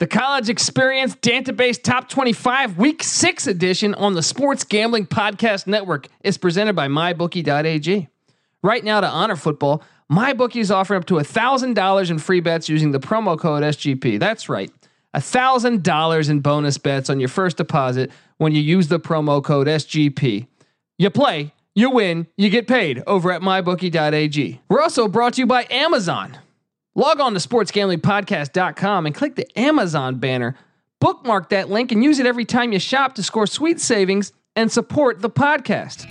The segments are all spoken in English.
The College Experience Database Top 25 Week 6 edition on the Sports Gambling Podcast Network is presented by MyBookie.ag. Right now, to honor football, MyBookie is offering up to $1,000 in free bets using the promo code SGP. That's right, $1,000 in bonus bets on your first deposit when you use the promo code SGP. You play, you win, you get paid over at mybookie.ag. We're also brought to you by Amazon. Log on to sportsgamblingpodcast.com and click the Amazon banner. Bookmark that link and use it every time you shop to score sweet savings and support the podcast.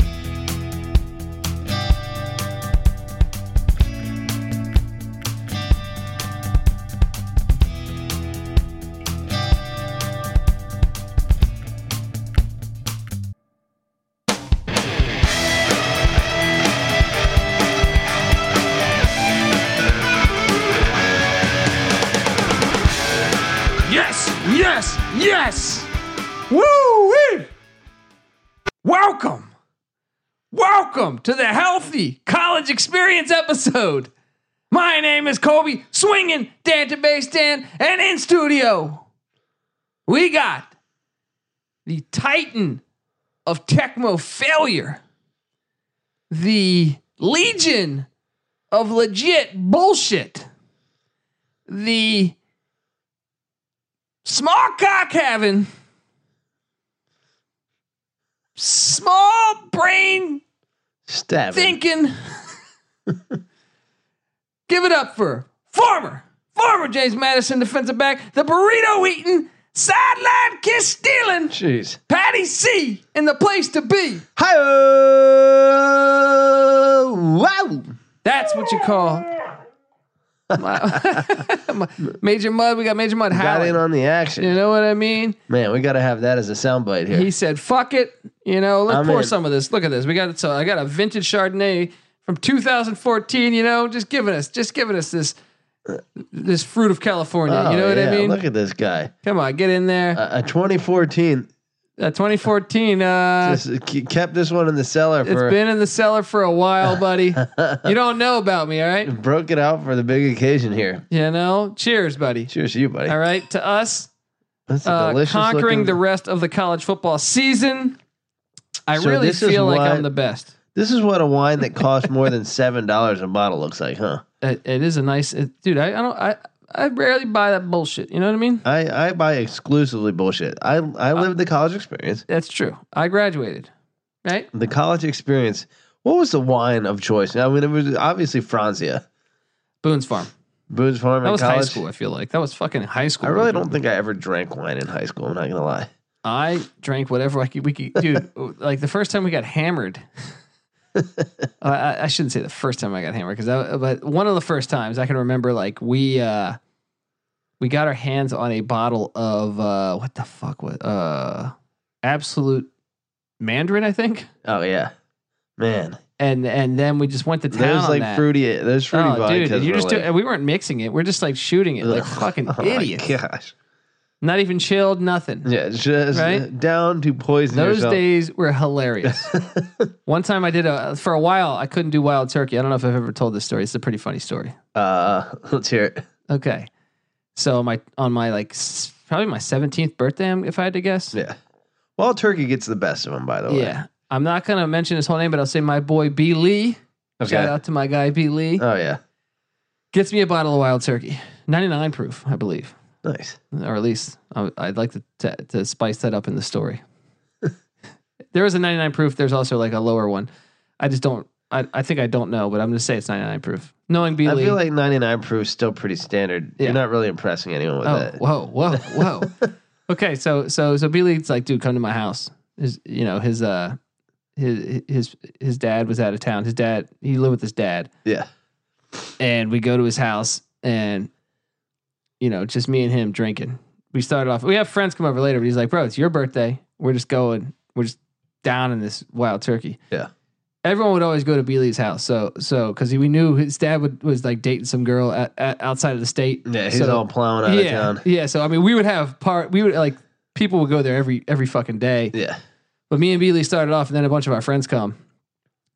Yes, yes, yes. Woo! Welcome. Welcome to the Healthy College Experience episode. My name is Kobe Swinging Database Dan, and in studio, we got the Titan of Tecmo failure, the Legion of legit bullshit, the small cock having, small brain Stab. thinking. Give it up for former, former James Madison defensive back, the burrito eating, sideline kiss stealing, Jeez. Patty C in the place to be. Hi. Wow. That's what you call. Major Mud, we got Major Mud Got in howling. on the action. You know what I mean? Man, we got to have that as a soundbite here. He said, "Fuck it, you know, let's I'm pour in. some of this. Look at this. We got so I got a vintage Chardonnay from 2014. You know, just giving us, just giving us this, this fruit of California. Oh, you know what yeah, I mean? Look at this guy. Come on, get in there. A, a 2014 Uh, 2014. Uh, this, ke- kept this one in the cellar it's for been in the cellar for a while, buddy. you don't know about me, all right? broke it out for the big occasion here. You know. Cheers, buddy. Cheers to you, buddy. All right, to us That's a uh, delicious conquering looking- the rest of the college football season. I So really this is feel like why- I'm the best. This is what a wine that costs more than seven dollars a bottle looks like, huh? it, it is a nice it, dude. I, I don't. I I rarely buy that bullshit. You know what I mean? I, I buy exclusively bullshit. I I lived the college experience. That's true. I graduated, right? The college experience. What was the wine of choice? I mean, it was obviously Franzia. Boone's Farm. Boone's Farm That in was college. high school. I feel like that was fucking high school. I really don't think I ever drank wine in high school. I'm not gonna lie. I drank whatever I could. We could, dude. like the first time we got hammered. I- I, I shouldn't say the first time I got hammered because, but one of the first times I can remember, like we uh, we got our hands on a bottle of uh, what the fuck was uh, absolute Mandarin, I think, Oh yeah, man, and and then we just went to town. those on like that. fruity, those fruity oh, vodkas. dude, and you were just like, do- and we weren't mixing it. We're just like shooting it like Ugh. fucking oh my idiots. gosh, Not even chilled, nothing. yeah, just Right? down to poison Those yourself. days were hilarious. One time I did a for a while I couldn't do wild turkey. I don't know if I've ever told this story. It's a pretty funny story. Uh, let's hear it. Okay. So my on my like s- probably my 17th birthday I'm- if I had to guess. Yeah, well, turkey gets the best of them, by the way. Yeah. I'm not going to mention his whole name but I'll say my boy B Lee. Okay. Shout out to my guy B Lee. Oh yeah, Gets me a bottle of wild turkey. 99 proof, I believe. nice. or at least I- I'd like to, to to spice that up in the story. there is a 99 proof. There's also like a lower one. I just don't. I, I think I don't know, but I'm gonna say it's 99 proof. Knowing B. I Lee, feel like 99 proof is still pretty standard. Yeah. You're not really impressing anyone with oh, that. whoa, whoa, whoa. okay, so so so B. Lee's like, dude, come to my house. His you know his uh his his his dad was out of town. His dad he lived with his dad. Yeah, and we go to his house and you know just me and him drinking we started off we have friends come over later but he's like bro it's your birthday we're just going we're just down in this wild turkey Yeah. everyone would always go to Beely's house so so because we knew his dad would, was like dating some girl at, at, outside of the state yeah. He's So- all plowing out yeah of town. yeah so i mean we would have part we would like people would go there every every fucking day Yeah, but me and Beely started off and then a bunch of our friends come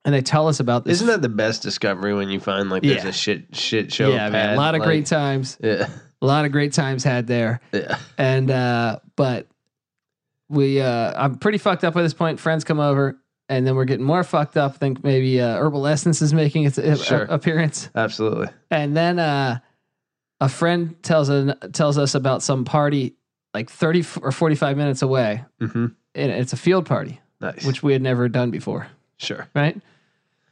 and they tell us about this isn't that the best discovery when you find like there's Yeah. a shit shit show? yeah man, pad, a lot of like- great times Yeah. A lot of great times had there. Yeah. And uh, but we uh, I'm pretty fucked up at this point. Friends come over and then we're getting more fucked up. I think maybe uh, Herbal Essence is making its uh, a- Sure. appearance. Absolutely. And then uh, a friend tells an, tells us about some party like 30 f- or 45 minutes away. Mm-hmm. And it's a field party, Nice. which we had never done before, sure. right?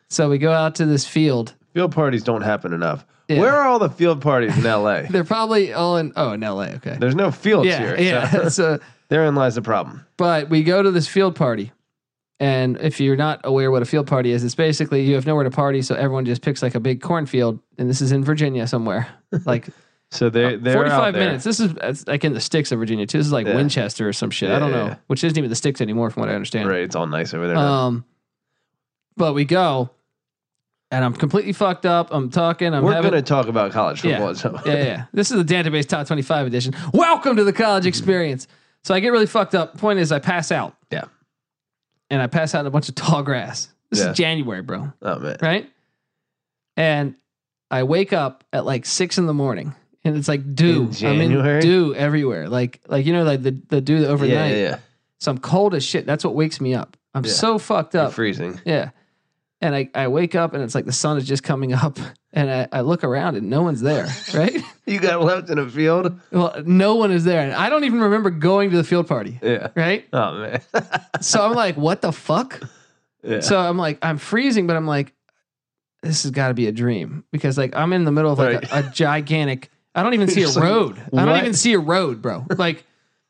So we go out to this field. Field parties don't happen enough. Yeah. Where are all the field parties in LA? They're probably all in oh in LA, okay. There's no fields yeah, here. yeah. So so therein lies the problem. But we go to this field party. And if you're not aware what a field party is, it's basically you have nowhere to party, so everyone just picks like a big cornfield. And this is in Virginia somewhere, like So they they're 45 out there. Uh, minutes. This is it's like in the sticks of Virginia too. This is like Yeah. Winchester or some shit. I Yeah, don't know, yeah, yeah. which isn't even the sticks anymore, from what I understand. Right. It's all nice over there. now. Um, but we go, and I'm completely fucked up. I'm talking. I'm We're having. gonna talk about college Yeah. football. So. yeah, yeah. This is the database top 25 edition. Welcome to the college experience. So I get really fucked up. Point is, I pass out. Yeah. And I pass out in a bunch of tall grass. This Yeah. is January, bro. Oh man. Right. And I wake up at like six in the morning and it's like dew. In I'm in January? dew everywhere. Like, like, you know, like the, the dew overnight. Yeah, yeah, yeah. So I'm cold as shit. That's what wakes me up. I'm Yeah. so fucked You're up. freezing. Yeah. And I, I wake up and it's like the sun is just coming up and I, I look around and no one's there. Right. You got left in a field. Well, no one is there. And I don't even remember going to the field party. Yeah. Right. Oh man. So I'm like, what the fuck? yeah. So I'm like, I'm freezing, but I'm like, this has got to be a dream because like I'm in the middle of like a, a gigantic, I don't even see a You're just like, road. I don't what? even see a road, bro. Like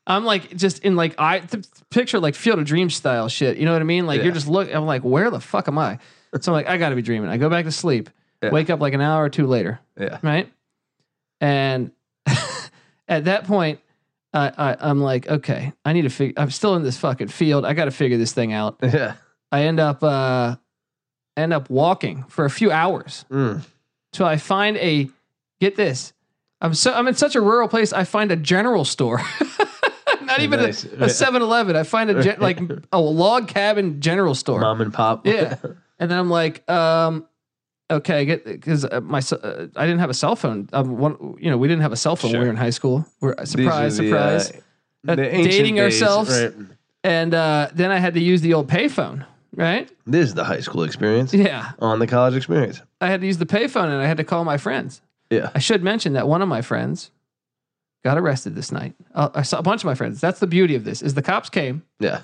I'm like just in like, I th- picture like field of dreams style shit. You know what I mean? Like Yeah. you're just look, I'm like, where the fuck am I? So I'm like, I gotta be dreaming. I go back to sleep, Yeah. wake up like an hour or two later yeah. right? And at that point, I, I I'm like, okay, I need to figure. I'm still in this fucking field. I got to figure this thing out. Yeah. I end up uh, end up walking for a few hours Mm. till I find a. Get this, I'm so I'm in such a rural place. I find a general store. Not even Nice. a, a 7-Eleven. I find a gen, like a log cabin general store. Mom and pop. Yeah. And then I'm like, um, okay, I get because my ce- uh, I didn't have a cell phone. Um, one, you know, we didn't have a cell phone when we Sure. were in high school. We're uh, These surprise, are the, surprise. uh, Uh, the ancient dating days, ourselves. right. and uh, then I had to use the old payphone, right? This is the high school experience Yeah, on the college experience. I had to use the payphone, and I had to call my friends. Yeah. I should mention that one of my friends got arrested this night. Uh, I saw a bunch of my friends. That's the beauty of this: is the cops came. Yeah.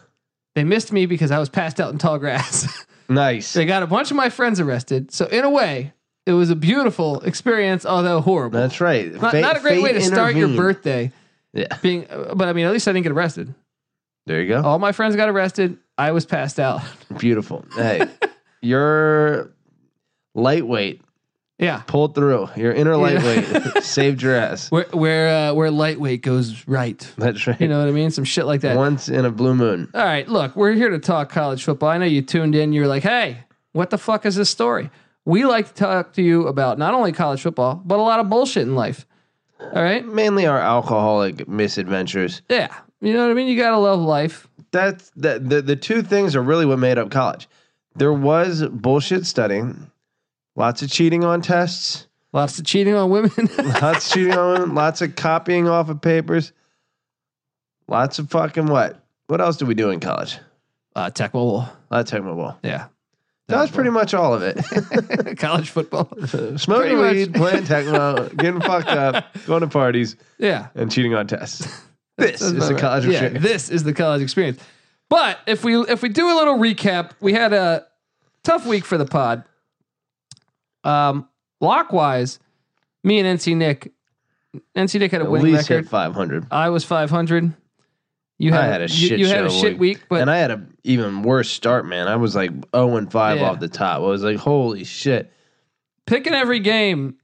They missed me because I was passed out in tall grass. Nice. they got a bunch of my friends arrested. So in a way, it was a beautiful experience, although horrible. That's right. not, Fa- not a great fate way to start your intervened. birthday Yeah. being uh, but i mean at least i didn't get arrested There you go. all my friends got arrested i was passed out Beautiful. Hey, you're lightweight. yeah Pulled through. Your inner lightweight saved your ass. where where uh, where lightweight goes right That's right. you know what i mean some shit like that Once in a blue moon. all right look we're here to talk college football i know you tuned in you're like hey what the fuck is this story we like to talk to you about not only college football but a lot of bullshit in life all right Mainly our alcoholic misadventures. yeah you know what i mean you gotta love life That's that the, the two things are really what made up college. There was bullshit studying, lots of cheating on tests, lots of cheating on women lots of cheating on women, lots of copying off of papers, lots of fucking what? What else did we do in college? uh tech mobile Lots of technical. yeah That was pretty much all of it. college football Pretty Smoking much. weed, playing Tecmo, getting fucked up, going to parties, yeah and cheating on tests. This That's is about the right. college yeah, experience. This is the college experience. But if we if we do a little recap, we had a tough week for the pod. Um, Lockwise, me and NC Nick, NC Nick had a At win least record. hit 500. I was five hundred. You I had, had a you- shit you, had a show shit week, but and I had a even worse start, man. I was like 0 and 5 Yeah. off the top. I was like, holy shit. picking every game,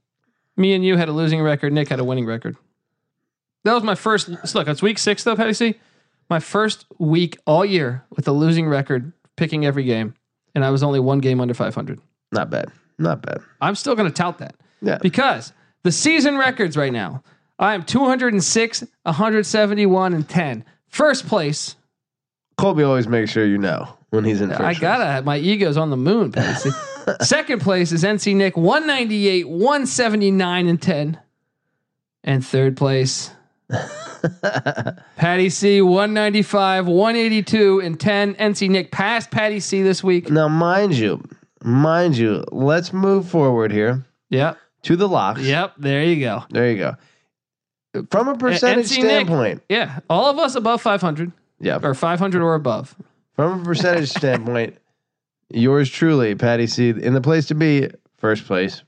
me and you had a losing record. Nick had a winning record. That was my first look. It's week six though, Patty C. My first week all year with a losing record, picking every game, and I was only one game under five hundred. Not bad. Not bad. I'm still going to tout that Yeah. because the season records right now. I am 206, 171, and 10. First place. Colby always makes sure you know when he's in first. I gotta have my ego's on the moon, Pacey. Second place is NC Nick, 198, 179, and 10. And third place, Patty C, 195, 182, and 10. NC Nick passed Patty C this week. now, mind you, mind you, let's move forward here Yep. to the locks. Yep. There you go. There you go. From a percentage NC Nick. standpoint, Yeah. All of us above 500 yeah. or 500 or above. From a percentage standpoint, yours truly, Patty C, in the place to be, first place,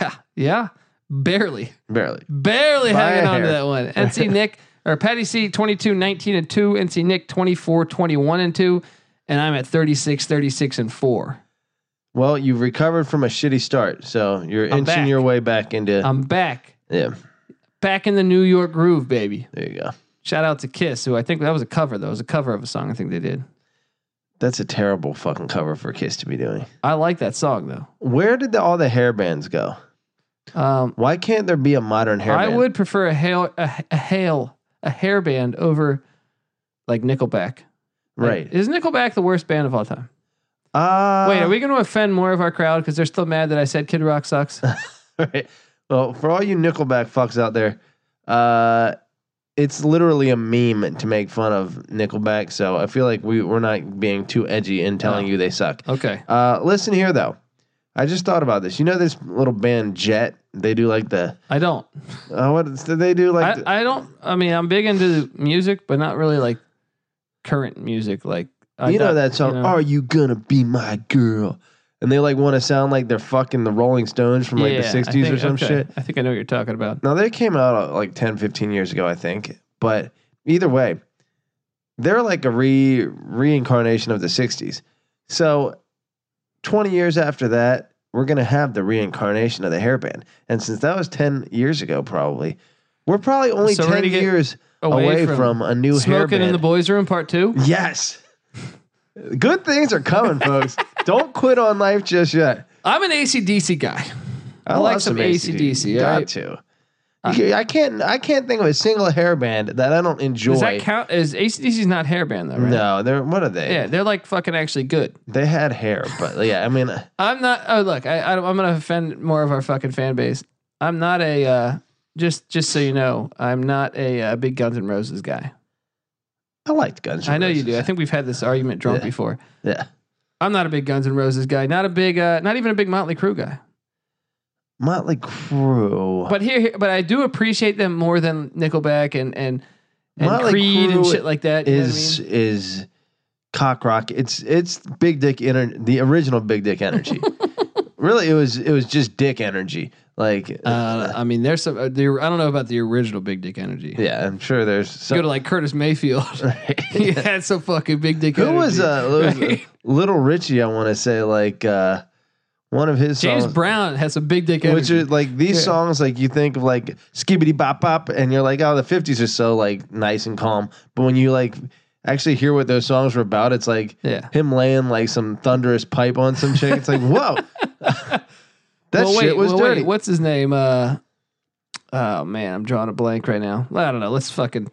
Yeah. Yeah. Barely. barely. Barely By a hanging on to hair. that one. NC Nick or Patty C 22 19 and 2, NC Nick 24 21 and 2, and I'm at 36 36 and 4. Well, you've recovered from a shitty start, so you're I'm inching back. your way back into. I'm back. yeah, Back in the New York groove, baby. there you go. Shout out to Kiss, who I think that was a cover though. It was a cover of a song I think they did. That's a terrible fucking cover for Kiss to be doing. I like that song though. Where did the, all the hair bands go? Um, Why can't there be a modern hair I band? would prefer a hail a, a hail a hairband over like Nickelback. Like, right. is Nickelback the worst band of all time? Uh, Wait, are we going to offend more of our crowd because they're still mad that I said Kid Rock sucks? Right. Well, for all you Nickelback fucks out there, uh, it's literally a meme to make fun of Nickelback. So I feel like we, we're not being too edgy in telling No. you they suck. okay. Uh, listen here, though. I just thought about this. You know this little band Jet? They do like the I don't. uh, what is- they do like the- I, I don't. I mean, I'm big into music, but not really like current music. Like I you know don't- that song. you know. Are you gonna be my girl? And they like want to sound like they're fucking the Rolling Stones from like Yeah, the I 60s or think- some okay. shit. I think I know what you're talking about. Now they came out uh, like 10, 15 years ago, I think. But either way, they're like a re reincarnation of the '60s. So, twenty years after that, we're gonna have the reincarnation of the hairband. And since that was ten years ago, probably, we're probably only So we're ten gonna get years away, from, a new smoking hairband. in the boys' room, part two. yes, good things are coming, folks. Don't quit on life just yet. I'm an ACDC guy. I like love some AC/DC, Got alright? to. You ca- I can't. I can't think of a single hairband that I don't enjoy. Does that count? Is ACDC's not hairband though, right? No, they're what are they? Yeah, they're like fucking actually good. They had hair, but yeah, I mean, uh, I'm not. Oh, look, I, I don't, I'm gonna offend more of our fucking fan base. I'm not a uh, just just so you know, I'm not a uh, big Guns N' Roses guy. I liked Guns. N' I know you do. I Roses. think we've had this argument drunk Yeah. before. Yeah, I'm not a big Guns N' Roses guy. Not a big, uh, not even a big Motley Crue guy. Motley Crue. But here, here- but I do appreciate them more than Nickelback and and and Motley Creed and Crue shit like that. you know what I is is cock rock. It's it's big dick ener- the original big dick energy. really, it was it was just dick energy. Like, mean? Uh, I mean, there's some. Uh, the, I don't know about the original Big Dick Energy. yeah, I'm sure there's You go to some. like Curtis Mayfield. he had some fucking big dick. Who was energy. uh, was, uh, Right? Little Richie? I want to say like uh, one of his James songs, Brown had some big dick which energy. are like these Yeah. songs. Like you think of like skibbity bop bop, and you're like, oh, the '50s are so like nice and calm. But when you like actually hear what those songs were about, it's like yeah. him laying like some thunderous pipe on some chick. It's like whoa, that well, wait, shit was well, dirty. Wait, what's his name? Uh, oh man, I'm drawing a blank right now. I don't know. Let's fucking.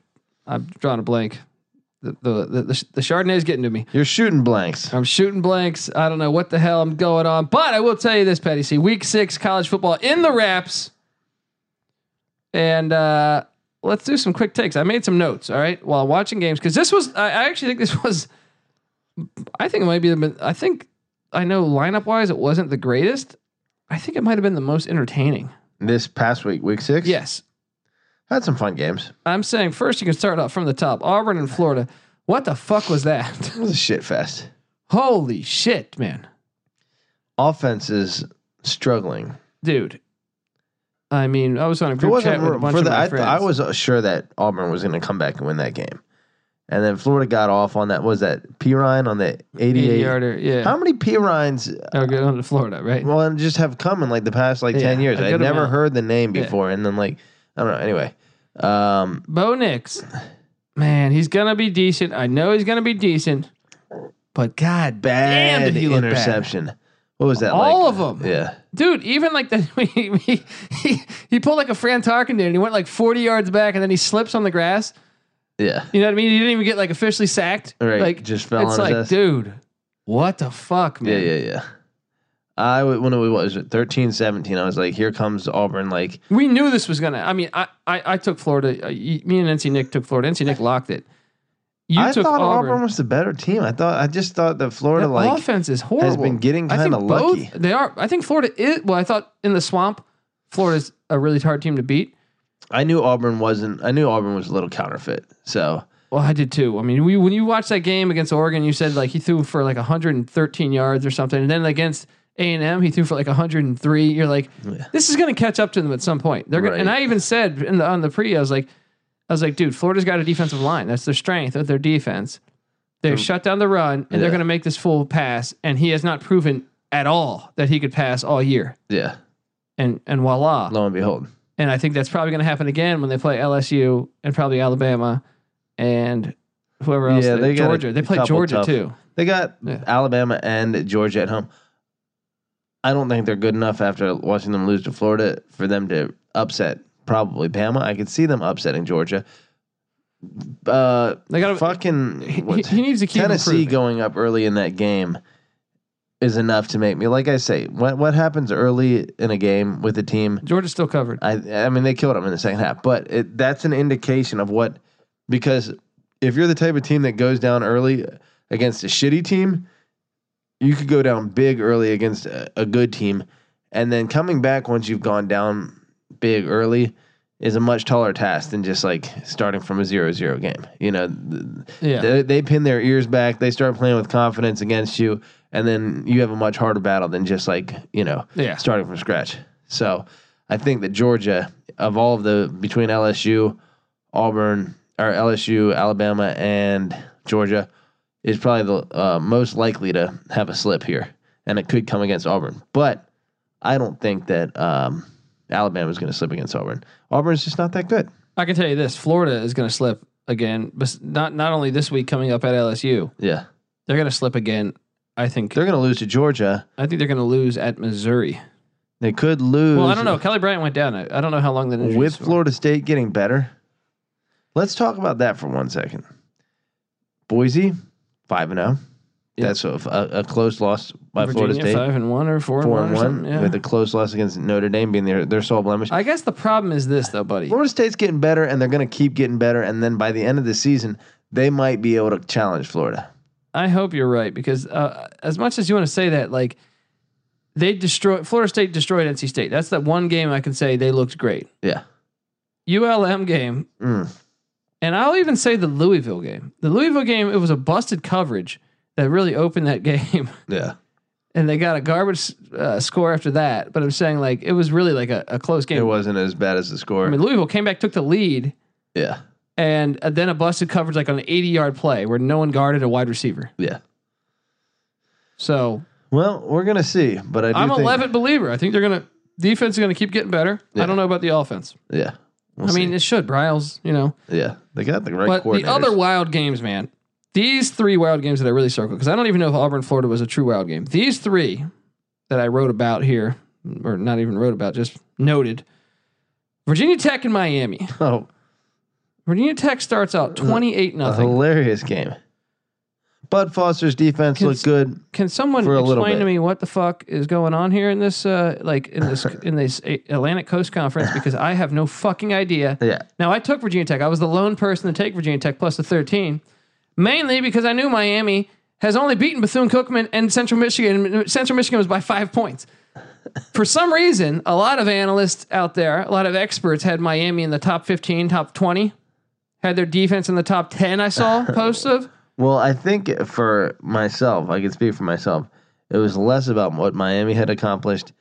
I'm drawing a blank. The the the, the, the Chardonnay's getting to me. You're shooting blanks. I'm shooting blanks. I don't know what the hell I'm going on, but I will tell you this, Patty C. Week six, college football in the wraps, and uh, let's do some quick takes. I made some notes, all right, while watching games because this was. I, I actually think this was. I think it might be the. I think I know lineup wise, it wasn't the greatest. I think it might have been the most entertaining. This past week, week six, Yes, had some fun games. I'm saying first you can start out from the top. Auburn and Florida. What the fuck was that? It was a shit fest. Holy shit, man. Offenses struggling. dude. I mean, I was on a It group wasn't chat with a bunch for of the, my I, th- friends. I was uh, sure that Auburn was going to come back and win that game, and then Florida got off on that. Was that P Ryan on the 80 88? yarder. Yeah, How many P Ryans? they were going to Florida, right? Well, and just have come in like the past like Yeah, 10 years. a I'd good never amount. heard the name Yeah. before, and then like I don't know. Anyway, um, Bo Nix, man, he's gonna be decent. I know he's gonna be decent, but God, damn, bad did he look bad. interception. What was that? All like? of 'em. Yeah, dude. Even like the he, he he pulled like a Fran Tarkenton and he went like forty yards back and then he slips on the grass. yeah. You know what I mean? He didn't even get like officially sacked. Right, Like just fell on it's his like, ass. dude, what the fuck, man? Yeah, yeah, yeah. I w- when it was what was it 13 17, I was like, here comes Auburn. Like We knew this was gonna. I mean, I I, I took Florida. uh, y- Me and NC Nick took Florida. NC Nick locked it. You I took thought Auburn. was the better team. I thought I just thought that Florida That like offense is horrible. has been getting I kind of think both lucky. they are. I think Florida is. Well, I thought in the swamp, Florida's a really hard team to beat. I knew Auburn wasn't. I knew Auburn was a little counterfeit. So Well, I did too. I mean, we when you watched that game against Oregon, you said like he threw for like 113 yards or something, and then against A and M, he threw for like 103. You're like, Yeah. this is going to catch up to them at some point. They're gonna, and Right. I even said in the, on the pre, I was like, I was like, dude, Florida's got a defensive line. That's their strength of their defense. They have shut down the run, and they're Yeah. going to make this full pass. And he has not proven at all that he could pass all year. yeah, And and voila, lo and behold, and I think that's probably going to happen again when they play LSU and probably Alabama and whoever else. Yeah, they, they got a Georgia. they play couple Georgia tough- too. they got Yeah. Alabama and Georgia at home. I don't think they're good enough after watching them lose to Florida for them to upset probably Bama. I could see them upsetting Georgia. Uh, They got to. fucking He, what- he needs to keep Tennessee improving. going up early in that game is enough to make me like I say. What what happens early in a game with a team? Georgia's still covered. I I mean they killed them in the second half, but it, that's an indication of what because if you're the type of team that goes down early against a shitty team, you could go down big early against a, a good team, and then coming back once you've gone down big early is a much taller task than just like starting from a zero zero game. You know, th- Yeah, they, they pin their ears back. They start playing with confidence against you, and then you have a much harder battle than just like you know yeah. starting from scratch. So I think that Georgia, of all of the between LSU, Auburn, or LSU, Alabama, and Georgia, is probably the uh, most likely to have a slip here, and it could come against Auburn. But I don't think that um, Alabama is going to slip against Auburn. Auburn's just not that good. I can tell you this: Florida is going to slip again, but s- not not only this week coming up at LSU, Yeah, they're going to slip again. I think. they're going to lose to Georgia. I think they're going to lose at Missouri. They could lose. Well, I don't know. Kelly Bryant went down. I, I don't know how long that injury with is for. Florida State getting better, let's talk about that for one second. Boise, five and zero. Yeah. That's a, a, a close loss by Virginia, Florida State, five and one or four, four and and one. or one, something, yeah. with a close loss against Notre Dame being their their sole blemish. I guess the problem is this though, buddy. Florida State's getting better, and they're going to keep getting better. And then by the end of the season, they might be able to challenge Florida. I hope you're right because uh, as much as you want to say that, like they destroyed Florida State destroyed NC State. That's the one game I can say they looked great. Yeah. ULM game, Mm. and I'll even say the Louisville game. The Louisville game, it was a busted coverage that really opened that game, Yeah. and they got a garbage uh, score after that. But I'm saying like it was really like a, a close It game. wasn't as bad as the score. I mean, Louisville came back, took the lead, yeah. and uh, then a busted coverage like on an 80 yard play where no one guarded a wide receiver. Yeah. So Well, we're going to see, but I do I'm a think, Levitt believer. I think they're gonna defense is gonna keep getting better. I Yeah. don't know about the offense. Yeah. I We'll see. mean, it should Bryles, you know. yeah, they got the right. but the coordinators. other wild games, man. These three wild games that I really circled because I don't even know if Auburn, Florida was a true wild game. These three that I wrote about here, or not even wrote about, just noted. Virginia Tech and Miami. oh, Virginia Tech starts out Uh-huh. 28 A nothing. hilarious game. Bud Foster's defense Can- looked good. Can someone For a little explain to bit. me what the fuck is going on here in this uh like in this in this Atlantic Coast Conference because I have no fucking idea. Yeah. Now I took Virginia Tech. I was the lone person to take Virginia Tech plus the 13, mainly because I knew Miami has only beaten Bethune Cookman and Central Michigan. and Central Michigan was by five points. For some reason, a lot of analysts out there, a lot of experts had Miami in the top 15, top 20, had their defense in the top 10. I saw posts of. Well, I think for myself, I can speak for myself. It was less about what Miami had accomplished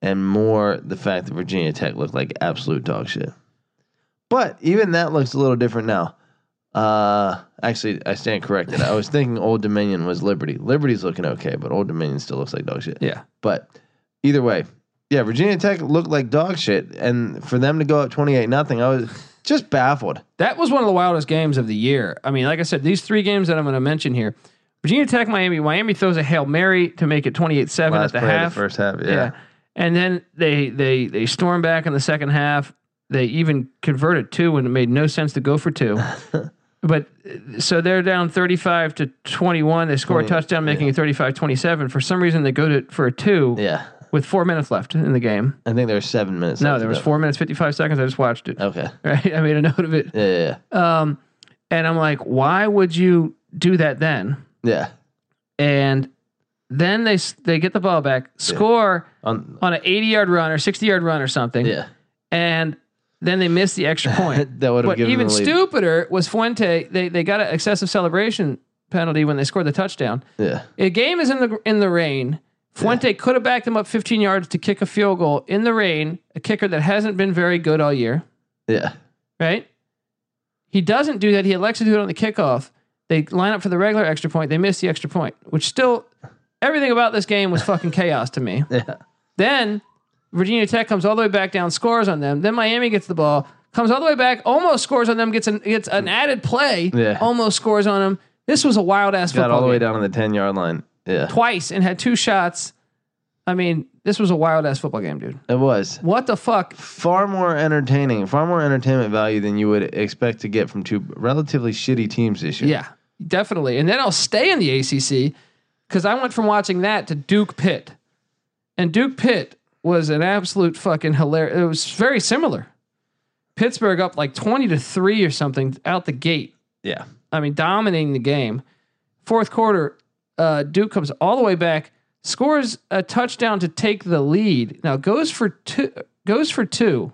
and more the fact that Virginia Tech looked like absolute dog shit. But even that looks a little different now. Uh, actually, I stand corrected. I was thinking Old Dominion was Liberty. Liberty's looking okay, but Old Dominion still looks like dog shit. Yeah. But either way, yeah, Virginia Tech looked like dog shit, and for them to go up twenty eight nothing, I was just baffled. That was one of the wildest games of the year. I mean, like I said, these three games that I'm going to mention here Virginia Tech, Miami. Miami throws a Hail Mary to make it 28 7 at Last the play of half. the first half, yeah. Yeah. And then they they they storm back in the second half. They even converted two when it made no sense to go for two. but uh, so they're down 35 to 21. They score a touchdown making it 35-27. For some reason they go to for a two, yeah, with four minutes left in the game. I think there was seven minutes. No, after there was that. four minutes fifty five seconds. I just watched it. Okay. Right, I made a note of it. Yeah, yeah, Um, and I'm like, why would you do that then? yeah. yeah. And then they s- they get the ball back, score On on an 80 yard run or 60 yard run or something, yeah, and then they miss the extra point. that would have but given even them the lead. stupider was Fuente. They they got an excessive celebration penalty when they scored the touchdown. yeah, The game is in the in the rain. Fuente could have backed him up 15 yards to kick a field goal in the rain. A kicker that hasn't been very good all year, yeah, right? He doesn't do that. He elects to do it on the kickoff. They line up for the regular extra point. They miss the extra point, which still everything about this game was fucking chaos to me. yeah, Then Virginia Tech comes all the way back down, scores on them. Then Miami gets the ball, comes all the way back, almost scores on them, gets an gets an added play, Mm. Yeah. almost scores on them. This was a wild ass got football all the way game. down on the ten yard line. Yeah, twice and had two shots. I mean, this was a wild ass football game, dude. it was What the fuck? far more entertaining, far more entertainment value than you would expect to get from two relatively shitty teams this year. Yeah, definitely. And then I'll stay in the ACC because I went from watching that to Duke Pitt, and Duke Pitt was an absolute fucking hilarious. It was very similar. Pittsburgh up like twenty to three or something out the gate. yeah, I mean, dominating the game. Fourth quarter, uh, Duke comes all the way back, scores a touchdown to take the lead. Now goes for two, goes for two,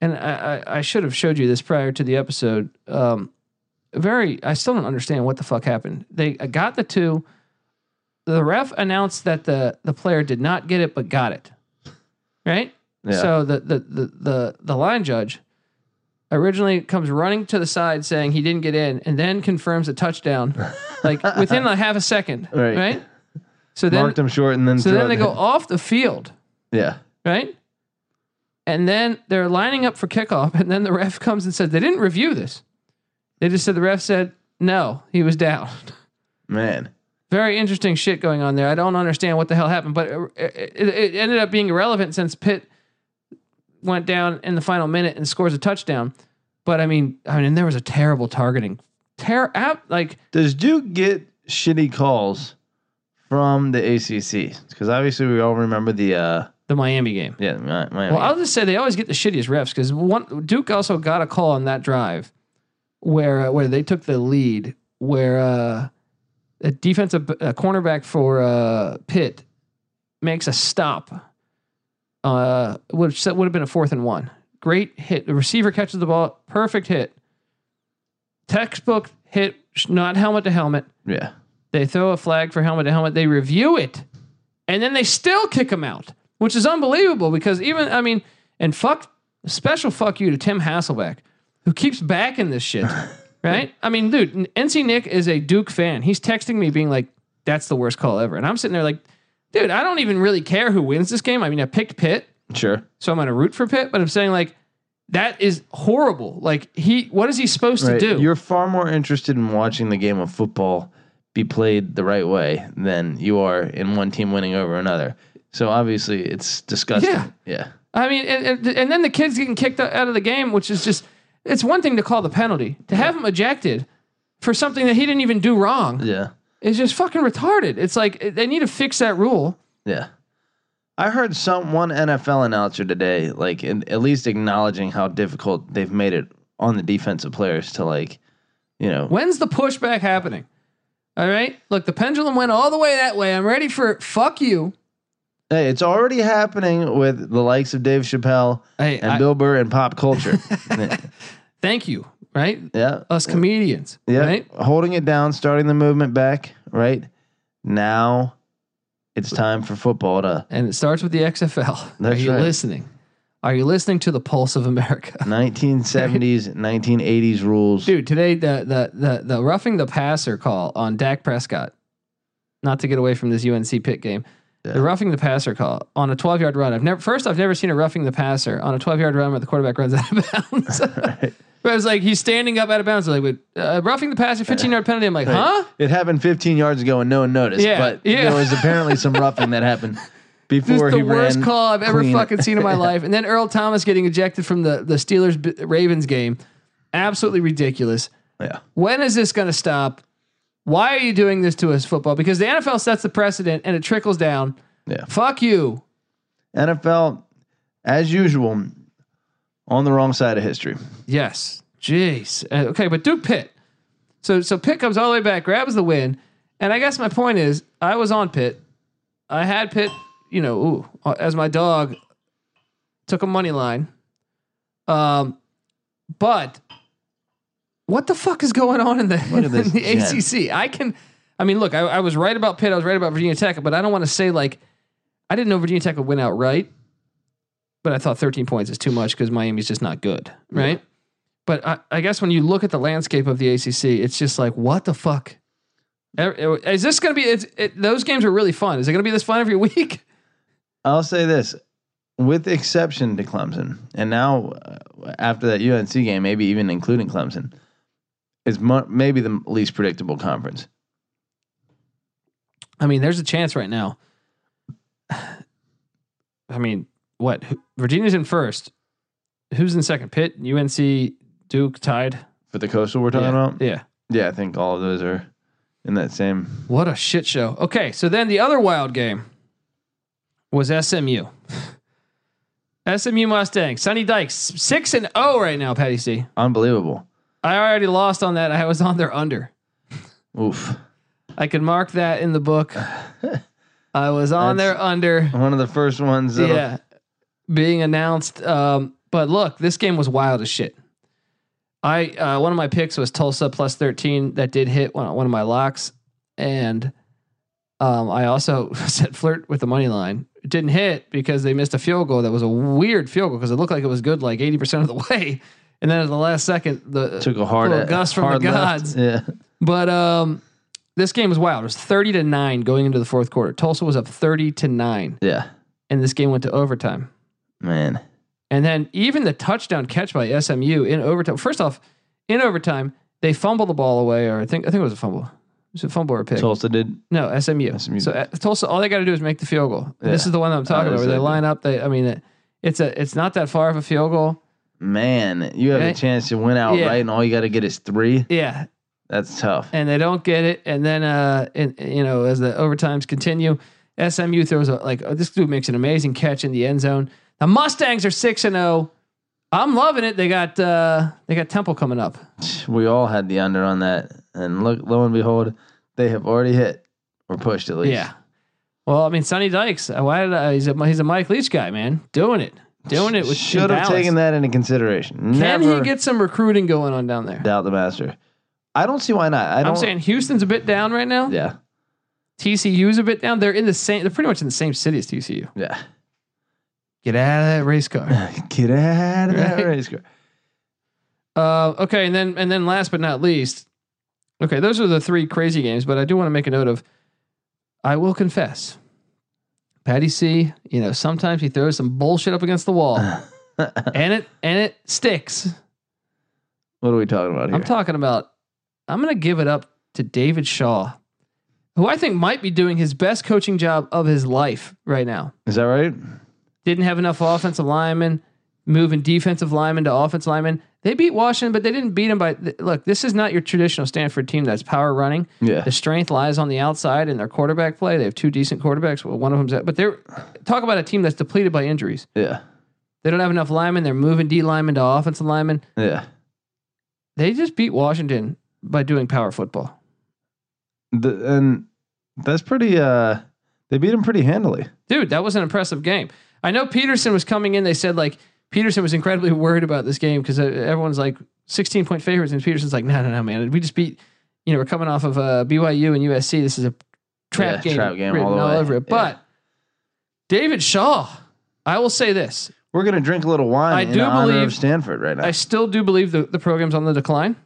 and I, I, I should have showed you this prior to the episode. Um, very, I still don't understand what the fuck happened. They uh, got the two. The ref announced that the the player did not get it, but got it. Right. yeah. So the, the the the the line judge originally comes running to the side saying he didn't get in, and then confirms a touchdown, like within a half a second, Right. right? So then marked them short and then so threw then they it- go off the field, yeah, right? And then they're lining up for kickoff, and then the ref comes and says they didn't review this. They just said the ref said no, he was down. man, Very interesting shit going on there. I don't understand what the hell happened, but it, it, it ended up being irrelevant since Pitt went down in the final minute and scores a touchdown. But I mean, I mean, there was a terrible targeting. Ter- app like does Duke get shitty calls from the ACC? Because obviously we all remember the uh, the Miami game. yeah, Mi- Miami. Well, I'll just say they always get the shittiest refs because one Duke also got a call on that drive where uh, where they took the lead, where uh, a defensive a cornerback for uh, Pitt makes a stop, uh, which that would have been a fourth and one. Great hit. The receiver catches the ball. Perfect hit. Textbook hit, sh- not helmet to helmet. yeah, They throw a flag for helmet to helmet. They review it, and then they still kick him out, which is unbelievable. Because even I mean, and fuck, special fuck you to Tim Hasselbeck, who keeps backing this shit, right? I mean, dude, N- NC Nick is a Duke fan. He's texting me being like, "That's the worst call ever," and I'm sitting there like, "Dude, I don't even really care who wins this game. I mean, I picked Pitt, sure, so I'm going to root for Pitt, but I'm saying like." That is horrible. Like he, what is he supposed right. to do? You're far more interested in watching the game of football be played the right way than you are in one team winning over another. So obviously it's disgusting. Yeah. yeah. I mean, and, and, and then the kid's getting kicked out of the game, which is just, it's one thing to call the penalty. To have him ejected for something that he didn't even do wrong Yeah. is just fucking retarded. It's like eh, they need to fix that rule. Yeah. I heard some one NFL announcer today, like in, at least acknowledging how difficult they've made it on the defensive players to like, you know, When's the pushback happening? All right. Look, the pendulum went all the way that way. I'm ready for fuck you. hey, it's already happening with the likes of Dave Chappelle Hey, and I- Bill Burr and pop culture. thank you. Right. yeah. Us comedians. Yeah. Right. Holding it down, starting the movement back, right? Now it's time for football to And it starts with the XFL. Are That's you right. listening? Are you listening to the pulse of America? 1970s, 1980s rules. Dude, today the the the the roughing the passer call on Dak Prescott. Not to get away from this UNC pit game. Yeah. The roughing the passer call on a 12 yard run. I've never first I've never seen a roughing the passer on a 12 yard run where the quarterback runs out of bounds. but I was like, he's standing up out of bounds. They're like, "Wait, uh, roughing the passer, 15 yard penalty. I'm like, huh? It happened 15 yards ago and no one noticed, Yeah, but yeah. there was apparently some roughing that happened This before is the he worst ran call I've ever clean. fucking seen in my life. And then Earl Thomas getting ejected from the the Steelers B- Ravens game. Absolutely ridiculous. Yeah. when is this going to stop? Why are you doing this to us, football? Because the NFL sets the precedent and it trickles down. Yeah. Fuck you. NFL, as usual, on the wrong side of history. Yes. Jeez. Uh, okay, but Duke Pitt. So so Pitt comes all the way back, grabs the win, and I guess my point is, I was on Pitt. I had Pitt, you know, ooh, uh, as my dog. Took a money line. Um, but what the fuck is going on in the, Look at this in the gent. ACC? I can, I mean, look, I, I was right about Pitt. I was right about Virginia Tech, but I don't want to say like I didn't know Virginia Tech would win outright, but I thought 13 points is too much because Miami's just not good, right? But I, I guess when you look at the landscape of the ACC, it's just like what the fuck. Er- Is this going to be? It's, it, those games are really fun. Is it going to be this fun every week? I'll say this, with the exception to Clemson, and now uh, after that UNC game, maybe even including Clemson, is mo- maybe the least predictable conference. I mean, there's a chance right now. I mean, what? Who- Virginia's in first. Who's in second? Pitt, UNC, Duke, tied. For the coastal we're talking Yeah. about, yeah. yeah, I think all of those are in that same. What a shit show. Okay, so then the other wild game was SMU. SMU Mustang. Sonny Dykes, 6 and 0 right now, Patty C. Unbelievable. I already lost on that. I was on their under. Oof. I could mark that in the book. I was on That's- their under. One of the first ones. that'll- yeah, being announced. Um, but look, this game was wild as shit. I uh, one of my picks was Tulsa plus thirteen. That did hit one, one of my locks, and um, I also said flirt with the money line. It didn't hit because they missed a field goal. That was a weird field goal because it looked like it was good like eighty percent of the way, and then at the last second, the Took a hard Little gust from the hard gods. Left. Yeah. but um, this game was wild. It was thirty to nine going into the fourth quarter. Tulsa was up thirty to nine, Yeah. and this game went to overtime. Man. And then even the touchdown catch by SMU in overtime. First off, in overtime, they fumble the ball away, or I think I think it was a fumble. It was a fumble or a pick. Tulsa did. no, SMU. SMU. So uh, Tulsa, all they got to do is make the field goal. And This Yeah. is the one that I'm talking about. Where Obviously. they line up. They, I mean, it, it's a, it's not that far of a field goal. Man, you have Okay. a chance to win outright, and all you got to get is three. Yeah, That's tough. and they don't get it. And then, uh, and you know, as the overtimes continue, SMU throws a like oh, this dude makes an amazing catch in the end zone. The Mustangs are six and zero. I'm loving it. They got uh, they got Temple coming up. We all had the under on that, and look, lo and behold, they have already hit or pushed at least. Yeah. Well, I mean, Sonny Dykes. uh, Why did I, he's a he's a Mike Leach guy, man, doing it, doing it with should have taken that into consideration. Can Never he get some recruiting going on down there? doubt the master. I don't see why not. I don't. I'm saying Houston's a bit down right now. yeah, TCU's a bit down. They're in the same. They're pretty much in the same city as TCU. yeah. Get out of that race car. Get out of that Right. race car. Uh, okay, and then and then last but not least, okay, those are the three crazy games. But I do want to make a note of. I will confess, Patty C. You know, sometimes he throws some bullshit up against the wall, and it and it sticks. What are we talking about here? I'm talking about. I'm going to give it up to David Shaw, who I think might be doing his best coaching job of his life right now. Is that right? Didn't have enough offensive linemen, moving defensive linemen to offensive linemen. They beat Washington, but they didn't beat them by. th- Look, this is not your traditional Stanford team that's power running. Yeah. The strength lies on the outside in their quarterback play. They have two decent quarterbacks. Well, one of them's that, but they're talk about a team that's depleted by injuries. Yeah. They don't have enough linemen. They're moving D linemen to offensive linemen. Yeah. They just beat Washington by doing power football. The, and that's pretty. uh They beat him pretty handily. dude, that was an impressive game. I know Peterson was coming in. They said like Peterson was incredibly worried about this game because everyone's like 16 point favorites, and Peterson's like, no, no, no, man, we just beat. You know, we're coming off of uh, BYU and USC. This is a trap Yeah, game, trap game written all the way. over it. Yeah. But David Shaw, I will say this: We're gonna drink a little wine I in do honor believe- of Stanford right now. I still do believe the, the program's on the decline.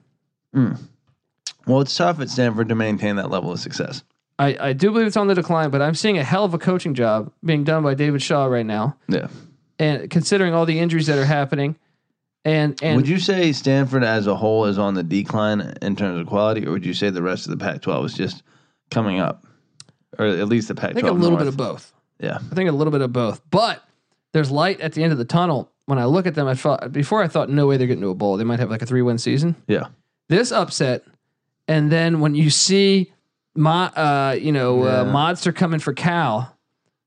well, it's tough at Stanford to maintain that level of success. I, I do believe it's on the decline, but I'm seeing a hell of a coaching job being done by David Shaw right now, Yeah. and considering all the injuries that are happening, and and would you say Stanford as a whole is on the decline in terms of quality, or would you say the rest of the Pac-12 is just coming up, or at least the Pac-12? I think a little bit of both. Yeah, I think a little bit of both, but there's light at the end of the tunnel. When I look at them, I thought before I thought no way they're getting to a bowl. They might have like a three win season. yeah, This upset, and then when you see my uh you know uh, Yeah. monster coming for Cal,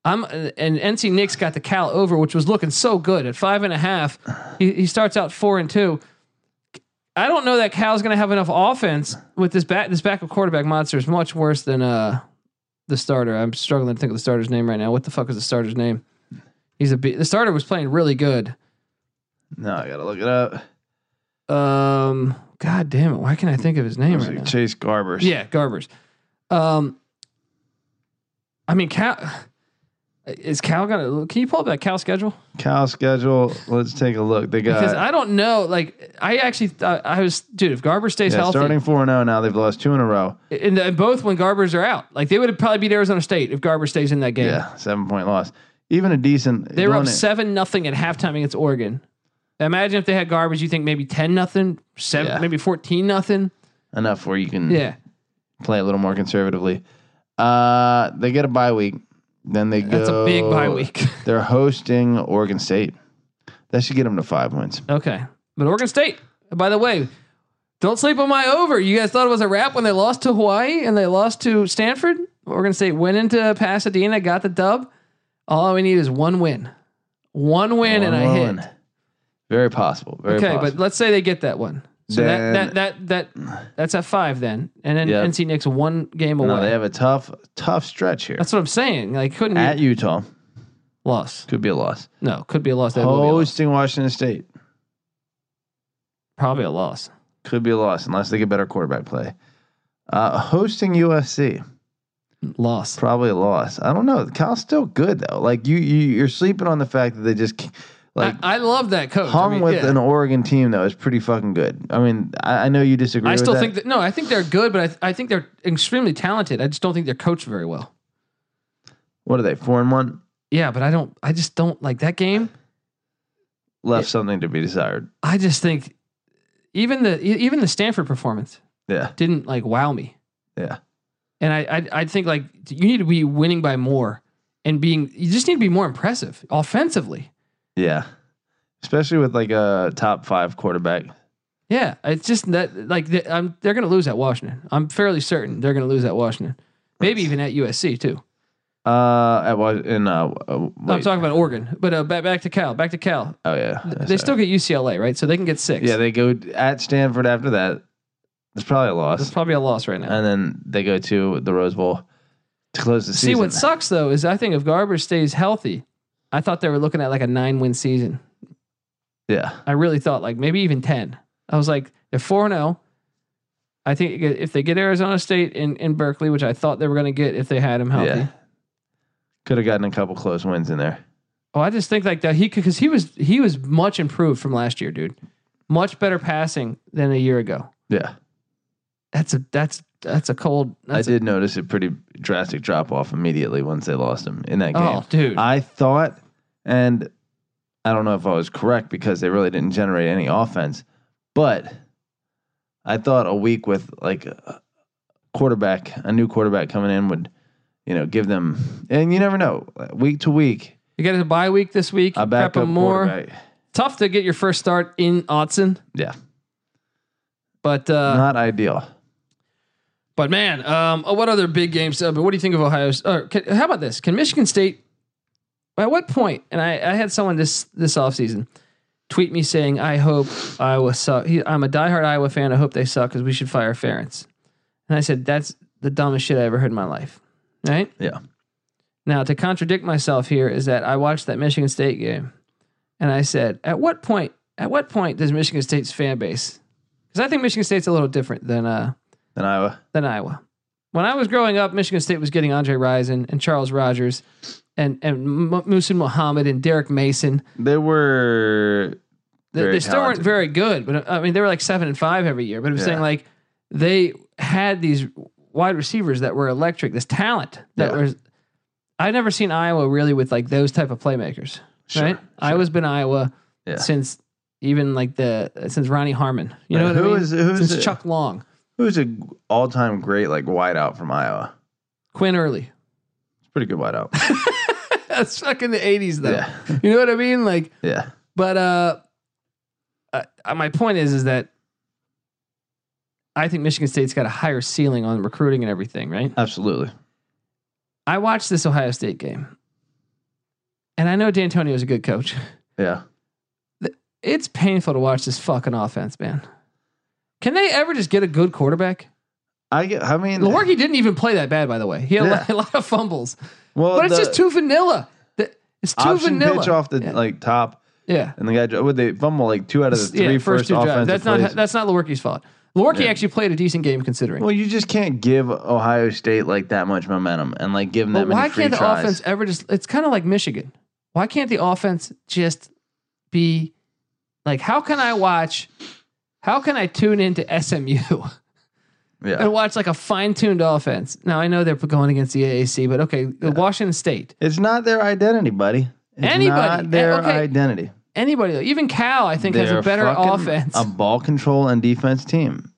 I'm and NC Nick's got the Cal over, which was looking so good at five and a half. He, he starts out four and two. I don't know that Cal's going to have enough offense with this back. This backup quarterback monster is much worse than uh the starter. I'm struggling to think of the starter's name right now. What the fuck is the starter's name? He's a B. The starter was playing really good. No, I gotta look it up. Um, God damn it! Why can't I think of his name It's right now? like Chase Garbers. Yeah, Garbers. Um, I mean, Cal is Cal gonna? Can you pull up that Cal schedule? Cal schedule. Let's take a look. They got Because I don't know. Like, I actually, thought, I was, dude. If Garber stays yeah, healthy, starting four and zero. Now they've lost two in a row. and, and both when Garbers are out, like they would have probably beat Arizona State if Garber stays in that game. Yeah, seven point loss. Even a decent. They were up doing it. seven nothing at halftime against Oregon. Imagine if they had Garbers. You think maybe ten nothing, seven, Yeah. maybe fourteen nothing. enough where you can Yeah, play a little more conservatively. Uh, they get a bye week. Then they go. that's a big bye week. They're hosting Oregon State. That should get them to five wins. Okay. But Oregon State, by the way, don't sleep on my over. You guys thought it was a wrap when they lost to Hawaii and they lost to Stanford. Oregon State went into Pasadena, got the dub. All we need is one win. One win and I One. hit. Very possible. Very Okay, possible. but let's say they get that one. So Then- that, that that that that's at five then. And then Yep. NC Nick's one game away. No, they have a tough, tough stretch here. that's what I'm saying. Like couldn't At be Utah, loss. could be a loss. No, could be a loss. That will be a loss. Hosting Washington State, Probably a loss. could be a loss unless they get better quarterback play. Uh, hosting USC, Loss. probably a loss. I don't know. Cal's still good though. Like you, you you're sleeping on the fact that they just c- like I, I love that coach. I hung mean, with yeah. an Oregon team that was pretty fucking good. I mean, I, I know you disagree. I with still that. think that no, I think they're good, but I, th- I think they're extremely talented. I just don't think they're coached very well. what are they four and one? Yeah, but I don't. I just don't like that game. Left something to be desired. I just think even the e- even the Stanford performance Yeah, didn't like wow me. yeah. And I I, I think like you need to be winning by more and being you just need to be more impressive offensively. Yeah. Especially with like a top five quarterback. Yeah, it's just that like th- I'm, they're going to lose at Washington. I'm fairly certain they're going to lose at Washington. Maybe even at USC too. Uh, at was in uh, uh No, I'm wait. talking about Oregon, but uh, back back to Cal, back to Cal. oh yeah, Th- Yeah, They sorry. still get UCLA, right? So they can get six. yeah they go at Stanford after that. It's probably a That's loss, probably a loss right now. and then they go to the Rose Bowl to close the See, season. what sucks though is I think if Garber stays healthy, I thought they were looking at like a nine win season. yeah, I really thought like maybe even 10. I was like, they're 4 0. I think if they get Arizona State in, in Berkeley, which I thought they were going to get if they had him healthy. yeah. Could have gotten a couple close wins in there. Oh, I just think like that he because he was he was much improved from last year, dude. Much better passing than a year ago. Yeah, That's a that's that's a cold. That's I did notice a pretty drastic drop off immediately once they lost him in that A, game. oh, dude. I thought, and I don't know if I was correct because they really didn't generate any offense, but I thought a week with like a quarterback, a new quarterback coming in would, you know, give them, and you never know, week to week, you got a bye week this week. a Prep 'em backup more. quarterback. Tough to get your first start in Otson, Yeah, but uh, not ideal. But man, um, oh, what other big games? Uh, but what do you think of Ohio's? Uh, can, how about this? Can Michigan State? At what point? And I, I had someone this this offseason tweet me saying, "I hope Iowa suck. He, I'm a diehard Iowa fan. I hope they suck because we should fire Ferentz." And I said, "That's the dumbest shit I ever heard in my life." Right Yeah, now, to contradict myself here is that I watched that Michigan State game, and I said, "At what point? At what point does Michigan State's fan base?" Because I think Michigan State's a little different than uh, and Iowa. than Iowa. When I was growing up, Michigan State was getting Andre Rison and Charles Rogers and and M- Musin Muhammad and Derek Mason. They were They, Very they still weren't talented. very good, but uh, I mean they were like seven and five every year. But I'm Yeah. saying like they had these wide receivers that were electric, this talent that Yeah. was. I've never seen Iowa really with like those type of playmakers. sure. right? Iowa's been Iowa Yeah. since even like the since Ronnie Harmon. You know Right. what I Who mean? is- who is since it? Chuck Long, Who's a all time great like wideout from Iowa? Quinn Early. It's a pretty good wideout. That's fucking the '80s though. yeah, You know what I mean? Like yeah. But uh, uh, my point is, is that I think Michigan State's got a higher ceiling on recruiting and everything, right? Absolutely. I watched this Ohio State game, and I know D'Antonio is a good coach. Yeah. It's painful to watch this fucking offense, man. Can they ever just get a good quarterback? I get, I mean, Lorgie didn't even play that bad, by the way. He had a lot- a lot of fumbles, well, but it's the just too vanilla. The- It's too option vanilla. pitch off the yeah. like top, yeah. and the guy dro- would they fumble like two out of the Yeah, three first two drives. offensive That's plays. not that's not Lorky's fault. Lorky Yeah. actually played a decent game considering. well, you just can't give Ohio State like that much momentum and like give them that but many why free can't the tries. offense ever just? It's kind of like Michigan. Why can't the offense just be like? How can I watch? How can I tune into SMU yeah, and watch like a fine-tuned offense? Now I know they're going against the AAC, but okay, Washington State. it's not their identity, buddy. It's Anybody. Eh, not their okay. identity. Anybody, even Cal, I think has They're a better fucking offense. a ball control and defense team.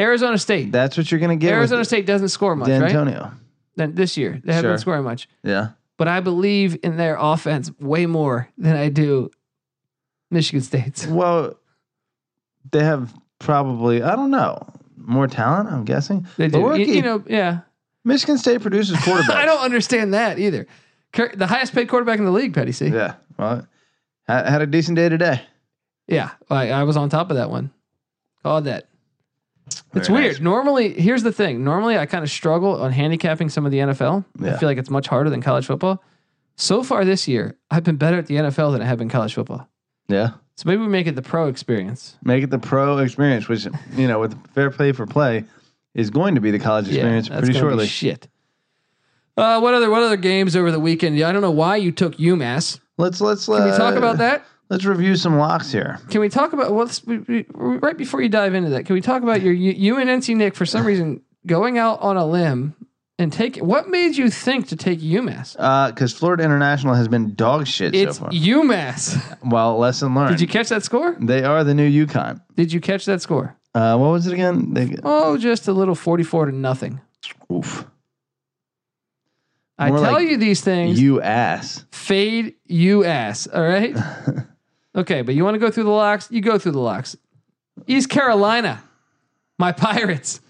Arizona State. That's what you're gonna get. Arizona with State doesn't score much, right? D'Antonio. Then this year they haven't Sure. been scoring much. Yeah, but I believe in their offense way more than I do Michigan State's. Well, they have probably I don't know more talent. I'm guessing They do. You, Lorky. you know, yeah. Michigan State produces quarterbacks. I don't understand that either. Cur- The highest paid quarterback in the league, Petty C. Yeah, Yeah, well, I had a decent day today. I, I was on top of that one. Called that. It's Very weird. nice. Normally, here's the thing. Normally, I kind of struggle on handicapping some of the NFL. I Yeah. feel like it's much harder than college football. So far this year, I've been better at the NFL than I have been college football. Yeah, So maybe we make it the pro experience. make it the pro experience, which you know with fair play for play is going to be the college experience that's pretty gonna be shortly. shit. Uh, what other what other games over the weekend? Yeah, I don't know why you took UMass. let's let's uh, Can we talk about that? Let's review some locks here. Can we talk about well, let's, we, we, right before you dive into that? Can we talk about your you, you and NC Nick for some reason going out on a limb and take what made you think to take UMass? Because uh, Florida International has been dog shit It's so far. UMass. Well, lesson learned. Did you catch that score? they are the new UConn. Did you catch that score? Uh, what was it again? They, Oh, just a little forty-four to nothing. oof. I More tell like you these things. You ass. Fade you ass. All right. okay, but you want to go through the locks? You go through the locks. East Carolina, my Pirates.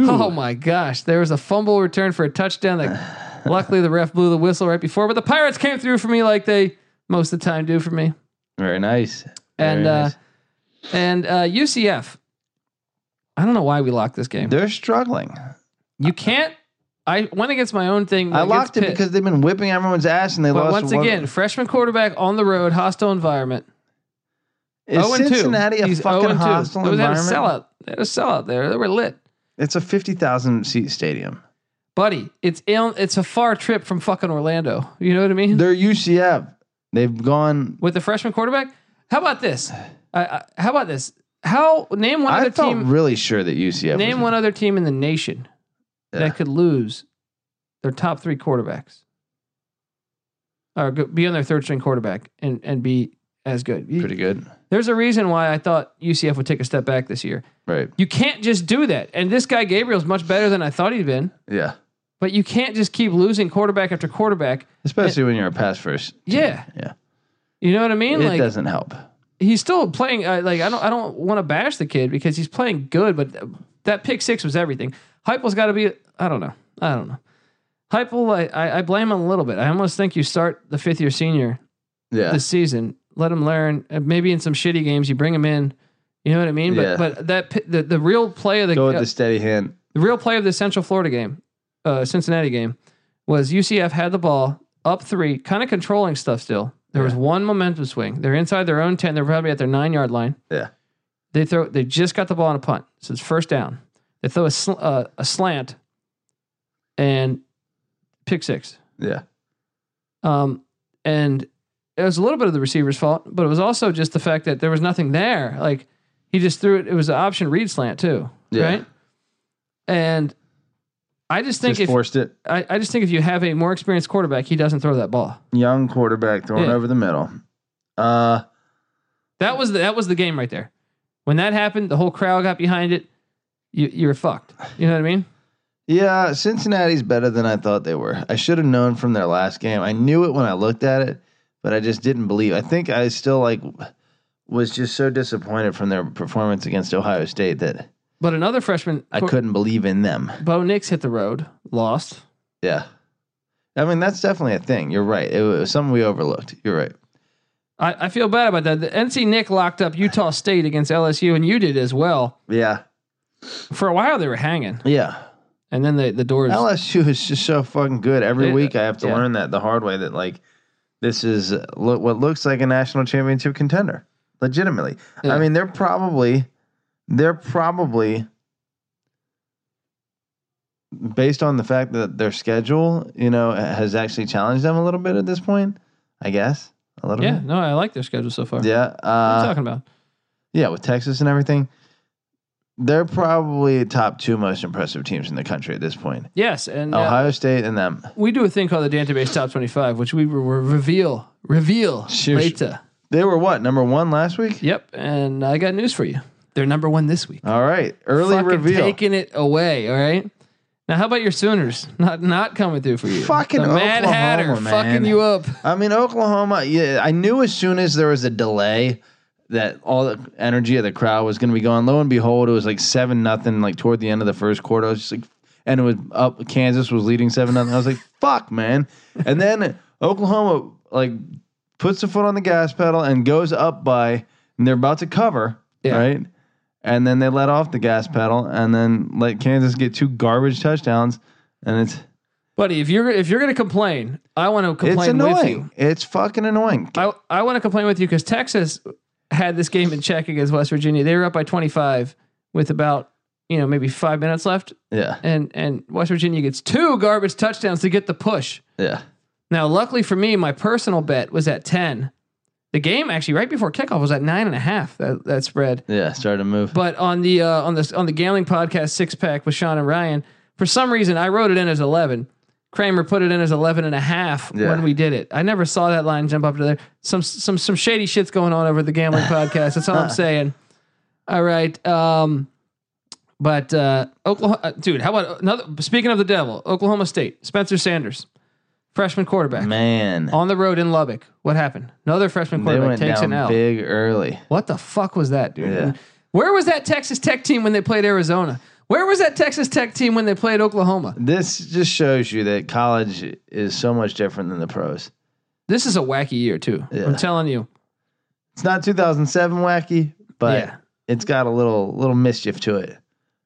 Oh my gosh, there was a fumble return for a touchdown that luckily the ref blew the whistle right before, but the Pirates came through for me like they most of the time do for me. Very nice. And Very nice. uh and uh UCF. I don't know why we locked this game. they're struggling. You can't I went against my own thing. I against locked it Pitt. because they've been whipping everyone's ass and they but lost once one- again, freshman quarterback on the road, hostile environment. Is 0 and 2. Cincinnati a He's 0 fucking and 2. hostile They had a environment? sellout. They had a sellout there. They were lit, It's a fifty thousand seat stadium. buddy. It's ill, it's a far trip from fucking Orlando. You know what I mean? They're UCF. They've gone. With the freshman quarterback. How about this? I, I, how about this? How name one I other felt team? really sure that UCF. Name was, one other team in the nation Yeah. that could lose their top three quarterbacks, or go, be on their third string quarterback and and be as good. You- Pretty good, There's a reason why I thought UCF would take a step back this year. right? You can't just do that. And this guy Gabriel's much better than I thought he'd been. Yeah, But you can't just keep losing quarterback after quarterback. especially when you're a pass first. Yeah, Yeah, you know what I mean. it like doesn't help. he's still playing. Uh, like I don't, I don't want to bash the kid because he's playing good. But th- that pick six was everything. Heupel's got to be. I don't know. I don't know. Heupel, I, I, I blame him a little bit. I almost think you start the fifth year senior Yeah, this season. Let him learn. And maybe in some shitty games, you bring him in. You know what I mean? But Yeah. but that pi- the the real play of the go uh, with the steady hand. The real play of the Central Florida game, uh, Cincinnati game, was UCF had the ball up three, kind of controlling stuff still. There was Yeah. one momentum swing. They're inside their own 10. They're probably at their nine yard line. Yeah. They throw, they just got the ball on a punt. So it's first down. They throw a, sl- uh, a slant and pick six. Yeah, Um, and it was a little bit of the receiver's fault, but it was also just the fact that there was nothing there. Like he just threw it. It was an option read slant too. Yeah. Right. And I just think just if forced it. I, I just think if you have a more experienced quarterback, he doesn't throw that ball. Young quarterback thrown Yeah. over the middle. Uh, That was the, that was the game right there. When that happened, the whole crowd got behind it. You you were fucked. You know what I mean? Yeah, Cincinnati's better than I thought they were. I should have known from their last game. I knew it when I looked at it, but I just didn't believe. I think I still like was just so disappointed from their performance against Ohio State that But another freshman, I couldn't believe in them. Bo Nix hit the road, lost. Yeah. I mean, that's definitely a thing. You're right. It was something we overlooked. You're right. I, I feel bad about that. The NC Nick locked up Utah State against LSU, and you did as well. Yeah. For a while, they were hanging, Yeah. and then the the doors. LSU is just so fucking good. Every They- week I have to yeah. learn that the hard way that like this is uh, lo- what looks like a national championship contender. Legitimately. Yeah. I mean, they're probably they're probably based on the fact that their schedule, you know, has actually challenged them a little bit at this point, I guess. A little yeah, no, I like their schedule so far. bit. Yeah. What are you Uh, talking about? yeah, with Texas and everything. They're probably top two most impressive teams in the country at this point. Yes, and uh, Ohio State and them. we do a thing called the Database Top Twenty Five, which we will reveal reveal Shush. later. They were what number one last week? Yep, and I got news for you. They're number one this week. All right, early Fucking reveal. taking it away. All right. Now, how about your Sooners? Not not coming through for you. Fucking the Mad Oklahoma, Hatter man. fucking you up. I mean, Oklahoma. Yeah, I knew as soon as there was a delay that all the energy of the crowd was going to be gone. Lo and behold, it was like seven nothing. Like toward the end of the first quarter, I was just like, and it was up. Kansas was leading seven nothing. I was like, fuck, man. And then Oklahoma like puts the foot on the gas pedal and goes up by, and they're about to cover, Yeah. right? And then they let off the gas pedal, and then let Kansas get two garbage touchdowns, and it's Buddy, if you're if you're gonna complain, I want to it's complain with you. annoying. It's fucking annoying. I I want to complain with you because Texas had this game in check against West Virginia. They were up by 25 with about you know maybe five minutes left, yeah, and and West Virginia gets two garbage touchdowns to get the push. yeah. Now, luckily for me, my personal bet was at 10. The game actually right before kickoff was at nine and a half. That that spread. Yeah, started to move. But on the uh, on the on the gambling podcast six pack with Sean and Ryan, for some reason I wrote it in as eleven. Kramer put it in as 11 and a half Yeah. when we did it. I never saw that line jump up to there. Some some some shady shit's going on over the gambling podcast. That's all I'm saying. All right. Um but uh Oklahoma uh, dude, how about another speaking of the devil, Oklahoma State, Spencer Sanders, freshman quarterback. Man, On the road in Lubbock. What happened? Another freshman they quarterback went takes an down L. big early. What the fuck was that, dude? Yeah. Where was that Texas Tech team when they played Arizona? Where was that Texas Tech team when they played Oklahoma? This just shows you that college is so much different than the pros. This is a wacky year too. Yeah. I'm telling you. It's not 2007 wacky, but Yeah. it's got a little little mischief to it.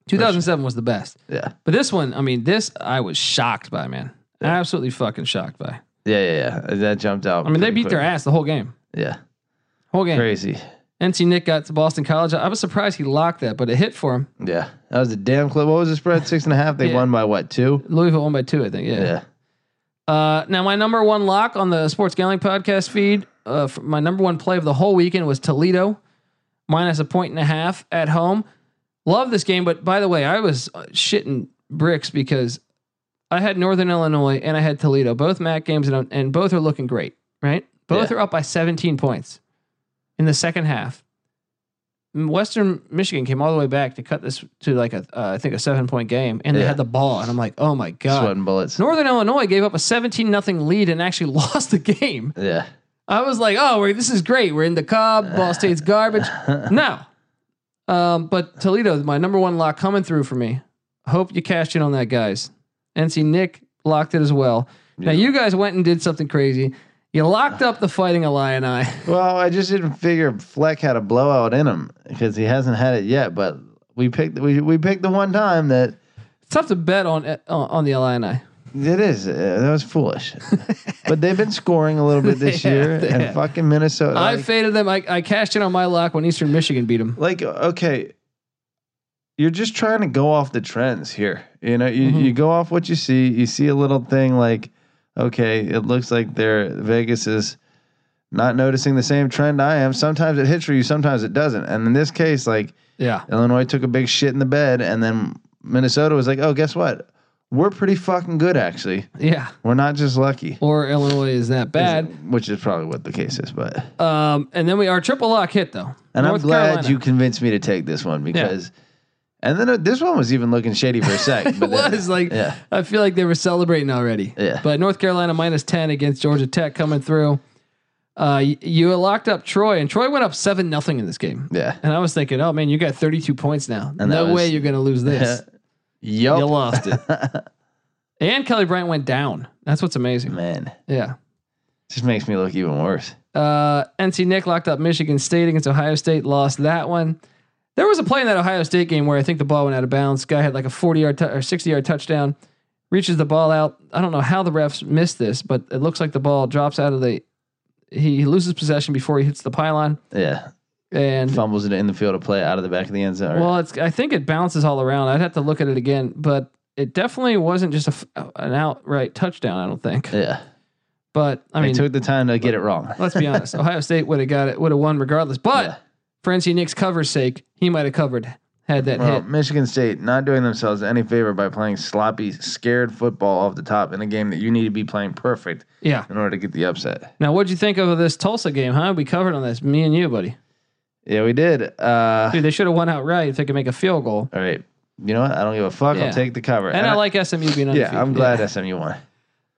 2007 was the best. Yeah, But this one, I mean, this I was shocked by, man. Absolutely fucking shocked by. yeah, yeah. yeah. That jumped out. I mean, they beat their ass the whole game. Yeah, Whole game. crazy. NC Nick got to Boston College. I was surprised he locked that, but it hit for him. Yeah, that was a damn clip. What was the spread? Six and a half. They Yeah. won by what? Two. Louisville won by two, I think. Yeah. Yeah. Uh, now, my number one lock on the Sports Gambling Podcast feed, uh, f- my number one play of the whole weekend was Toledo, minus a point and a half at home. Love this game, but by the way, I was uh, shitting bricks because I had Northern Illinois and I had Toledo, both MAC games, and, and both are looking great, right? Both Yeah. are up by 17 points in the second half. Western Michigan came all the way back to cut this to like a, uh, I think a seven point game, and they Yeah. had the ball, and I'm like, oh my god, Sweating bullets. Northern Illinois gave up a 17 nothing lead and actually lost the game. Yeah. I was like, oh, we're, this is great. We're in the Cobb. Ball State's garbage. No. Um, but Toledo, my number one lock coming through for me. Hope you cashed in on that, guys. NC Nick locked it as well. Now, Yeah. you guys went and did something crazy. You locked up the Fighting Illini. Well, I just didn't figure Fleck had a blowout in him because he hasn't had it yet. But we picked we, we picked the one time that It's tough to bet on uh, on the Illini. it is uh, that was foolish. but they've been scoring a little bit this Yeah, year, they and have. fucking Minnesota. I Like, faded them. I, I cashed in on my lock when Eastern Michigan beat them. like, okay, you're just trying to go off the trends here. You know, you Mhm. you go off what you see. You see a little thing like, okay, it looks like they're Vegas is. Not noticing the same trend I am. Sometimes it hits for you, sometimes it doesn't. And in this case, like Yeah. Illinois took a big shit in the bed, and then Minnesota was like, "Oh, guess what? We're pretty fucking good, actually. Yeah. We're not just lucky." Or Illinois is that bad. which is probably what the case is. But Um, and then we our triple lock hit though. and North I'm glad Carolina. you convinced me to take this one because, and then uh, this one was even looking shady for a sec. It but then- was like yeah, I feel like they were celebrating already. Yeah. But North Carolina minus ten against Georgia Tech coming through. Uh, y- you locked up Troy, and Troy went up seven nothing in this game. yeah, And I was thinking, oh man, you got thirty two points now. And Oh. no that was- way you're gonna lose this. yup. You lost it. And Kelly Bryant went down. That's what's amazing. Man, Yeah. just makes me look even worse. Uh, NC Nick locked up Michigan State against Ohio State, lost that one. There was a play in that Ohio State game where I think the ball went out of bounds. Guy had like a 40 yard tou- or 60 yard touchdown, reaches the ball out. I don't know how the refs missed this, but it looks like the ball drops out of the. He, he loses possession before he hits the pylon. Yeah, And fumbles it in the field of play out of the back of the end zone. well, it's I think it bounces all around. I'd have to look at it again, but it definitely wasn't just a, f- an outright touchdown, I don't think. yeah, But I I mean, took the time to get it wrong. let's be honest. Ohio State would have got it, would have won regardless. But Yeah. for NC Nick's cover's sake, he might have covered had that Well, hit. Michigan State not doing themselves any favor by playing sloppy, scared football off the top in a game that you need to be playing perfect Yeah. in order to get the upset. Now, what'd you think of this Tulsa game, huh? We covered on this, me and you, buddy. Yeah, we did. Uh, Dude, they should have won outright if they could make a field goal. all right, you know what? I don't give a fuck. Yeah. I'll take the cover. And I like SMU being undefeated. Yeah, I'm glad SMU won.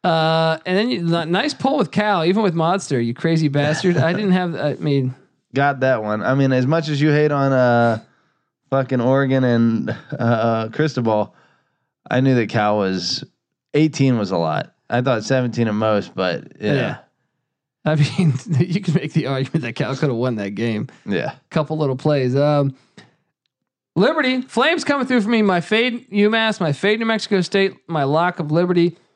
Uh, and then you, n- nice pull with Cal, even with Modster, you crazy bastard. I didn't have. I mean, Got that one. I mean, as much as you hate on uh, fucking Oregon and uh, uh, Cristobal, I knew that Cal was 18 was a lot. I thought 17 at most, but yeah, I mean, you can make the argument that Cal could have won that game. yeah. couple little plays. Um, Liberty Flames coming through for me. My fade UMass, my fade New Mexico State, my lock of Liberty.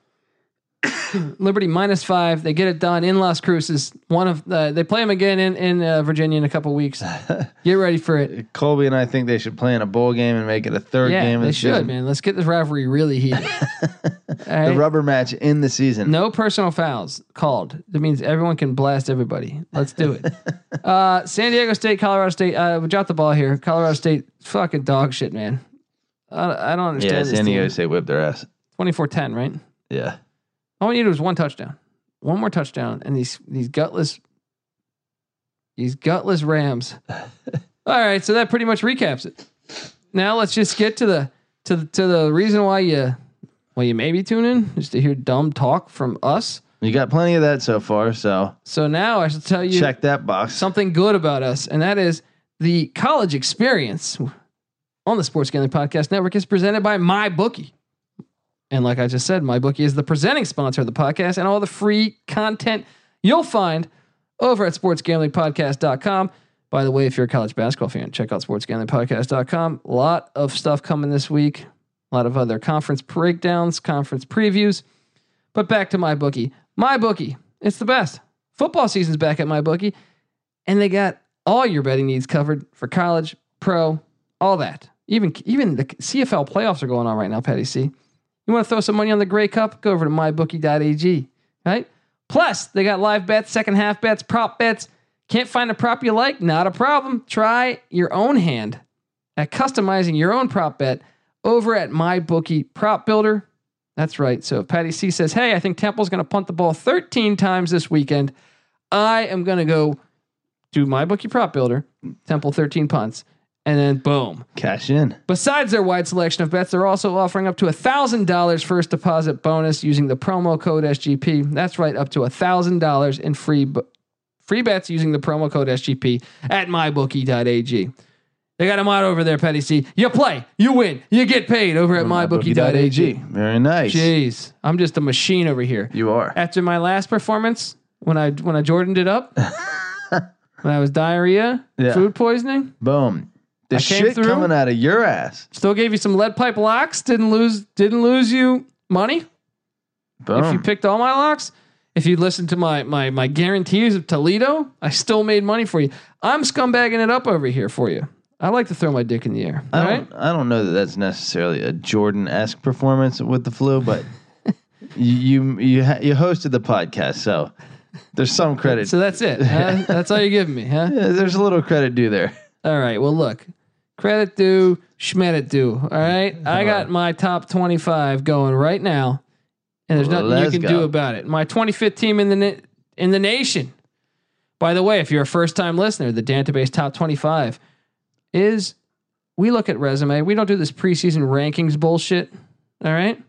Liberty minus five. They get it done in Las Cruces. One of uh, they play them again in in uh, Virginia in a couple weeks. Get ready for it. Colby and I think they should play in a bowl game and make it a third yeah, game. of they the should, season. man. Let's get this rivalry really heated. All The right? rubber match in the season. No personal fouls called. That means everyone can blast everybody. Let's do it. uh, San Diego State, Colorado State. Uh, we dropped the ball here. Colorado State, fucking dog shit, man. I, I don't understand. yeah, this San Diego team. State whipped their ass. 24-10, right? Yeah, All we needed was one touchdown, one more touchdown, and these these gutless, these gutless Rams. All right, so that pretty much recaps it. Now let's just get to the to the, to the reason why you why you maybe tune in just to hear dumb talk from us. you got plenty of that so far. So So now I shall tell you check that box. something good about us, and that is the college experience on the Sports Gambling Podcast Network is presented by MyBookie. And like I just said, MyBookie is the presenting sponsor of the podcast and all the free content you'll find over at sportsgamblingpodcast.com. By the way, if you're a college basketball fan, check out sportsgamblingpodcast.com. A lot of stuff coming this week, a lot of other conference breakdowns, conference previews. But back to my bookie. My bookie. It's the best. Football season's back at my bookie, and they got all your betting needs covered for college, pro, all that. Even even the CFL playoffs are going on right now, Patty C. You want to throw some money on the Grey Cup? Go over to mybookie.ag, right? Plus, they got live bets, second half bets, prop bets. Can't find a prop you like? Not a problem. Try your own hand at customizing your own prop bet over at MyBookie Prop Builder. That's right. So if Patty C says, "Hey, I think Temple's going to punt the ball 13 times this weekend," I am going to go do my bookie prop builder, Temple 13 punts, and then boom. Cash in. Besides their wide selection of bets, they're also offering up to $1,000 first deposit bonus using the promo code SGP. That's right, up to $1,000 in free bu- free bets using the promo code SGP at mybookie.ag. They got a mod over there, Petty C. You play, you win, you get paid over at mybookie.ag. Very nice. Jeez, I'm just a machine over here You are. after my last performance when I when I Jordaned it up, when I was diarrhea, Yeah. food poisoning, Boom. The I came shit through. coming out of your ass. still gave you some lead pipe locks. Didn't lose didn't lose you money Boom. if you picked all my locks. If you listened to my my my guarantees of Toledo, I still made money for you. I'm scumbagging it up over here for you. I like to throw my dick in the air. All I right. don't, I don't know that that's necessarily a Jordan esque performance with the flu, but you you you, ha- you hosted the podcast, so there's some credit. So that's it. huh? That's all you give me, huh? Yeah, there's a little credit due there. All right. Well, look, credit due, schmedit due. All right. I got my top 25 going right now, and there's nothing you Let's can go. do about it. My 25th team in the na- in the nation. By the way, if you're a first time listener, the Dantabase top 25 is we look at resume. We don't do this preseason rankings bullshit. All right.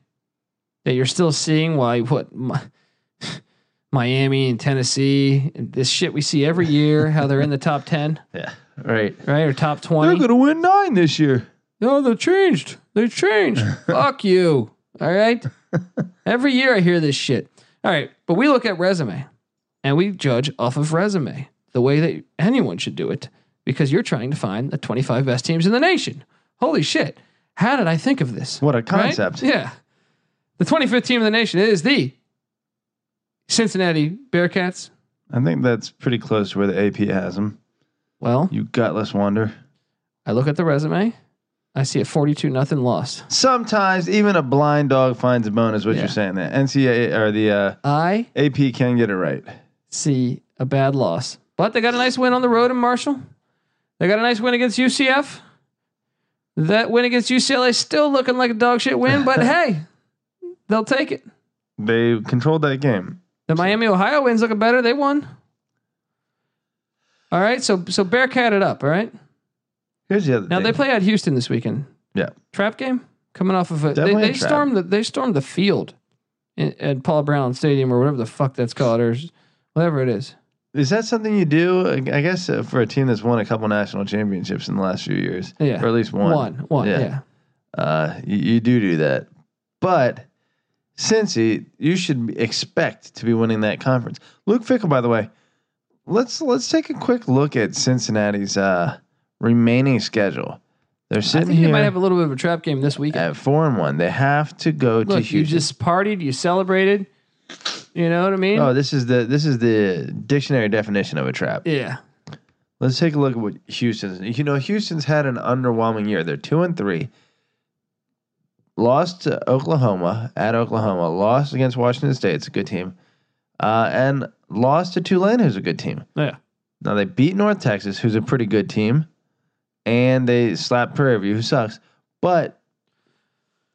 That you're still seeing why what my, Miami and Tennessee, and this shit we see every year, how they're in the top 10 Yeah. Right. right? Or top They're 20. gonna win nine this year. No, they changed. They changed. Fuck you. All right. Every year I hear this shit. All right, but we look at resume and we judge off of resume the way that anyone should do it because you're trying to find the 25 best teams in the nation. Holy shit. How did I think of this? What a Right? concept. Yeah. The 25th team in the nation is the Cincinnati Bearcats. I think that's pretty close to where the AP has them. Well, You gutless wonder. I look at the resume. I see a 42 nothing loss. Sometimes even a blind dog finds a bone, is what Yeah. you're saying. The NCAA or the uh, I AP can get it right. see a bad loss. But they got a nice win on the road in Marshall. They got a nice win against UCF. That win against UCLA is still looking like a dog shit win, but hey, they'll take it. They controlled that game. The Miami Ohio win's looking better. They won. All right, so so Bearcat it up. All right, Here's the other now thing. they play at Houston this weekend. Yeah. trap game coming off of a they, Definitely a they trap. stormed the they stormed the field in, at Paul Brown Stadium or whatever the fuck that's called or whatever it is. Is that something you do? I guess uh, for a team that's won a couple national championships in the last few years, Yeah. or at least one, One, one, Yeah. yeah. Uh, you, you do do that. But Cincy, you should expect to be winning that conference. Luke Fickle, by the way, let's let's take a quick look at Cincinnati's uh, remaining schedule. They're I sitting think you here might have a little bit of a trap game this weekend. at four and one. They have to go to Look, you Houston. just partied, you celebrated. You know what I mean? oh, this is the this is the dictionary definition of a trap. yeah. Let's take a look at what Houston's. You know, Houston's had an underwhelming year. They're two and three. Lost to Oklahoma at Oklahoma. Lost against Washington State. It's a good team, uh, and lost to Tulane, who's a good team. Yeah. Now they beat North Texas, who's a pretty good team, and they slapped Prairie View, who sucks. But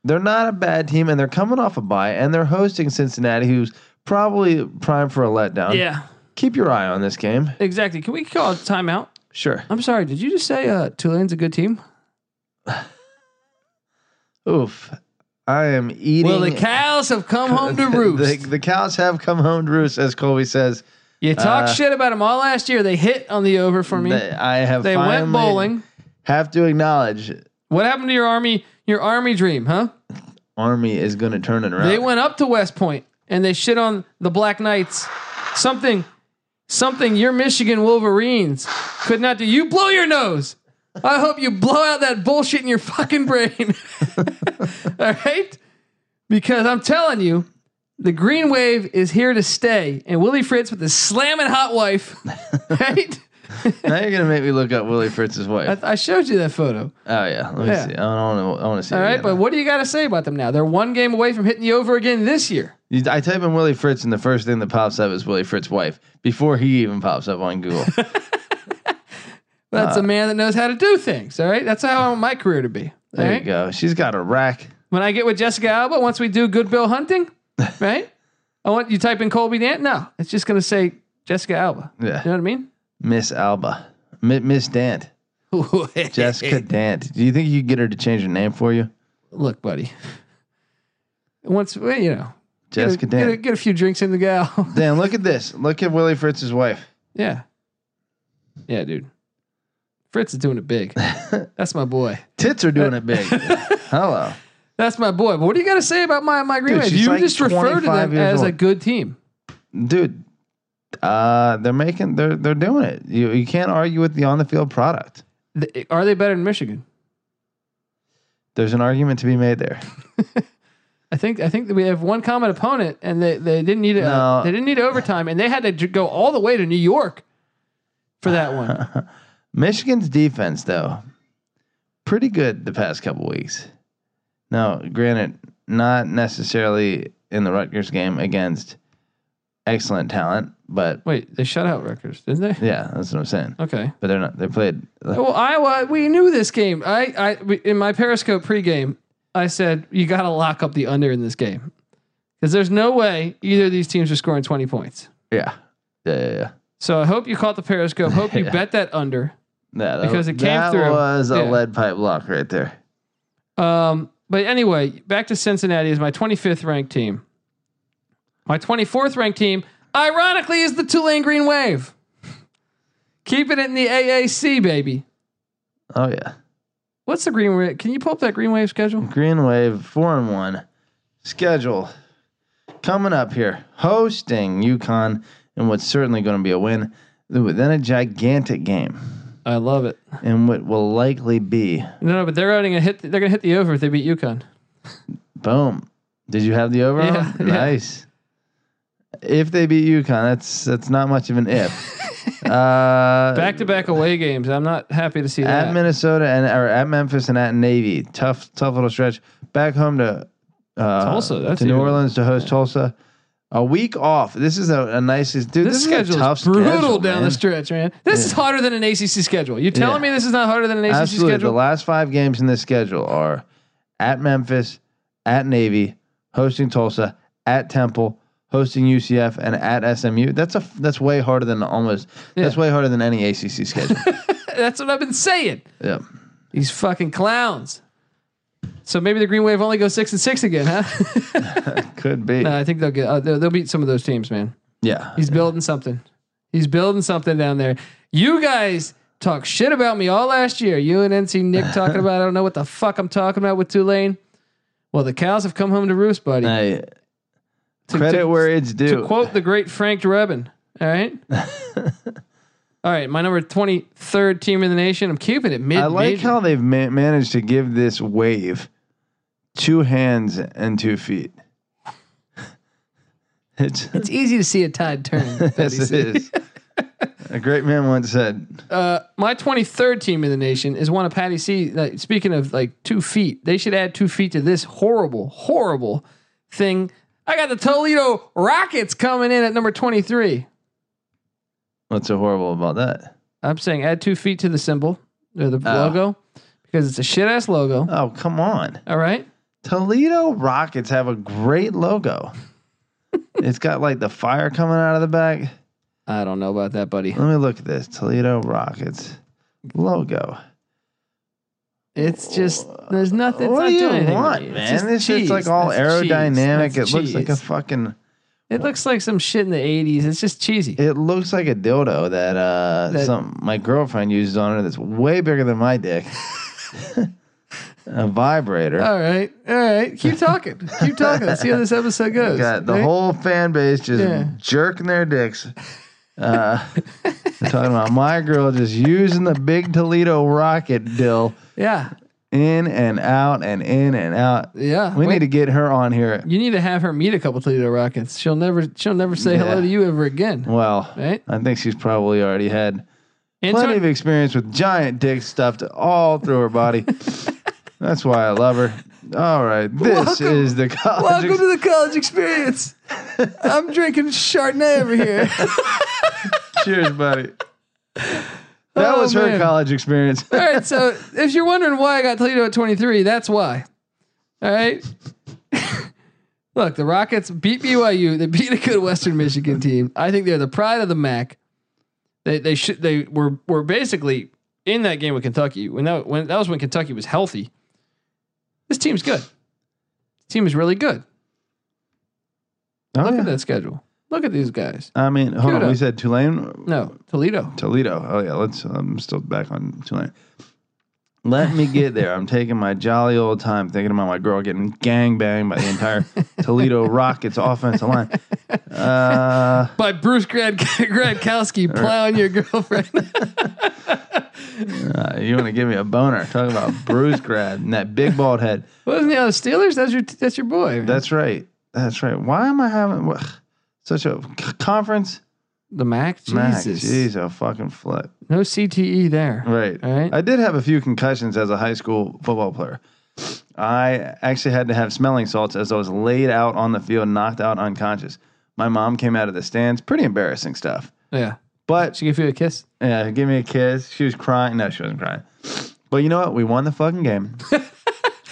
they're not a bad team, and they're coming off a bye, and they're hosting Cincinnati, who's probably primed for a letdown. Yeah. Keep your eye on this game. Exactly. Can we call a timeout? Sure. I'm sorry, did you just say uh Tulane's a good team? Oof. I am eating. Well, the cows have come home to roost. The, the cows have come home to roost, as Colby says. you talked uh, shit about them all last year. They hit on the over for me. That I have. They went finally bowling. Have to acknowledge, What happened to your army? Your army dream, huh? Army is going to turn it around. They went up to West Point and they shit on the Black Knights. Something, something your Michigan Wolverines could not do. You blow your nose. I hope you blow out that bullshit in your fucking brain. All right? Because I'm telling you, the green wave is here to stay. And Willie Fritz with his slamming hot wife, right? now you're going to make me look up Willie Fritz's wife. I, I showed you that photo. oh yeah, let me Yeah. see. I don't want to. I want to see. All it right? But again. what do you got to say about them now? They're one game away from hitting the over again this year. You- I type in Willie Fritz, and the first thing that pops up is Willie Fritz's wife before he even pops up on Google. Uh, That's a man that knows how to do things. All right. That's how I want my career to be. All there right. you go. She's got a rack. When I get with Jessica Alba, once we do Good Bill Hunting, right? I want you type in Colby Dant. No, it's just going to say Jessica Alba. You know Yeah, what I mean? Miss Alba, Mi- Miss Dant, Jessica Dant. Do you think you could get her to change her name for you, Look, buddy. Once, well, you know, get a, Jessica get, a, Dant? get a few drinks in the gal. Dan, look at this. Look at Willie Fritz's wife. yeah. Yeah, dude. Fritz is doing it big. That's my boy. Tits are doing it big. Hello. That's my boy. But what do you got to say about my, my Green Dude, Wave? she's You like just refer to 25 them years as a old. good team. Dude, uh, they're making they're they're doing it. You you can't argue with the on the field product. Th- Are they better than Michigan? There's an argument to be made there. I think I think that we have one common opponent, and they, they didn't need a, No. they didn't need overtime, and they had to j- go all the way to New York for that one. Michigan's defense, though, pretty good the past couple weeks. Now, granted, not necessarily in the Rutgers game against excellent talent, but Wait, they shut out Rutgers, didn't they? yeah, that's what I'm saying. Okay. But they're not. They played. Well, Iowa, we knew this game. I I we- in my Periscope pregame, I said you got to lock up the under in this game because there's no way either of these teams are scoring 20 points. Yeah. Yeah. Yeah. yeah. So I hope you caught the Periscope. Hope you Yeah. bet that under. Yeah, that, Because it came that through. was a Yeah. lead pipe block right there. Um, but anyway, back to Cincinnati is my 25th ranked team. My 24th ranked team, ironically, is the Tulane Green Wave. Keeping it in the AAC, baby. Oh yeah, What's the Green Wave? Can you pull up that Green Wave schedule? Green Wave four and one, schedule coming up here hosting UConn and what's certainly going to be a win, then a gigantic game I love it. and what will likely be No, no, but they're going to hit. They're going to hit the over if they beat UConn. boom. Did you have the overall? Yeah, yeah. Nice. If they beat UConn, that's that's not much of an if. uh, Back to back away games. I'm not happy to see that. at Minnesota and or at Memphis and at Navy. Tough, tough little stretch. Back home to uh, Tulsa, that's to New even- Orleans to host Tulsa. A week off. This is a, a nice dude. This, this, is a schedule tough is brutal schedule, down man. the stretch, man. This is harder than an ACC schedule. You telling Yeah. me this is not harder than an ACC Absolutely. The schedule? last five games in this schedule are at Memphis, at Navy, hosting Tulsa, at Temple, hosting UCF, and at SMU. That's a that's way harder than almost. That's way harder than any ACC schedule. That's what I've been saying. yeah. These fucking clowns. So maybe the Green Wave only goes six and six again, huh? Could be. no, I think they'll get. Uh, they'll, they'll beat some of those teams, man. yeah. He's building something. He's building something down there. You guys talk shit about me all last year. You and NC Nick talking about I don't know what the fuck I'm talking about with Tulane. Well, the cows have come home to roost, buddy. I- To- credit to- where it's due. to quote the great Frank Drebin. All right. all right. My number 23rd team in the nation. I'm keeping it mid. I like how they've ma- managed to give this wave two hands and two feet. It's it's easy to see a tide turn. yes, it is. A great man once said, Uh, my 23rd team in the nation is one of Patty C. Like, speaking of like two feet, they should add two feet to this horrible, horrible thing. I got the Toledo Rockets coming in at number 23. "What's so horrible about that?" I'm saying add two feet to the symbol or the logo because it's a shit ass logo. Oh, come on! All right. Toledo Rockets have a great logo. it's got like the fire coming out of the back. I don't know about that, buddy. Let me look at this Toledo Rockets logo. It's just there's nothing. it's what not do you doing anything want, to you. It's man? just This shit's cheese. like all That's cheese. aerodynamic. That's It looks like a cheese. fucking. It looks like some shit in the '80s. It's just cheesy. It looks like a dildo that uh That- some my girlfriend uses on her that's way bigger than my dick. a vibrator. All right, all right. Keep talking. Keep talking. Let's see how this episode goes. Got the Right? whole fan base just Yeah. jerking their dicks. Uh I'm talking about my girl just using the big Toledo rocket dill Yeah, in and out and in and out. yeah. We Wait, need to get her on here. You need to have her meet a couple Toledo Rockets. She'll never. She'll never say Yeah. hello to you ever again. Well, Right? I think she's probably already had plenty Anto- of experience with giant dicks stuffed all through her body. That's why I love her. All right, this Welcome- is the college. Welcome to the college experience. I'm drinking Chardonnay over here. ex- Cheers, buddy. That Oh, was her man. college experience. All right, so if you're wondering why I got Toledo at 23, that's why. All right. Look, the Rockets beat BYU. They beat a good Western Michigan team. I think they're the pride of the MAC. They they should they were were basically in that game with Kentucky when that when that was when Kentucky was healthy. This team's good. This team is really good. Oh, Look yeah. at that schedule. Look at these guys. I mean, hold on. Kudo. We said Tulane, No, Toledo. Toledo. Oh yeah, let's. I'm still back on Tulane. Let me get there. I'm taking my jolly old time thinking about my girl getting gang banged by the entire Toledo Rockets offensive line. Uh, By Bruce Grad Gradkowski plowing your girlfriend. Uh, you want to give me a boner? Talk about Bruce Grad and that big bald head. Wasn't he on the Steelers? That's your that's your boy. man. That's right. That's right. Why am I having wha- such a c- conference? The Mac, Jesus, Mac, jeez, a fucking flip. no CTE there. Right. All right. I did have a few concussions as a high school football player. I actually had to have smelling salts as I was laid out on the field, knocked out unconscious. My mom came out of the stands. Pretty embarrassing stuff. Yeah, But she give you a kiss. Yeah, give me a kiss. She was crying. No, she wasn't crying. But you know what? We won the fucking game.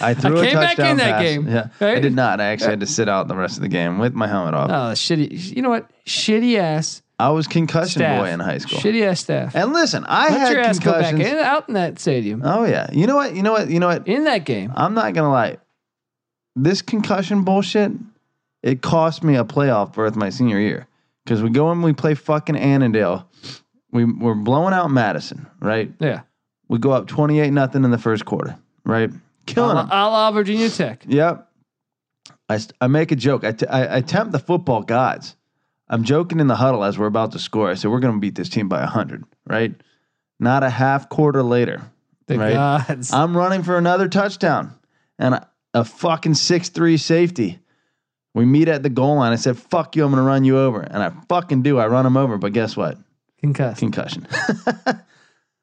I threw a came back touchdown in that pass. game, Yeah, I right? did not. I actually had to sit out the rest of the game with my helmet off. Oh, shitty. You know what? Shitty ass I was concussion staff. boy in high school. Shitty ass staff. And listen, I Let had your ass go back concussions. in, out in that stadium, Oh yeah. You know what? You know what? You know what? in that game. I'm not gonna lie. This concussion bullshit, it cost me a playoff berth my senior year. Because we go and we play fucking Annandale. We we're blowing out Madison, right? Yeah, We go up 28 nothing in the first quarter, right? a Killing la, them. a la Virginia Tech. Yep. I, st- I make a joke. I, t- I, I tempt the football gods. I'm joking in the huddle as we're about to score. I said, we're going to beat this team by 100, right? Not a half quarter later. The Right. Uh, gods. I'm running for another touchdown and a, a fucking 6'3 safety. We meet at the goal line. I said, fuck you, I'm going to run you over. And I fucking do. I run him over, but guess what? Concussed. Concussion.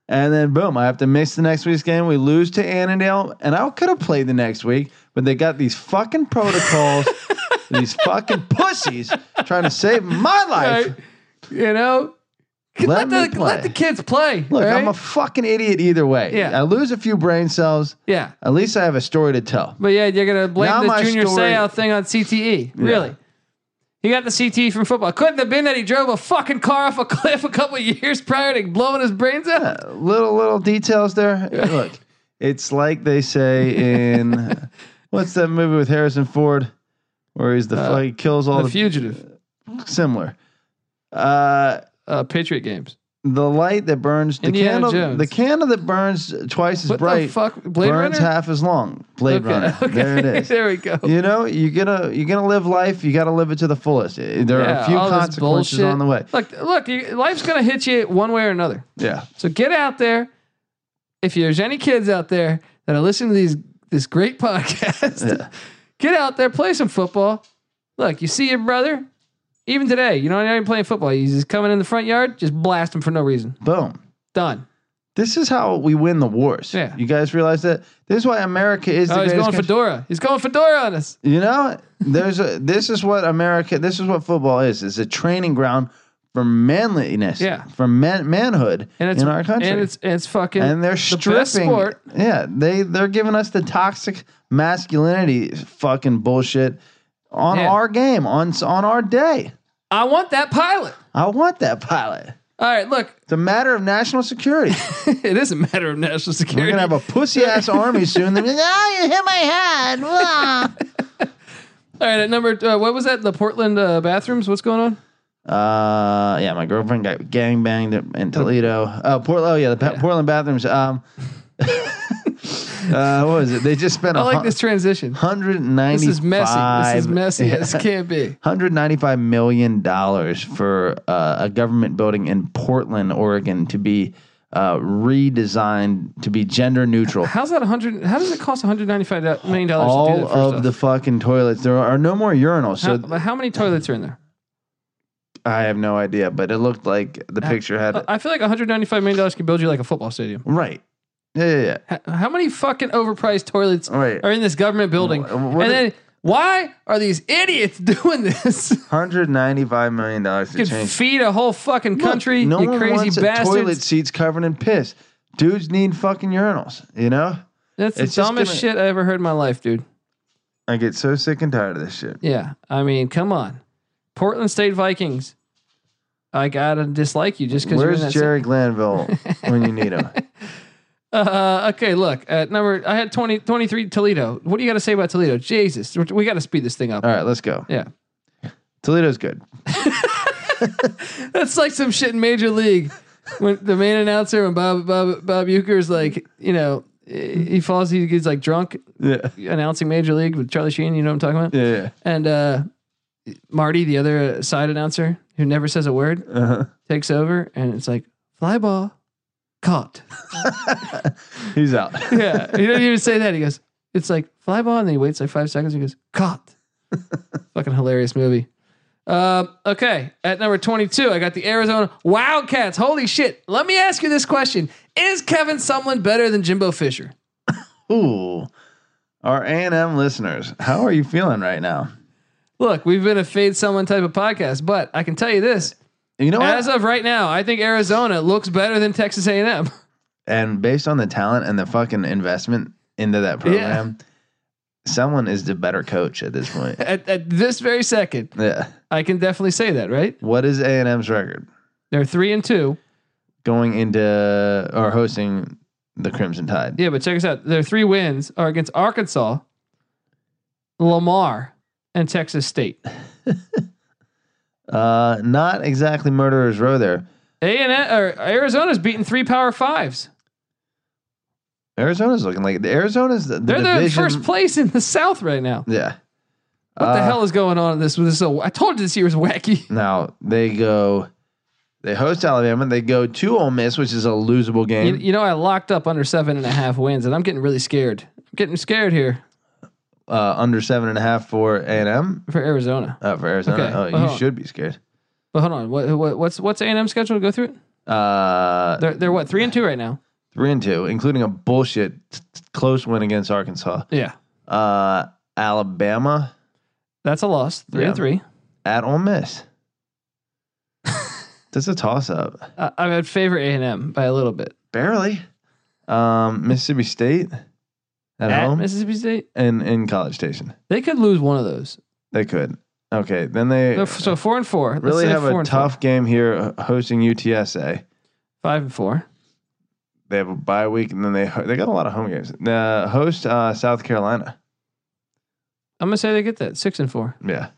and then boom, I have to miss the next week's game. We lose to Annandale, and I could have played the next week, but they got these fucking protocols, these fucking pussies trying to save my life. Right. You know? Let me the, play. let the kids play. Look, I'm right? a fucking idiot either way. Yeah. I lose a few brain cells. yeah. At least I have a story to tell. But yeah, you're gonna blame Now the my junior story- Seau thing on CTE. Really? He got the CTE from football. Couldn't have been that he drove a fucking car off a cliff a couple of years prior to blowing his brains out. Uh, little little details there. Look, it's like they say in what's that movie with Harrison Ford, where he's the Uh, he kills all the the, fugitive, similar. Uh, uh, Patriot games. the light that burns the Indiana candle, Jones. the candle that burns twice as What bright the fuck, Blade burns Runner? half as long. Blade Runner. There it is. there we go. You know, you're gonna you're gonna live life. You gotta live it to the fullest. Eh, There are Yeah, a few all this consequences bullshit. on the way. Look, look, you, life's gonna hit you one way or another. Yeah, So get out there. If there's any kids out there that are listening to these this great podcast, Yeah. get out there, play some football. Look, you see your brother, even today, you know, not even playing football. He's just coming in the front yard, just blast him for no reason. boom. Done. This is how we win the wars. Yeah. You guys realize that? This is why America is the Oh, he's greatest going country. fedora. He's going fedora on us. You know, there's a this is what America this is what football is. It's a training ground for manliness. Yeah. For man, manhood And it's in our country. And it's it's fucking and they're the stripping best sport. Yeah. They they're giving us the toxic masculinity fucking bullshit on Yeah. our game, on on our day. I want that pilot. I want that pilot. All right, look, It's a matter of national security. it is a matter of national We're security. gonna have a pussy ass army soon. They're like, oh, you hit my head. Wah." All right, at number uh, what was that? The Portland uh, bathrooms. What's going on? Uh, yeah, my girlfriend got gangbanged in Toledo. Uh, Portland. Oh yeah, the pa- Portland bathrooms. Um, uh, what was it? They just spent I a like this transition. hundred ninety. This is messy. This is messy. This can't be. Hundred ninety-five million dollars for uh, a government building in Portland, Oregon, to be uh, redesigned to be gender neutral. How's that 100? How does it cost 195 million dollars to do All that? of the fucking toilets. There are no more urinals. So how, but how many toilets are in there? I have no idea, but it looked like the picture had I- I feel like 195 million dollars can build you like a football stadium. right. Yeah, yeah, yeah. How, how many fucking overpriced toilets Right. are in this government building? Mm. Wh- what and it- then why are these idiots doing this? Hundred ninety-five million dollars to you can change feed a whole fucking Look, country. no you one crazy wants a bastards. toilet seats covered in piss. Dudes need fucking urinals. You know, That's the It's just dumbest gonna- shit I ever heard in my life, dude. I get so sick and tired of this shit. Yeah, I mean, come on, Portland State Vikings. I gotta dislike you just because you're in Where's that Jerry Glanville when you need him? Uh, okay, look at number. I had 20, 23 Toledo. What do you got to say about Toledo? Jesus, we're- we got to speed this thing up. All right, let's go. Yeah, Toledo's good. that's like some shit in Major League when the main announcer when Bob Bob Bob Euchre's like, you know, he falls, he gets like drunk Yeah, announcing Major League with Charlie Sheen. You know what I'm talking about? yeah, yeah. And uh, Marty, the other side announcer who never says a word, Uh-huh. takes over, and it's like fly ball caught. He's out. Yeah, he didn't even say that. He goes, "It's like fly ball," and then he waits like five seconds. And he goes, "Caught." Fucking hilarious movie. Um, okay, at number twenty-two, I got the Arizona Wildcats. Holy shit! Let me ask you this question: Is Kevin Sumlin better than Jimbo Fisher? Ooh, our A and M listeners, how are you feeling right now? Look, we've been a fade Sumlin type of podcast, but I can tell you this: You know what? as of right now, I think Arizona looks better than Texas A&M. and based on the talent and the fucking investment into that program, someone is the better coach at this point. At, at this very second, yeah. I can definitely say that. Right? What is A and M's record? They're three and two. going into or hosting the Crimson Tide. Yeah, but check us out. Their three wins are against Arkansas, Lamar, and Texas State. Uh, not exactly Murderers Row there. A and or Arizona's beaten three Power Fives. Arizona's looking like the Arizona's the, the They're the division. first place in the South right now. yeah. What the Uh, hell is going on in this? This is so I told you this year was wacky. Now they go, they host Alabama. They go to Ole Miss, which is a losable You, game. you know, I locked up under seven and a half wins, and I'm getting really scared. I'm getting scared here uh, under seven and a half for A and M for Arizona. uh, for Arizona. Okay, Uh-huh. Oh, well, you hold on. should be scared. But hold on, what, what what's what's A&M schedule to go through it? Uh, They're they're what three and two right now. three and two, including a bullshit t- t- close win against Arkansas. Yeah, Uh, Alabama that's a loss. Three Yeah. and three. at Ole Miss. That's a toss up. Uh, I would favor A&M by a little bit Barely. Um, Mississippi State at, at home Mississippi State. and in College Station. They could lose one of those. They could. Okay, then they They're f- So four and four. Let's really say have four a and four. tough game here uh, hosting UTSA. five and four. They have a bye week, and then they ho- they got a lot of home games. Uh, host uh, South Carolina, I'm gonna say they get that six and four. yeah,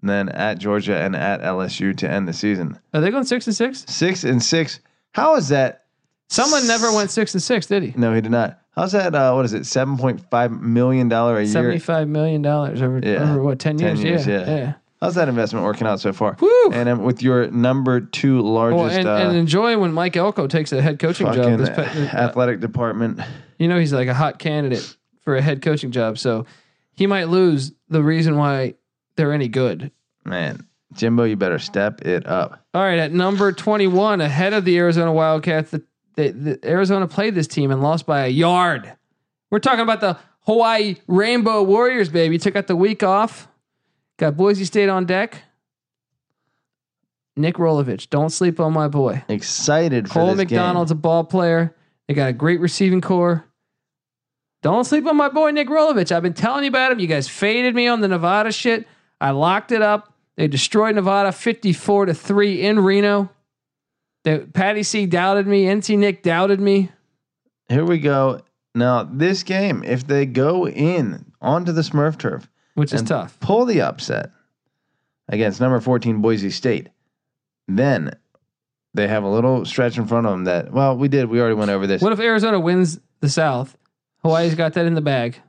and then at Georgia and at LSU to end the season. Are they going six and six? Six and six. How is that? Someone never went six and six, did he? No, he did not. How's that? Uh, what is it? Seven point five million dollar a year. Seventy-five million dollars over, Yeah. over what ten, 10 years? years, Yeah, yeah. How's that investment working out so far? Woo! And um, with your number two Well, largest and, and enjoy when Mike Elko takes a head coaching uh, job. fucking This pe- uh, athletic department. you know he's like a hot candidate for a head coaching job, so he might lose the reason why they're any good. Man, Jimbo, you better step it up. All right, at number twenty-one, ahead of the Arizona Wildcats, the, the, the Arizona played this team and lost by a yard. We're talking about the Hawaii Rainbow Warriors, baby. Took out the week off. Got Boise State on deck. Nick Rolovich, don't sleep on my boy. Excited for Cole this McDonald's a ball player. They got a great receiving core. Don't sleep on my boy Nick Rolovich. I've been telling you about him. You guys faded me on the Nevada shit. I locked it up. They destroyed Nevada 54 to 3 in Reno. They, Patty C doubted me. NC Nick doubted me. game. Here we go. Now this game, if they go in onto the Smurf turf, Which is And- tough. pull the upset against number fourteen Boise State, then they have a little stretch in front of them that well we did we already went over this What if Arizona wins the South? Hawaii's got that in the bag.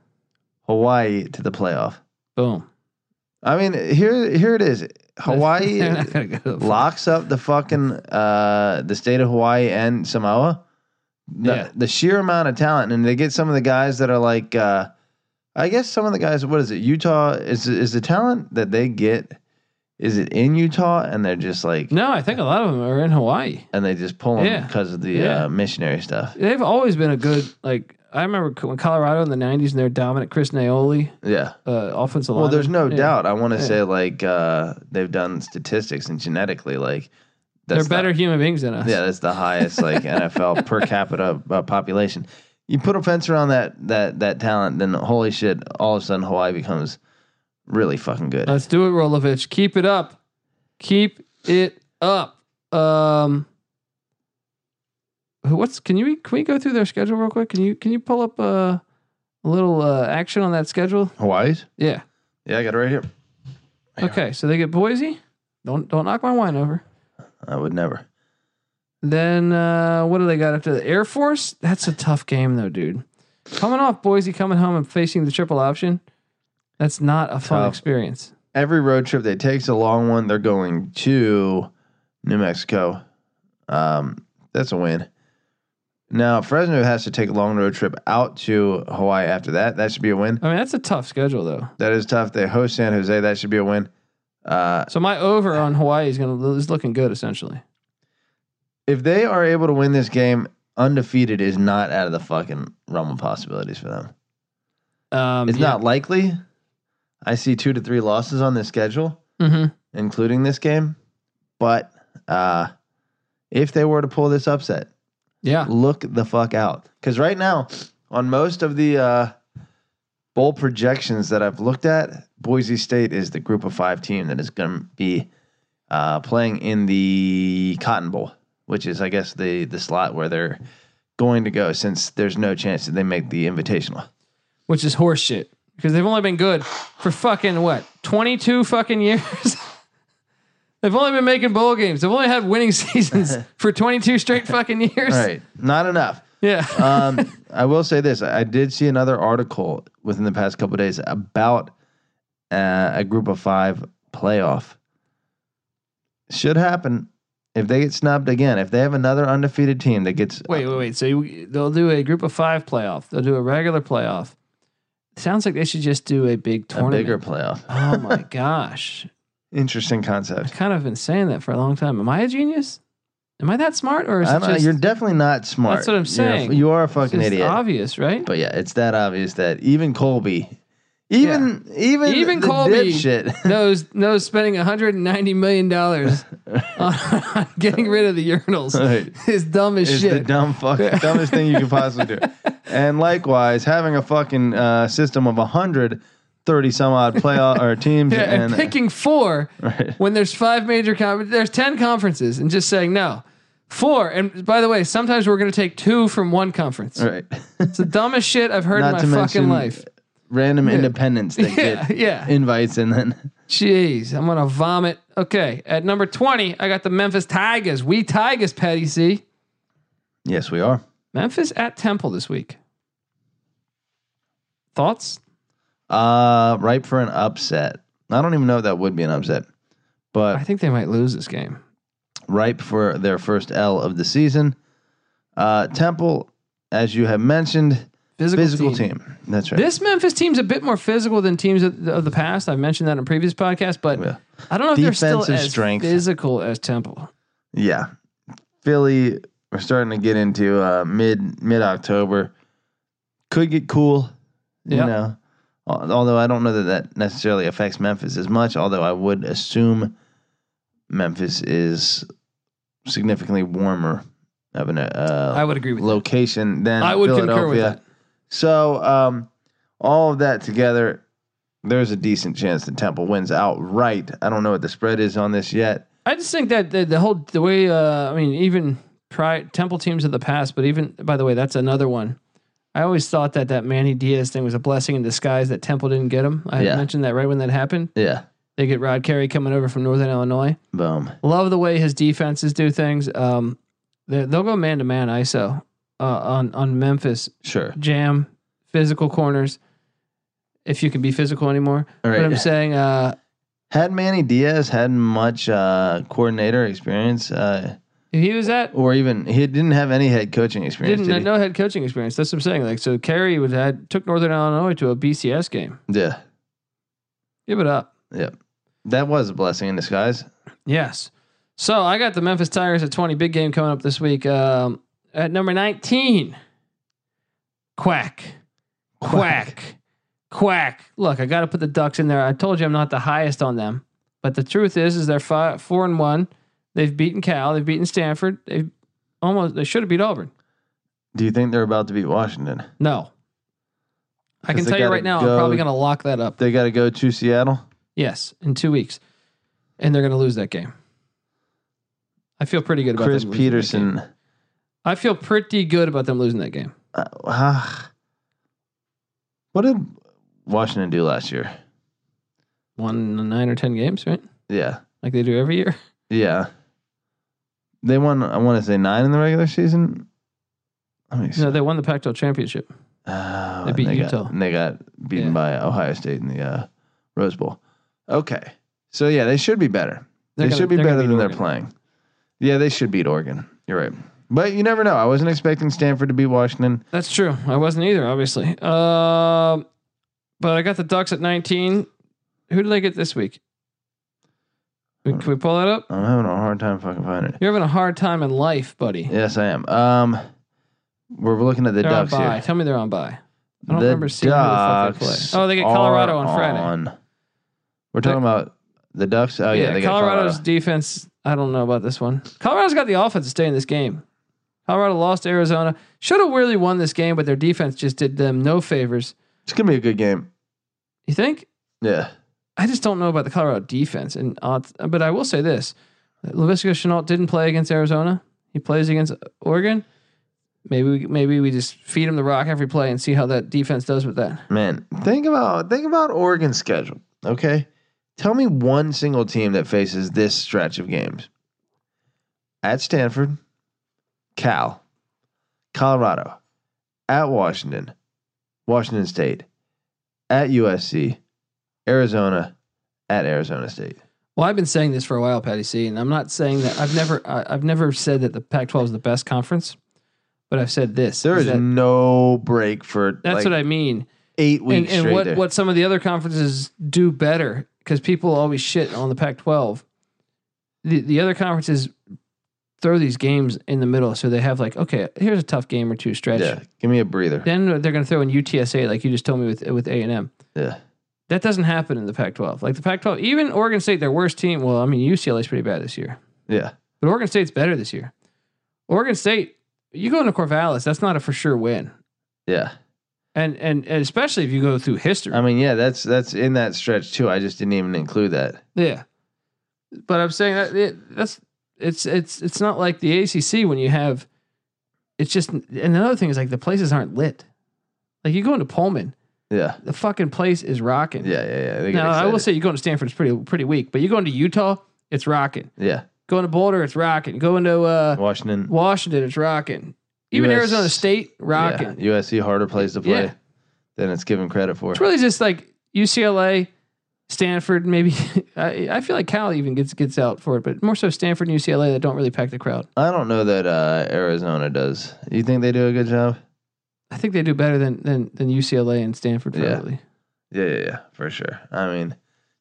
Hawaii to the playoff. Boom. I mean here here it is They're Hawaii not gonna go to the- locks up the fucking uh the state of Hawaii and Samoa. The, Yeah. the sheer amount of talent, and they get some of the guys that are like, uh, I guess some of the guys. What is it? Utah is is the talent that they get. Is it in Utah? And they're just like, No, I think a lot of them are in Hawaii. and they just pull them Yeah. because of the Yeah. uh, missionary stuff. They've always been a good like. I remember co- when Colorado in the '90s and their dominant Chris Naoli, Yeah. uh, offensive Well, lineman. there's no Yeah. doubt. I want to Yeah. say like uh, they've done statistics and genetically like they're the- better human beings than us. Yeah, that's the highest like NFL per capita uh, population. You put a fence around that that that talent, then holy shit! All of a sudden, Hawaii becomes really fucking good. Let's do it, Rolovich. Keep it up. Keep it up. Um, who- what's can you can we go through their schedule real quick? Can you can you pull up uh, a little uh, action on that schedule? Hawaii's? Yeah. Yeah, I got it right here. Yeah. Okay, so they get Boise. Don't don't knock my wine over. I would never. Then uh, what do they got after the Air Force? That's a tough game though, dude. Coming off Boise, coming home and facing the triple option. That's not a fun Tough. experience. Every road trip they take's a long one. They're going to New Mexico. Um, that's a win. Now Fresno has to take a long road trip out to Hawaii after that. That should be a win. I mean, that's a tough schedule though. That is tough. They host San Jose. That should be a win. Uh, So my over on Hawaii is gonna is looking good essentially. if they are able to win this game, undefeated is not out of the fucking realm of possibilities for them. Um, It's not likely. I see two to three losses on this schedule, hmm including this game. But uh, if they were to pull this upset, Yeah, look the fuck out. Because right now, on most of the uh, bowl projections that I've looked at, Boise State is the group of five team that is going to be uh, playing in the Cotton Bowl, which is, I guess, the the slot where they're going to go since there's no chance that they make the Invitational. which is horse shit because they've only been good for fucking what twenty two fucking years. they've only been making bowl games. They've only had winning seasons for twenty two straight fucking years. All right, not enough. Yeah. um, I will say this: I did see another article within the past couple of days about uh, a group of five playoff. Should happen if they get snubbed again. If they have another undefeated team that gets Wait, wait, wait. So you, they'll do a group of five playoff. They'll do a regular playoff. Sounds like they should just do a big a tournament. bigger playoff, oh my gosh. interesting I concept. kind of been saying that for a long time. Am I a genius? Am I that smart? Or is I it don't know, just, uh, you're definitely not smart. That's what I'm You're a- saying. you are a it's fucking just idiot. obvious, right? But yeah, it's that obvious that even Colby, even even Even the Colby- dipshit, knows knows spending 190 million dollars on, on getting rid of the urinals Right. is dumb as is the shit. dumb fuck dumbest thing you could possibly do. And likewise, having a fucking uh, system of hundred thirty some odd playoff or teams Yeah, and and, picking four when there's five major con- there's 10 conferences and just saying no. Four. And by the way, sometimes we're going to take two from one conference. uh, right, It's the dumbest shit I've heard in Not my to fucking mention- life. random independents that Yeah, get yeah. invites and then Jeez, I'm gonna vomit. Okay, at number 20, I got the Memphis Tigers. We Tigers, Petty C. yes, we are. Memphis at Temple this week. Thoughts? Uh, ripe for an upset. I don't even know if that would be an upset, but I think they might lose this game. ripe for their first L of the season. Uh, Temple, as you have mentioned, Physical, physical team. team. That's right. This Memphis team's a bit more physical than teams of of the past. I mentioned that in previous podcasts, but Yeah. I don't know if they're still Defensive as strength. physical as Temple. yeah, Philly. We're starting to get into uh, mid mid October. Could get cool. Yeah. You know, Al- although I don't know that that necessarily affects Memphis as much. Although I would assume Memphis is significantly warmer of an uh, I would agree with that. location than I would concur with Philadelphia. that. So um, all of that together, there's a decent chance that Temple wins outright. I don't know what the spread is on this yet. I just think that the, the whole the way uh, I mean even pri Temple teams of the past, but even by the way, that's another one. I always thought that that Manny Diaz thing was a blessing in disguise that Temple didn't get him. I had Yeah. mentioned that right when that happened. Yeah. They get Rod Carey coming over from Northern Illinois. Boom. Love the way his defenses do things. Um, they- they'll go man to man ISO uh, on on Memphis Sure. jam physical corners. If you can be physical anymore, All but I'm right. saying uh, Had Manny Diaz had much uh, coordinator experience, uh, he was at or even he didn't have any head coaching experience? Didn't did no head coaching experience. That's what I'm saying. Like so, Kerry would had took Northern Illinois to a BCS game. he? Yeah. Give it up. Yep. That was a blessing in disguise. Yes. So I got the Memphis Tigers at 20. Big game coming up this week. Um, at number 19, quack, quack, quack. Look, I got to put the Ducks in there. I told you I'm not the highest on them, but the truth is, is they're five, four and one. They've beaten Cal. They've beaten Stanford. They almost they should have beat Auburn. Do you think they're about to beat Washington? No. I can Because they tell you gotta right now, go- I'm probably going to lock that up. They got to go to Seattle. Yes, in two weeks, and they're going to lose that game. I feel pretty good about Chris them losing that game. Peterson. I feel pretty good about them losing that game. Uh, ah. what did Washington do last year? Won nine or ten games, right? Yeah, Like they do every year. yeah. They won. I want to say nine in the regular season. Let me see. No, they won the Pac-12 championship. Oh, they and beat got- Utah. and they got beaten Yeah. by Ohio State in the uh, Rose Bowl. Okay, so yeah, they should be better. They're They gonna- should be they're better gonna than beat they're Oregon. playing. Yeah, they should beat Oregon. You're right, but you never know. I wasn't expecting Stanford to beat Washington. That's true. I wasn't either, obviously. Um, but I got the Ducks at 19. Who did I get this week? We- Can we pull that up? I'm having a hard time fucking finding it. You're having a hard time in life, buddy. Yes, I am. Um, we're looking at the they're Ducks on bye. here. Tell me they're on bye. I don't the remember seeing who the fuck they play. Ducks Oh, they get are Colorado on Friday. We're talking about the Ducks. Oh yeah, they got Colorado's Colorado. defense. I don't know about this one. Colorado's got the offense to stay in this game. Colorado lost to Arizona. Should have really won this game, but their defense just did them no favors. It's gonna be a good game. You think? Yeah, I just don't know about the Colorado defense. And odds, but I will say this: Lavisca Chenault didn't play against Arizona. He plays against Oregon. Maybe we, maybe we just feed him the rock every play and see how that defense does with that. man. Think about think about Oregon's schedule. Okay, tell me one single team that faces this stretch of games. At Stanford, Cal, Colorado, at Washington, Washington State, at USC, Arizona at Arizona State. Well, I've been saying this for a while, Patty C, and I'm not saying that I've never I, I've never said that the Pac-12 is the best conference, but I've said this. There is that- no break for that's like what I mean. eight And, weeks and straight. what there. what some of the other conferences do better because people always shit on the Pac-12. The the other conferences throw these games in the middle, so they have like okay, here's a tough game or two stretch. yeah, give me a breather. Then they're going to throw in UTSA, like you just told me with with A and M. Yeah. That doesn't happen in the Pac-12. Like the Pac-12, even Oregon State, their worst team. Well, I mean UCLA's pretty bad this year, Yeah. but Oregon State's better this year. Oregon State, you go into Corvallis, that's not a for sure win, Yeah. and and, and especially if you go through history. I mean, yeah, that's that's in that stretch too. I just didn't even include that. yeah, but I'm saying that it, that's it's it's it's not like the ACC when you have. It's just and another thing is like the places aren't lit. Like you go into Pullman, Yeah. the fucking place is rocking. Yeah, yeah, yeah. They get Now I will excited. say you going to Stanford is pretty pretty weak, but you going to Utah, it's rocking. Yeah. Going to Boulder, it's rocking. Going to uh, Washington. Washington, it's rocking. Even US Arizona State, rocking. Yeah. USC harder place to play Yeah. than it's given credit for. It's really just like UCLA, Stanford. Maybe I, I feel like Cal even gets gets out for it, but more so Stanford and UCLA that don't really pack the crowd. I don't know that uh, Arizona does. You think they do a good job? I think they do better than than, than UCLA and Stanford Yeah. probably. Yeah, yeah, yeah, for sure. I mean,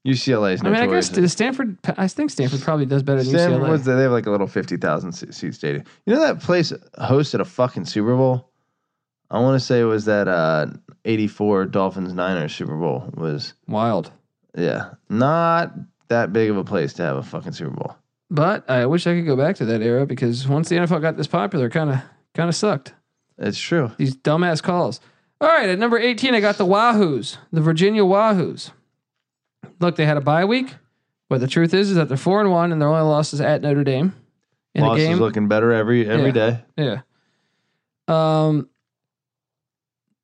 UCLA's I mean, I guess notoriously. the Stanford. I think Stanford probably does better than Stanford, UCLA. what's that? They have like a little fifty thousand seat stadium. You know that place hosted a fucking Super Bowl. I want to say it was that uh, eighty four Dolphins Niners Super Bowl was Wild. yeah not that big of a place to have a fucking Super Bowl. But I wish I could go back to that era because once the NFL got this popular, kind of kind of sucked. It's true. These dumbass calls. All right, at number 18, I got the Wahoos, the Virginia Wahoos. Look, they had a bye week, but the truth is, is that they're four and one, and their only loss is at Notre Dame in Loss the game. is looking better every every Yeah. day. yeah. Um.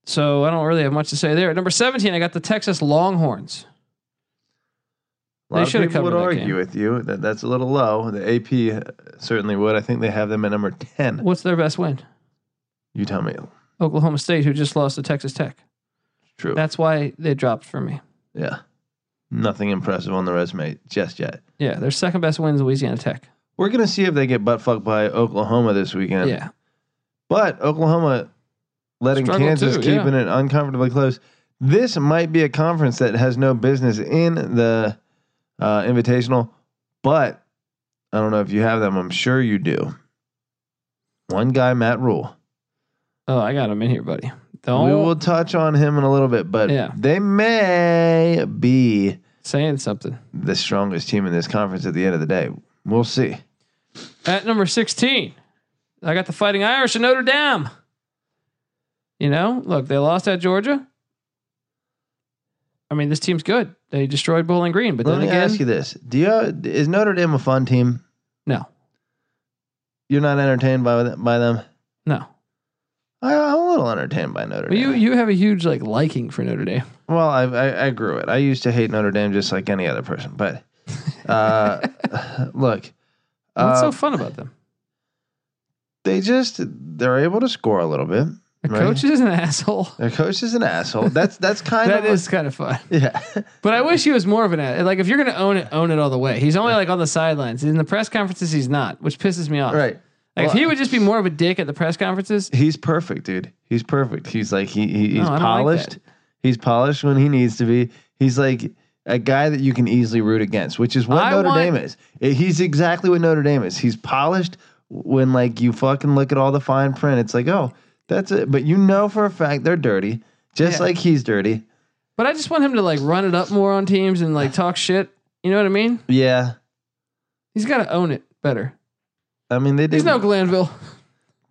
So I don't really have much to say there. At number 17, I got the Texas Longhorns. A They lot should have of people would covered that argue game. with you that that's a little low. The AP certainly would. I think they have them at number ten. What's their best win? You tell me. Oklahoma State, who just lost to Texas Tech. True. That's why they dropped for me. yeah. Nothing impressive on the resume just yet. Yeah, their second best win is Louisiana Tech. We're gonna see if they get butt fucked by Oklahoma this weekend. Yeah. But Oklahoma letting Struggled Kansas too, yeah. keeping it uncomfortably close. This might be a conference that has no business in the uh, invitational, but I don't know if you have them. I'm sure you do. One guy, Matt Rule. Oh, I got him in here, buddy. The We only- will touch on him in a little bit, but Yeah. they may be saying something. the strongest team in this conference at the end of the day. We'll see. At number 16, I got the Fighting Irish and Notre Dame. You know, look, they lost at Georgia. I mean, this team's good. They destroyed Bowling Green, but Let then me again, ask you this: Do you is Notre Dame a fun team? no, You're not entertained by th- by them. no. I, I'm a little entertained by Notre Well, Dame. you you have a huge like liking for Notre Dame. well, I, I I grew it. I used to hate Notre Dame just like any other person, but uh, look, What's uh, so fun about them? they just they're able to score a little bit. The right. coach is an asshole. Their coach is an asshole. That's that's kind That of is kind of fun, yeah. but I wish he was more of an a- like. If you're gonna own it, own it all the way. He's only like on the sidelines. In the press conferences, he's not, which pisses me off. right. Like if Well, he would just be more of a dick at the press conferences, he's perfect, dude. He's perfect. He's like he, he he's No, I don't like polished. that. he's polished when he needs to be. He's like a guy that you can easily root against, which is what I Notre want- Dame is. Eh, He's exactly what Notre Dame is. He's polished when like you fucking look at all the fine print. It's like, oh, that's it. But you know for a fact they're dirty, just Yeah. like he's dirty. But I just want him to like run it up more on teams and like talk shit. You know what I mean? Yeah. He's got to own it better. I mean they did He's no Glanville.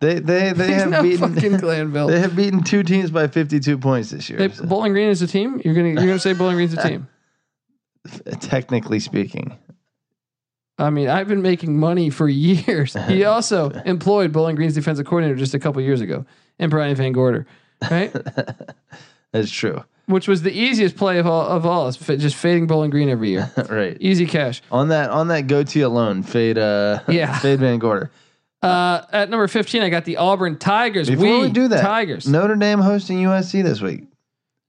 they they they He's have no fucking beaten Glanville. they have beaten two teams by fifty two points this year. They, so, Bowling Green is a team. You're gonna you're gonna say Bowling Green's a team. technically speaking. I mean, I've been making money for years. He also employed Bowling Green's defensive coordinator just a couple years ago, and Brian Van Gorder, right? That's true. Which was the easiest play of all of all, is fa- just fading Bowling Green every year. right. Easy cash. On that on that goatee alone, fade uh Yeah. fade Van Gorder. Uh, at number fifteen, I got the Auburn Tigers. Before we do that, Tigers. Notre Dame hosting USC this week.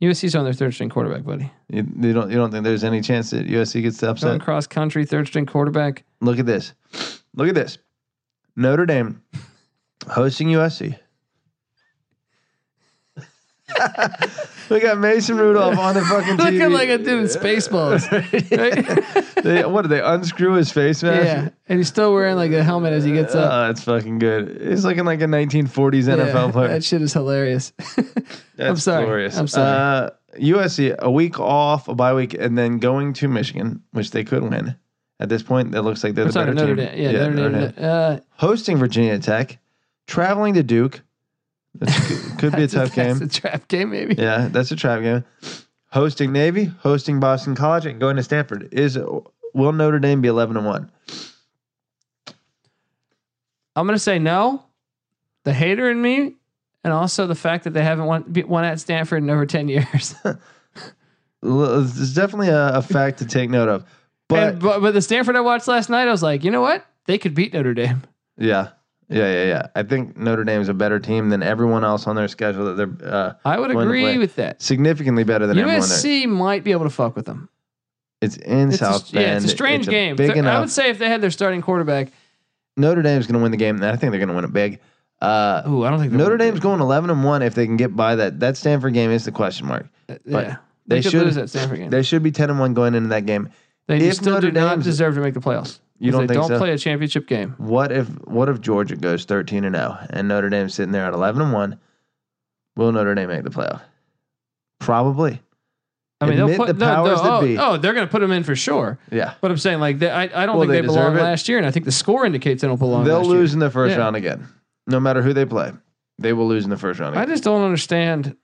USC's on their third string quarterback, buddy. You, you don't you don't think there's any chance that USC gets the upset? Going cross country, third string quarterback. Look at this. Look at this. Notre Dame hosting USC. we got Mason Rudolph on the fucking TV. Looking like a dude in Spaceballs. Right? they, what did they unscrew his face mask? yeah, and he's still wearing like a helmet as he gets up. Oh, that's fucking good. He's looking like a 1940s NFL Yeah, player. That shit is hilarious. That's sorry. Glorious. I'm sorry. Uh, USC a week off, a bye week, and then going to Michigan, which they could win. At this point, that looks like they're I'm the sorry, better Notre team. Dame. Yeah, Notre Dame. Uh, Hosting Virginia Tech, traveling to Duke. That's, could be a that's tough game. That's a trap game, maybe. yeah, that's a trap game. Hosting Navy, hosting Boston College, and going to Stanford. Is will Notre Dame be eleven and one? I'm gonna say no. The hater in me, and also the fact that they haven't won, be- won at Stanford in over ten years. L- It's definitely a, a fact to take note of. But and, but but the Stanford I watched last night, I was like, you know what? They could beat Notre Dame. yeah, yeah, yeah, yeah. I think Notre Dame is a better team than everyone else on their schedule. That they're uh, I would Won the agree play. with that. significantly better than everyone there. USC might be able to fuck with them. It's in It's a- South Bend. yeah, it's a strange It's game. Big Th- I would enough. say if they had their starting quarterback, Notre Dame's going to win the game. and I think they're going to win it big. Uh, ooh, I don't think they're Notre gonna Dame's going 11 and 1 if they can get by that. That Stanford game is the question mark. do it. but yeah, they, they should should- lose that Stanford game. They should be 10 and 1 going into that game. They if still Notre do not Dame's- deserve to make the playoffs. You 'Cause don't they think don't so? play a championship game. What if what if Georgia goes 13 and 0 and Notre Dame's sitting there at 11 and 1? Will Notre Dame make the playoff? Probably. I mean, Admit they'll put the no, powers no, that oh, be. oh, they're going to put them in for sure. Yeah. But I'm saying, like, they, I, I don't Well, think they they, deserve belong it. last year, and I think the score indicates they don't belong. They'll last lose Year. in the first Yeah. round again. No matter who they play. They will lose in the first round I again. just don't understand.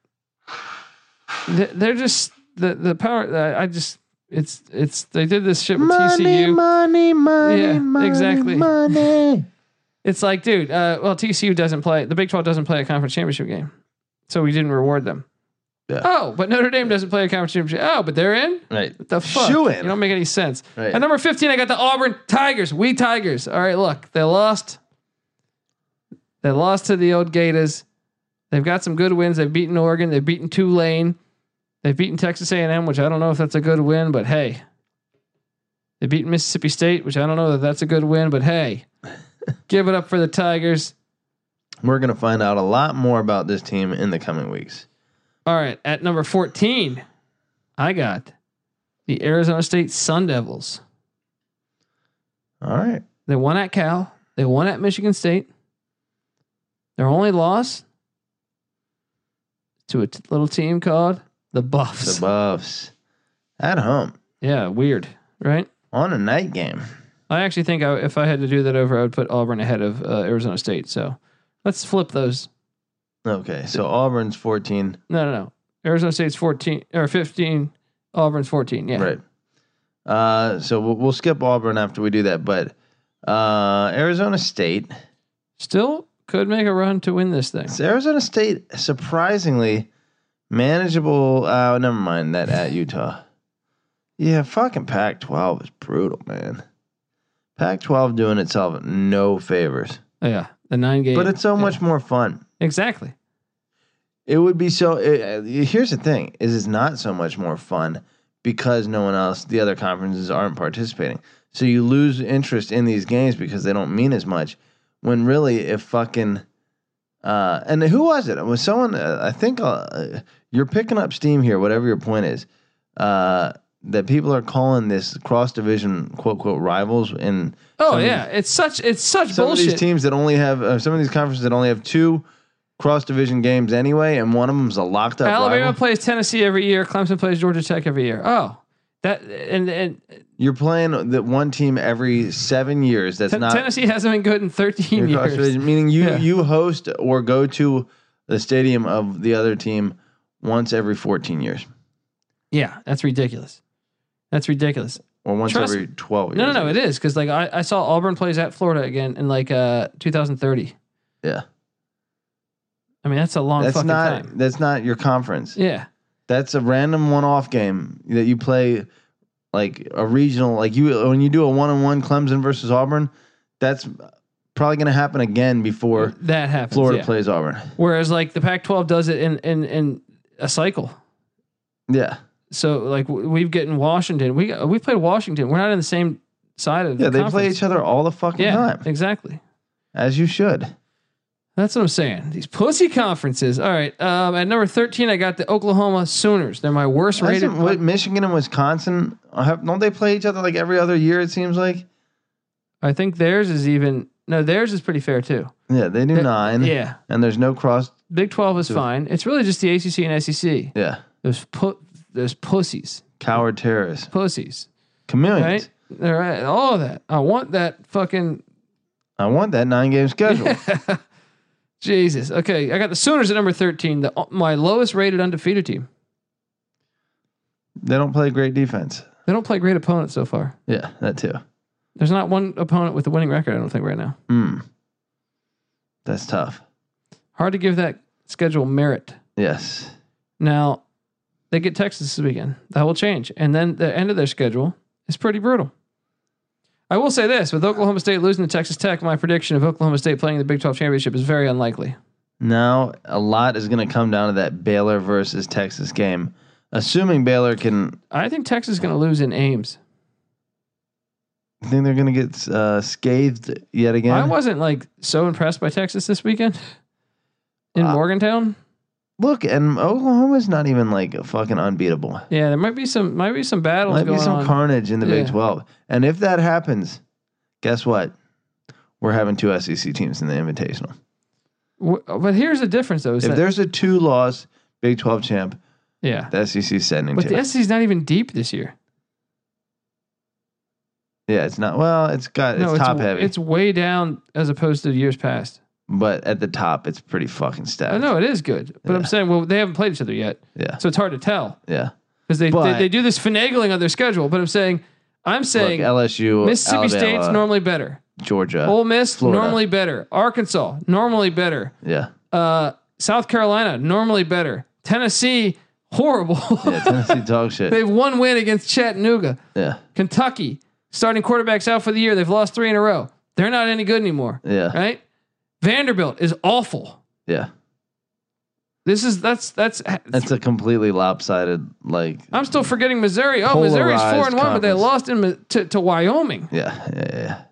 They- They're just the the power. I- I just it's it's they did this shit with TCU. money, money, Yeah, exactly. money. It's like, dude, uh, well, TCU doesn't play, the Big 12 doesn't play a conference championship game. So we didn't reward them. Yeah. Oh, but Notre Dame doesn't play a conference championship. Oh, but they're in? Right. What the fuck? Shoo-in. You don't make any sense. Right. At number 15, I got the Auburn Tigers. We Tigers. All right, look, they lost. They lost to the old Gators. They've got some good wins. They've beaten Oregon. They've beaten Tulane. They've beaten Texas A&M, which I don't know if that's a good win, but hey. They beat Mississippi State, which I don't know that that's a good win, but hey. give it up for the Tigers. We're going to find out a lot more about this team in the coming weeks. All right, at number 14, I got the Arizona State Sun Devils. All right. They won at Cal. They won at Michigan State. Their only loss to a t- little team called the Buffs. The Buffs at home yeah, weird, right? on a night game. I actually think I, if I had to do that over, I would put Auburn ahead of uh, Arizona State. So let's flip those. Okay. So Auburn's 14. No, no, no. Arizona State's 14 or 15. Auburn's 14. Yeah. Right. Uh, so we'll, we'll skip Auburn after we do that. But uh, Arizona State. Still could make a run to win this thing. So Arizona State, surprisingly manageable. Uh, never mind that at Utah. Yeah, fucking Pac 12 is brutal, man. Pac 12 doing itself no favors. Yeah. The nine game. But it's so yeah. much more fun. Exactly. It would be so. uh, here's the thing: is it's not so much more fun because no one else, the other conferences aren't participating. So you lose interest in these games because they don't mean as much. When really, if fucking, uh, and who was it? It was someone. Uh, I think uh, you're picking up steam here. Whatever your point is, uh, that people are calling this cross division quote quote rivals in Oh Some- yeah, it's such it's such some of bullshit. these teams that only have uh, some of these conferences that only have two cross division games anyway, and one of them's a locked up. Alabama rival. plays Tennessee every year. Clemson plays Georgia Tech every year. Oh, that and and You're playing that one team every seven years. That's T- not Tennessee hasn't been good in your thirteen years. cross-division, meaning you Yeah. you host or go to the stadium of the other team once every 14 years Yeah, that's ridiculous. That's ridiculous. or once Trust- every 12 years. No, no, no, it is because like I, I saw Auburn plays at Florida again in like uh 2030. Yeah, I mean that's a long that's fucking not time. that's not your conference. Yeah, That's a random one-off game that you play like a regional. Like you when you do a one-on-one Clemson versus Auburn, that's probably going to happen again before that happens. Florida Mm. yeah. plays Auburn. Whereas like the Pac-12 does it in in in a cycle. Yeah. So like w- we've getting Washington. We got- we played Washington. We're not in the same side of Yeah, the they play conference. each other all the fucking yeah time, exactly. as you should. That's what I'm saying. These pussy conferences. All right. Um, at number 13, I got the Oklahoma Sooners. They're my worst rated. Isn't what, Michigan and Wisconsin, uh, have, don't they play each other like every other year? It seems like. I think theirs is even. No, theirs is pretty fair too. Yeah, they do They- nine, Yeah. and there's no cross. Big 12 is So- fine. It's really just the ACC and SEC. Yeah, Those, pu- those pussies. coward terrorists, Pussies. chameleons. Right? All right. All of that. I want that fucking. I want that nine game schedule. Jesus. Okay. I got the Sooners at number 13, the, my lowest rated undefeated team. they don't play great defense. They don't play great opponents so far. Yeah, that too. There's not one opponent with a winning record, I don't think, right now. Hmm. That's tough. Hard to give that schedule merit. Yes. Now, they get Texas this weekend. That will change. And then the end of their schedule is pretty brutal. I will say this with Oklahoma State losing to Texas Tech, my prediction of Oklahoma State playing in the Big 12 championship is very unlikely. Now a lot is going to come down to that Baylor versus Texas game. Assuming Baylor can, I think Texas is going to lose in Ames. I think they're going to get uh, scathed yet again. I wasn't like so impressed by Texas this weekend in Uh, Morgantown. Look, and Oklahoma's not even like fucking unbeatable. Yeah, there might be some might be some battles Might going be some on. carnage in the Big Yeah. 12. And if that happens, guess what? We're having two SEC teams in the Invitational. W- but here's the difference though. Is If that, there's a two loss Big 12 champ, yeah, the E SEC's sending but two. the SEC's not even deep this year. yeah, it's not. Well, it's got, it's top heavy. It's way down as opposed to years past. but at the top, it's pretty fucking stacked. I know it is good, but I'm Yeah. saying, well, they haven't played each other yet, Yeah. so it's hard to tell Yeah. because they, they But- they do this finagling on their schedule. But I'm saying, I'm saying Look, LSU, Mississippi Alabama, State's normally better, Georgia. Ole Miss Florida. normally better, Arkansas normally better, yeah. uh, South Carolina normally better, Tennessee horrible. Yeah. Tennessee dog shit. They've one win against Chattanooga, Yeah. Kentucky starting quarterbacks out for the year. They've lost three in a row. They're not any good anymore, Yeah. right? Vanderbilt is awful. Yeah. This is that's that's That's a completely lopsided, like, I'm still forgetting Missouri. Oh, Missouri's four and Polarized one, but they conference. lost in Mi- to, to Wyoming. yeah. Yeah. yeah, Yeah.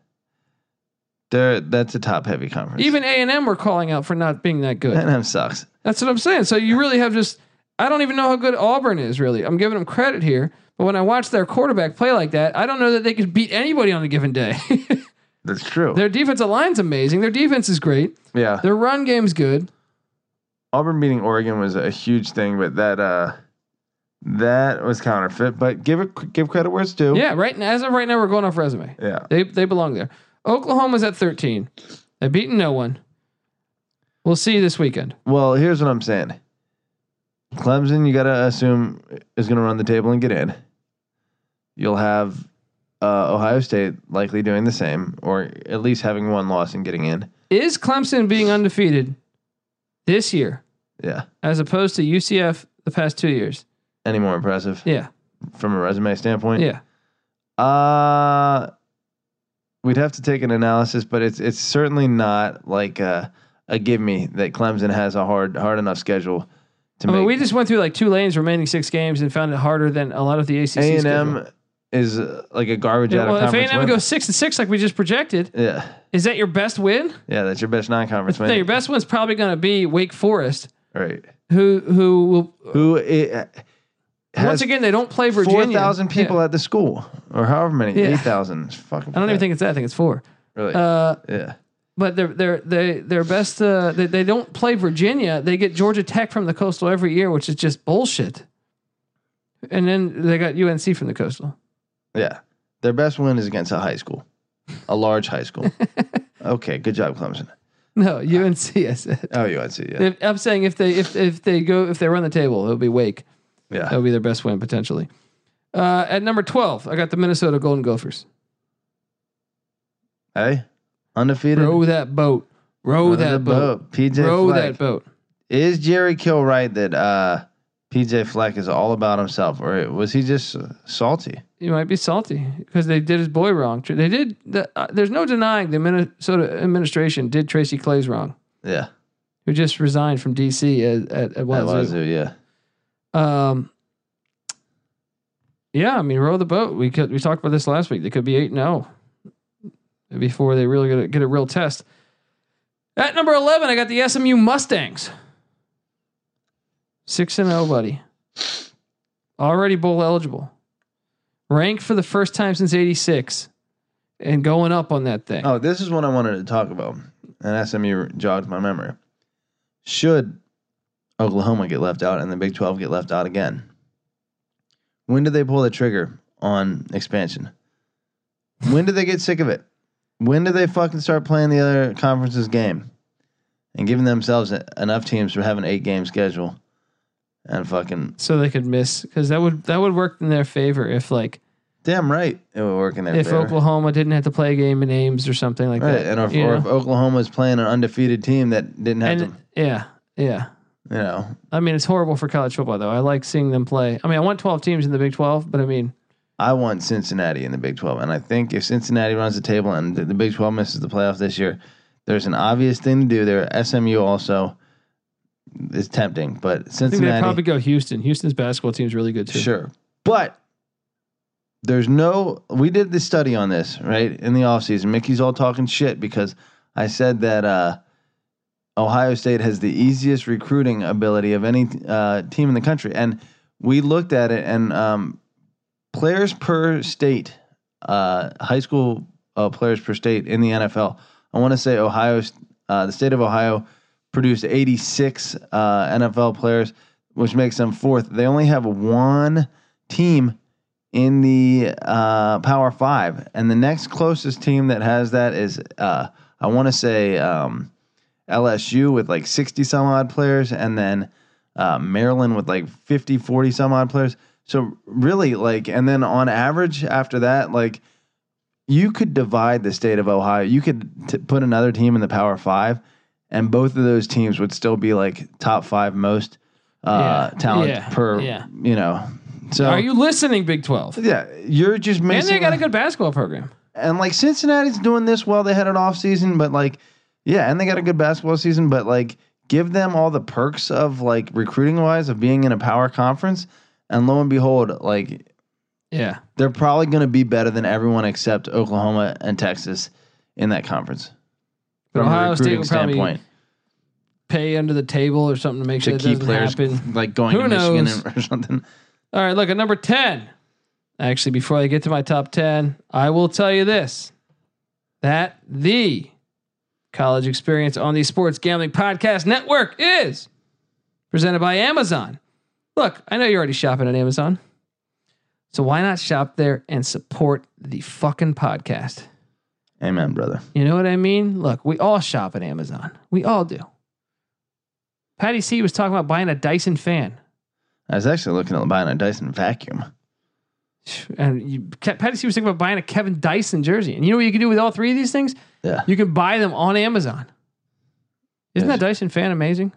They're, that's a top heavy conference. Even A and M were calling out for not being that good. N&M sucks. That's what I'm saying. So you really have just I don't even know how good Auburn is. Really, I'm giving them credit here, but when I watch their quarterback play like that, I don't know that they could beat anybody on a given day. That's true. their defensive line's amazing. Their defense is great. yeah. Their run game's good. Auburn beating Oregon was a huge thing, but that uh that was counterfeit. But give it give credit where it's due. Yeah, right. now- As of right now, we're going off resume. Yeah. They they belong there. Oklahoma's at 13. They've beaten no one. We'll see this weekend. Well, here's what I'm saying. Clemson, you gotta assume is gonna run the table and get in. You'll have uh, Ohio State likely doing the same, or at least having one loss and getting in. Is Clemson being undefeated this year Yeah. as opposed to UCF the past two years? Any more impressive Yeah. from a resume standpoint? Yeah. Uh we'd have to take an analysis, but it's it's certainly not like a, a give me that Clemson has a hard hard enough schedule to I mean, make. we just went through like two lanes remaining six games and found it harder than a lot of the ACC. A and schedule. M is uh, like a garbage Yeah, out of well, if conference. A&M win. goes six and six like we just projected, yeah, is that your best win? yeah, that's your best non-conference No, your win. best win's probably going to be Wake Forest, Right? who who will Who it, once has again they don't play Virginia. four thousand people at the school, or however many, Yeah. eight thousand. It's Fucking, I don't even pathetic. think it's that. I think it's four. really. Uh, yeah, but they're they're they their best. Uh, they, they don't play Virginia. They get Georgia Tech from the Coastal every year, which is just bullshit. And then they got UNC from the Coastal. yeah. Their best win is against a high school, a large high school. okay, good job, Clemson. No, UNC. I said. Oh, UNC. Yeah, If, I'm saying if they if if they go if they run the table, it'll be Wake. yeah. That'll be their best win potentially. Uh, at number twelve, I got the Minnesota Golden Gophers. Hey, undefeated. Row that boat. Row Row the that boat. PJ Row Fleck. that boat. Is Jerry Kill right that uh, PJ Fleck is all about himself, or was he just uh, salty? He might be salty because they did his boy wrong. They did. The, uh, there's no denying the Minnesota administration did Tracy Clay's wrong. Yeah, who just resigned from DC at, at, at that uh, Wazoo. Wazoo. Yeah, Um, Yeah, I mean, row the boat. We could, we talked about this last week. They could be eight and zero before they really get a, get a real test. At number eleven, I got the SMU Mustangs. Six and zero, buddy. Already bowl eligible. Ranked for the first time since '86, and going up on that thing. Oh, this is what I wanted to talk about, and SMU jogged my memory. Should Oklahoma get left out and the Big Twelve get left out again? When did they pull the trigger on expansion? When did they get sick of it? When did they fucking start playing the other conference's game and giving themselves enough teams for having an eight game schedule and fucking so they could miss because that would that would work in their favor if like damn right it would work in their if favor. Oklahoma didn't have to play a game in Ames or something like right, that. and if, you or know? if Oklahoma's playing an undefeated team that didn't have and to, yeah, yeah. you know, I mean, it's horrible for college football though. I like seeing them play. I mean, I want 12 teams in the Big 12, but I mean, I want Cincinnati in the Big 12. And I think if Cincinnati runs the table and the, the Big 12 misses the playoffs this year, there's an obvious thing to do there. SMU also is tempting, but I think Cincinnati, they'd probably go Houston. Houston's basketball team's really good too. sure. But there's no, we did the study on this, right? In the offseason. Mickey's all talking shit because I said that uh, Ohio State has the easiest recruiting ability of any uh, team in the country. And we looked at it and um, players per state, uh, high school uh, players per state in the NFL. I want to say Ohio, uh, the state of Ohio, produced 86 uh, NFL players, which makes them fourth. They only have one team in the uh, Power Five, and the next closest team that has that is uh, I want to say um, LSU with like 60 some odd players, and then uh, Maryland with like 50, 40 some odd players. So really, like, and then on average after that, like, you could divide the state of Ohio. You could t- put another team in the Power Five, and both of those teams would still be like top five most uh, Yeah. talent Yeah. per. Yeah. You know. So Are you listening, Big 12? yeah, you're just And missing. they got a good basketball program. and like Cincinnati's doing this well. They had an off season, but like, yeah, and they got a good basketball season. But like, give them all the perks of like recruiting wise of being in a power conference, and lo and behold, like Yeah. they're probably going to be better than everyone except Oklahoma and Texas in that conference. But from a Ohio State recruiting will probably pay under the table or something to make sure to that doesn't keep players happen. like going Who to Michigan knows? and- or something. All right, look at number 10. Actually, before I get to my top 10, I will tell you this that the college experience on the Sports Gambling Podcast Network is presented by Amazon. Look, I know you're already shopping at Amazon. So why not shop there and support the fucking podcast? Amen, brother. You know what I mean? Look, we all shop at Amazon. We all do. Patty C was talking about buying a Dyson fan. I was actually looking at buying a Dyson vacuum. and you, Ke- Patty C was thinking about buying a Kevin Dyson jersey. And you know what you can do with all three of these things? Yeah, You can buy them on Amazon. Isn't Yes. that Dyson fan amazing?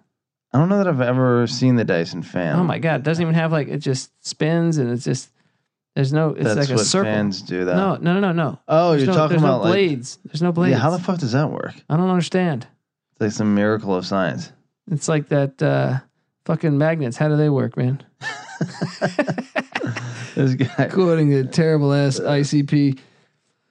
I don't know that I've ever seen the Dyson fan. Oh my god, it doesn't even have like it just spins and it's just there's no it's That's like a what circle. fans do that. No, no, no, no, no. Oh, There's you're no, talking there's about no like blades. there's no blades. yeah. How the fuck does that work? I don't understand. It's like some miracle of science. It's like that uh fucking magnets. How do they work, man? This guy. Quoting the terrible ass ICP.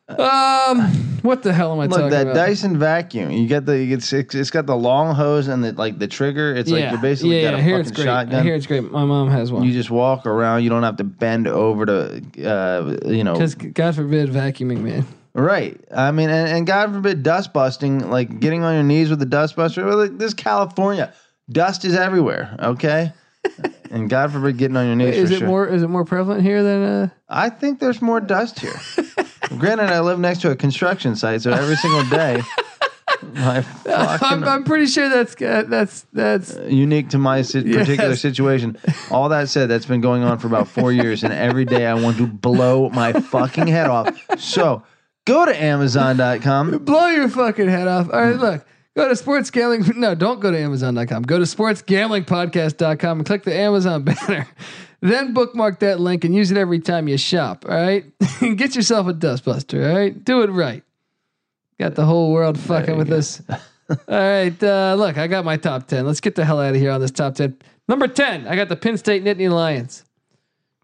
Um what the hell am I talking Look, that about? Dyson vacuum. You get the you get six. It's got the long hose and the like the trigger. It's like you basically got a I hear fucking it's great. I shotgun. hear it's great. My mom has one. you just walk around. You don't have to bend over to, uh, you know, Because God forbid vacuuming, man. right. I mean, and, and God forbid dust busting, like getting on your knees with the dust buster. Well, like, this California dust is everywhere. Okay, and God forbid getting on your knees. Is for it sure. more is it more prevalent here than uh I think there's more dust here. Granted, I live next to a construction site, so every single day, my I'm, fucking, I'm pretty sure that's uh, that's that's unique to my si- particular Yes. situation. All that said, that's been going on for about four years, and every day I want to blow my fucking head off. So go to Amazon.com. blow your fucking head off. All right, look. Go to sports gambling. No, don't go to Amazon.com. Go to sportsgamblingpodcast.com and click the Amazon banner. Then bookmark that link and use it every time you shop. All right, get yourself a dustbuster. All right, do it right. Got the whole world fucking with us. All right, uh, look, I got my top ten. Let's get the hell out of here on this top ten. Number ten, I got the Penn State Nittany Lions.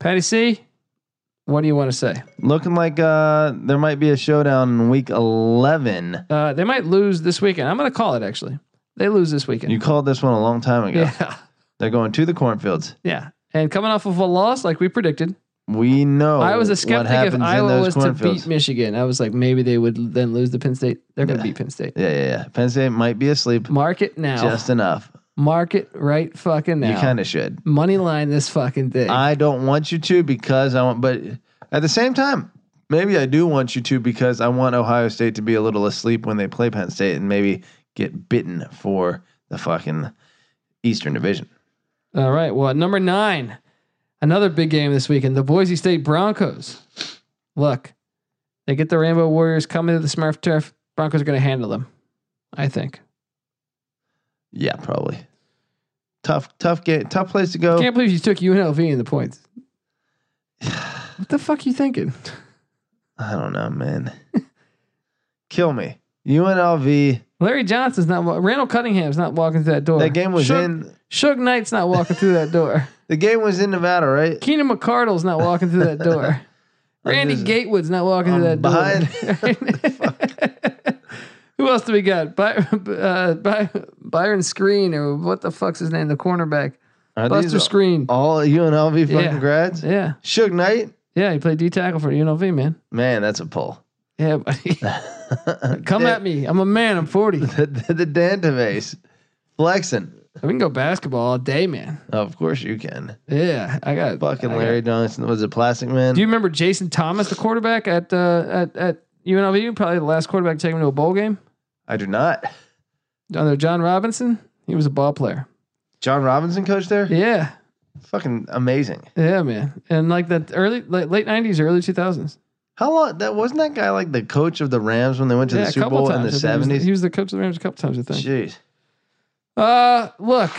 Patty C, What do you want to say? Looking like uh, there might be a showdown in week 11. Uh, they might lose this weekend. I'm going to call it actually. They lose this weekend. You called this one a long time ago. yeah. They're going to the cornfields. Yeah. And coming off of a loss, like we predicted, We know. I was a skeptic if Iowa was to beat cornfields. Michigan. I was like, maybe they would then lose to Penn State. They're going to Yeah. beat Penn State. Yeah, yeah, yeah. Penn State might be asleep Mark it now. just enough. Mark it right fucking now. You kind of should. Money line this fucking thing. I don't want you to because I want, but at the same time, maybe I do want you to because I want Ohio State to be a little asleep when they play Penn State and maybe get bitten for the fucking Eastern Division. All right. Well, at number nine, another big game this weekend. The Boise State Broncos. Look, they get the Rainbow Warriors coming to the Smurf turf. Broncos are going to handle them, I think. Yeah, probably. Tough, tough game, tough place to go. Can't believe you took UNLV in the points. What the fuck you thinking? I don't know, man. Kill me. UNLV. Larry Johnson's not. wa- Randall Cunningham's not walking through that door. That game was Suge, in. Suge Knight's not walking through that door. The game was in Nevada, right? Keenan McCardle's not walking through that door. Randy just- Gatewood's not walking through that I'm door. Who else do we got? By, uh, By, Byron Screen or what the fuck's his name? The cornerback. Are Buster these Screen. all UNLV fucking Yeah. grads? Yeah. Suge Knight. Yeah. He played D tackle for UNLV, man. Man, that's a pull. Yeah, buddy. Come Yeah. at me. I'm a man. I'm 40. the, the, the database flexing. We can go basketball all day, man. Oh, Of course you can. Yeah. I got Fucking I got- Larry Johnson was it Plastic Man? Do you remember Jason Thomas, the quarterback at uh, at at UNLV? Probably the last quarterback to take him to a bowl game. I do not. Under John Robinson, he was a ball player. John Robinson coach there. Yeah, Fucking amazing. yeah, man. And like that early late late nineties, early two thousands. How long that wasn't that guy like the coach of the Rams when they went to Yeah, the a Super couple Bowl in times. I think the he was- seventies? He was the coach of the Rams a couple times, I think. Jeez. Uh, look,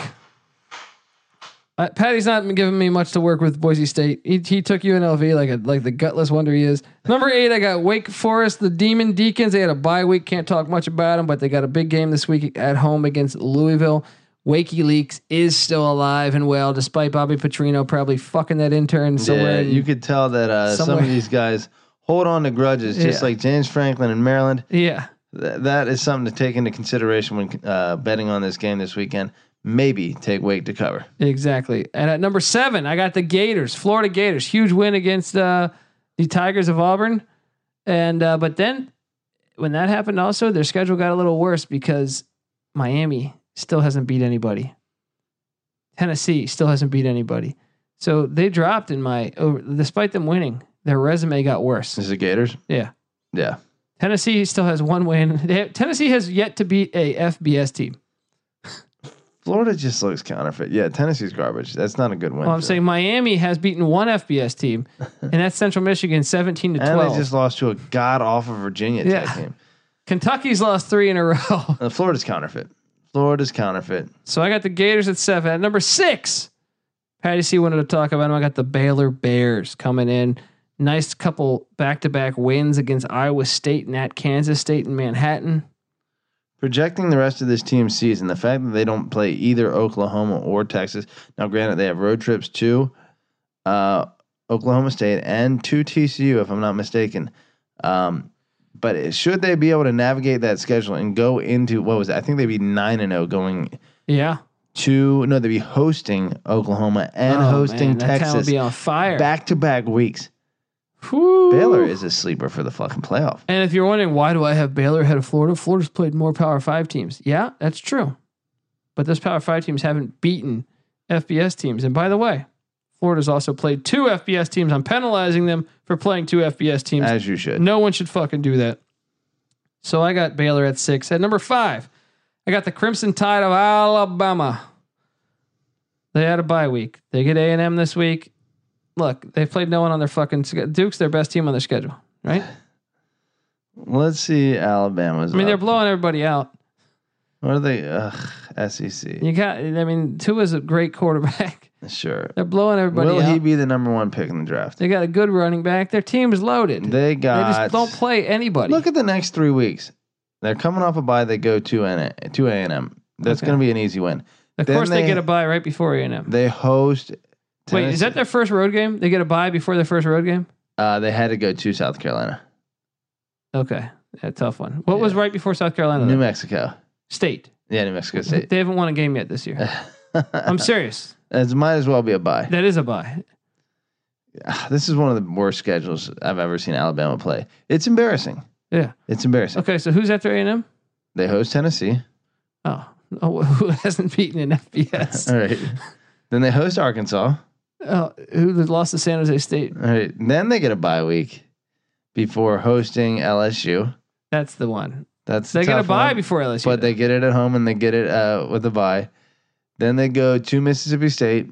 uh, Patty's not giving me much to work with Boise State. He, he took UNLV like a like the gutless wonder he is. Number eight, I got Wake Forest, the Demon Deacons. They had a bye week. Can't talk much about them, but they got a big game this week at home against Louisville. WikiLeaks is still alive and well, despite Bobby Petrino probably fucking that intern yeah, somewhere. in- you could tell that uh, some of somewhere- these guys hold on to grudges, just Yeah. like James Franklin in Maryland. yeah. Th- that is something to take into consideration when uh, betting on this game this weekend. Maybe take Wake to cover. Exactly. And at number seven, I got the Gators, Florida Gators, huge win against uh, the Tigers of Auburn. And uh, but then when that happened, also their schedule got a little worse because Miami still hasn't beat anybody. Tennessee still hasn't beat anybody. So they dropped in my over, despite them winning, their resume got worse. Is it Gators? Yeah. Yeah. Tennessee still has one win. They have, Tennessee has yet to beat a FBS team. Florida just looks counterfeit. Yeah, Tennessee's garbage. That's not a good win. Well, I'm for saying Miami has beaten one FBS team, and that's Central Michigan, 17 to And 12. they just lost to a god awful Virginia Tech Yeah. team. Kentucky's lost three in a row. Uh, Florida's counterfeit. Florida's counterfeit. So I got the Gators at seven. At number six, Patty C wanted to talk about them. I got the Baylor Bears coming in. Nice couple back to back wins against Iowa State and at Kansas State in Manhattan. Projecting the rest of this team's season, the fact that they don't play either Oklahoma or Texas. Now, granted, they have road trips to uh, Oklahoma State and to TCU, if I'm not mistaken. Um, but it- should they be able to navigate that schedule and go into what was it? I think they'd be nine and zero going Yeah. to no, they'd be hosting Oklahoma and Oh, hosting man, That town would Texas be on fire. back to back weeks. Whew. Baylor is a sleeper for the fucking playoff. And if you're wondering why do I have Baylor ahead of Florida, Florida's played more Power Five teams. Yeah, that's true. But those Power Five teams haven't beaten FBS teams. And by the way, Florida's also played two FBS teams. I'm penalizing them for playing two FBS teams. As you should. No one should fucking do that. So I got Baylor at six. At number five, I got the Crimson Tide of Alabama. They had a bye week. They get A and M this week. Look, they played no one on their fucking sch- Duke's their best team on their schedule, right? Let's see Alabama's. I mean, they're up. blowing everybody out. What are they? Ugh, E SEC. You got, I mean, Tua's a great quarterback. Sure. They're blowing everybody Will out. he be the number one pick in the draft? they got a good running back. Their team is loaded. They, They got. just don't play anybody. Look at the next three weeks. They're coming off a bye. They go to N to A and M. That's Okay. going to be an easy win. of then course, they, they- get a bye right before A&M. They host. Wait, is that their first road game? They get a bye before their first road game? Uh, they had to go to South Carolina, Okay. Yeah, tough one. What was Yeah. right before South Carolina? New though? Mexico. State. Yeah, New Mexico State. They haven't won a game yet this year. I'm serious. it might as well be a bye. That is a buy. Ah, This is one of the worst schedules I've ever seen Alabama play. It's embarrassing. Yeah. It's embarrassing. Okay, so who's after A&M? They host Tennessee. Oh, oh who hasn't beaten an FBS? All right. then they host Arkansas. Oh, who lost to San Jose State? All right. Then they get a bye week before hosting LSU. That's the one. That's They a got a tough buy one, before LSU. but they get it at home and they get it uh, with a bye. Then they go to Mississippi State.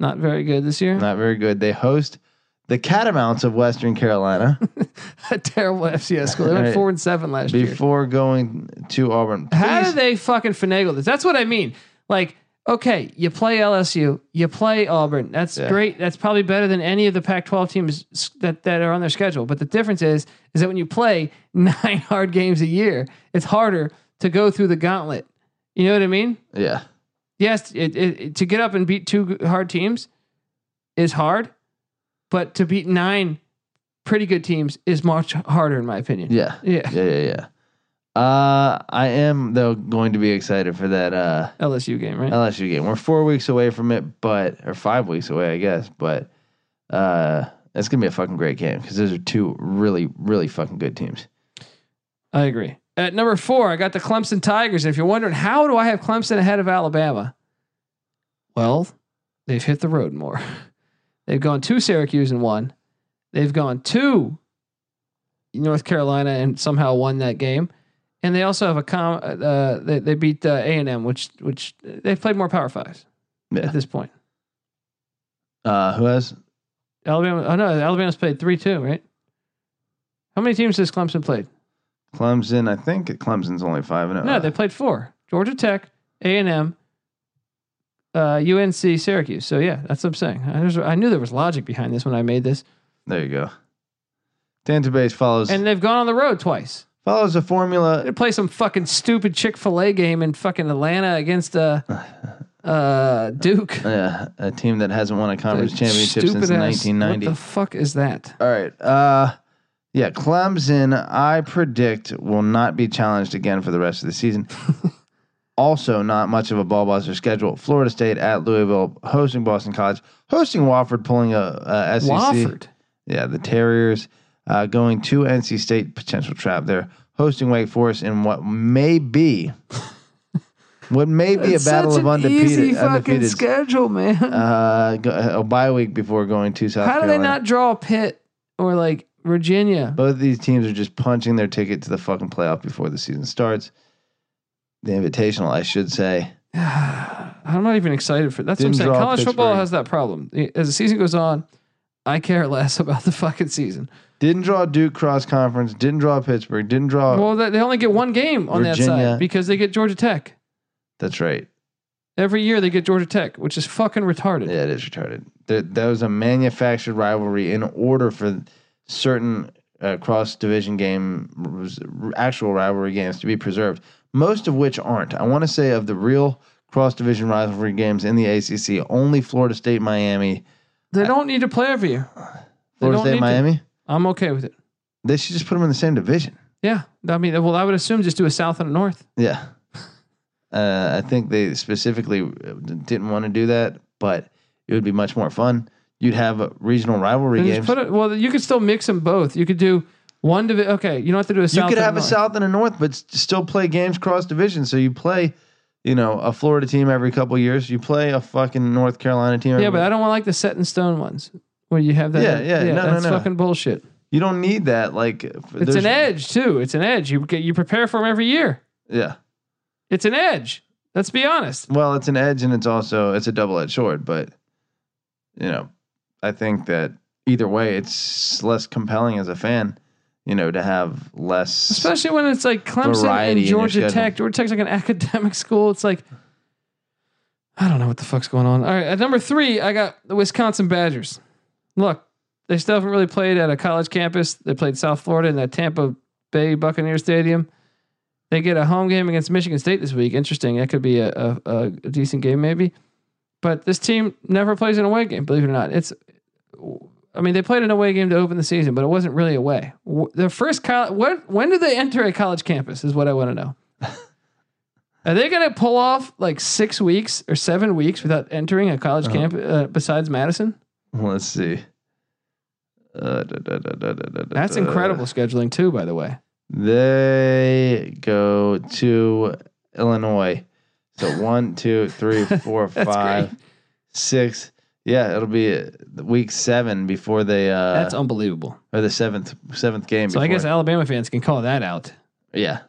not very good this year. Not very good. They host the Catamounts of Western Carolina a terrible FCS school. They went Right. four and seven last year. before going to Auburn. How Please- do they fucking finagle this? That's what I mean. Like, okay, you play LSU, you play Auburn. That's Yeah. great. That's probably better than any of the Pac-12 teams s- that that are on their schedule. But the difference is, is that when you play nine hard games a year, it's harder to go through the gauntlet. You know what I mean? yeah. Yes, it, it, it- to get up and beat two g- hard teams is hard, but to beat nine pretty good teams is much harder, in my opinion. Yeah. Yeah. Yeah. Yeah. Yeah. Uh, I am though going to be excited for that. Uh, LSU game, right? LSU game. We're four weeks away from it, but or five weeks away, I guess. But uh, it's gonna be a fucking great game because those are two really, really fucking good teams. I agree. At number four, I got the Clemson Tigers. And if you're wondering, how do I have Clemson ahead of Alabama? Well, they've hit the road more. They've gone to Syracuse and won. They've gone to North Carolina and somehow won that game. And they also have a com. Uh, they they beat A and M, which which they've played more Power Fives Yeah. at this point. Uh, who has? Alabama. Oh no, Alabama's played three two, right? How many teams has Clemson played? Clemson. I think Clemson's only five and oh. No, they played four: Georgia Tech, A and M, uh, UNC, Syracuse. So yeah, that's what I'm saying. I, there's- I knew there was logic behind this when I made this. There you go. Dante Base follows And they've gone on the road twice. follows a formula. They play some fucking stupid Chick Fil A game in fucking Atlanta against uh, uh, Duke. Yeah, a team that hasn't won a conference Like, championship stupid since ass- 1990. What the fuck is that? All right. Uh yeah, Clemson, I predict, will not be challenged again for the rest of the season. also, not much of a ball buster schedule. Florida State at Louisville, hosting Boston College, hosting Wofford, pulling a, a SEC. Wofford. Yeah, the Terriers uh, going to NC State, potential trap there, hosting Wake Forest in what may be what may be It's a battle such of an undefeated easy fucking undefeated schedule, man. uh, go, a bye week before going to South How do Carolina. they not draw Pitt or like Virginia? Both of these teams are just punching their ticket to the fucking playoff before the season starts. The invitational, I should say. I'm not even excited for that's Didn't what I'm saying. draw College football Pittsburgh. has that problem. As the season goes on, I care less about the fucking season. Didn't draw Duke cross conference, didn't draw Pittsburgh, didn't draw well, they they only get one game on that Virginia. side because they get Georgia Tech That's right. every year. They get Georgia Tech, which is fucking retarded. Yeah, it is retarded. There, that was a manufactured rivalry in order for certain uh, cross division game res- actual rivalry games to be preserved. Most of which aren't. I want to say of the real cross division rivalry games in the ACC, only Florida State, Miami, They don't need to play every year. They Florida don't need State, to. Miami. I'm okay with it. They should just put them in the same division. Yeah, I mean, well, I would assume just do a South and a North. Yeah. Uh, I think they specifically uh, didn't want to do that, but it would be much more fun. You'd have uh, regional rivalry Then just games. put it, well, you could still mix them both. You could do one divi- Okay, you don't have to do a South. you could and have a North. South and a North, but s- still play games cross division. So you play, you know, a Florida team every couple years. You play a fucking North Carolina team. Every, Yeah, but I don't want like the set in stone ones where you have that. Yeah, yeah, no, no, that's no. fucking bullshit. you don't need that. Like f- It's there's- an edge too. It's an edge. You get you prepare for them every year. Yeah. It's an edge. Let's be honest. Well, it's an edge, and it's also it's a double edged sword. But you know, I think that either way, it's less compelling as a fan. You know, to have less. Especially when it's like Clemson Variety in and your Georgia schedule. Tech. Georgia Tech's like an academic school. It's like I don't know what the fuck's going on. All right, at number three, I got the Wisconsin Badgers. Look, they still haven't really played at a college campus. They played South Florida in that Tampa Bay Buccaneer Stadium. They get a home game against Michigan State this week. Interesting. That could be a, a, a decent game, maybe. But this team never plays an away game, believe it or not. It's I mean, they played an away game to open the season, but it wasn't really away. W- Their first college, what, when did they enter a college campus is what I want to know. Are they going to pull off like six weeks or seven weeks without entering a college Uh-huh. camp uh, besides Madison? Let's see. Uh, da, da, da, da, da, da, da, That's da. incredible scheduling too, by the way. They go to Illinois. So one, two, three, four, That's five, great. six. Yeah, it'll be uh, week seven before they uh That's unbelievable. or the seventh seventh game. So I before- guess Alabama fans can call that out. yeah,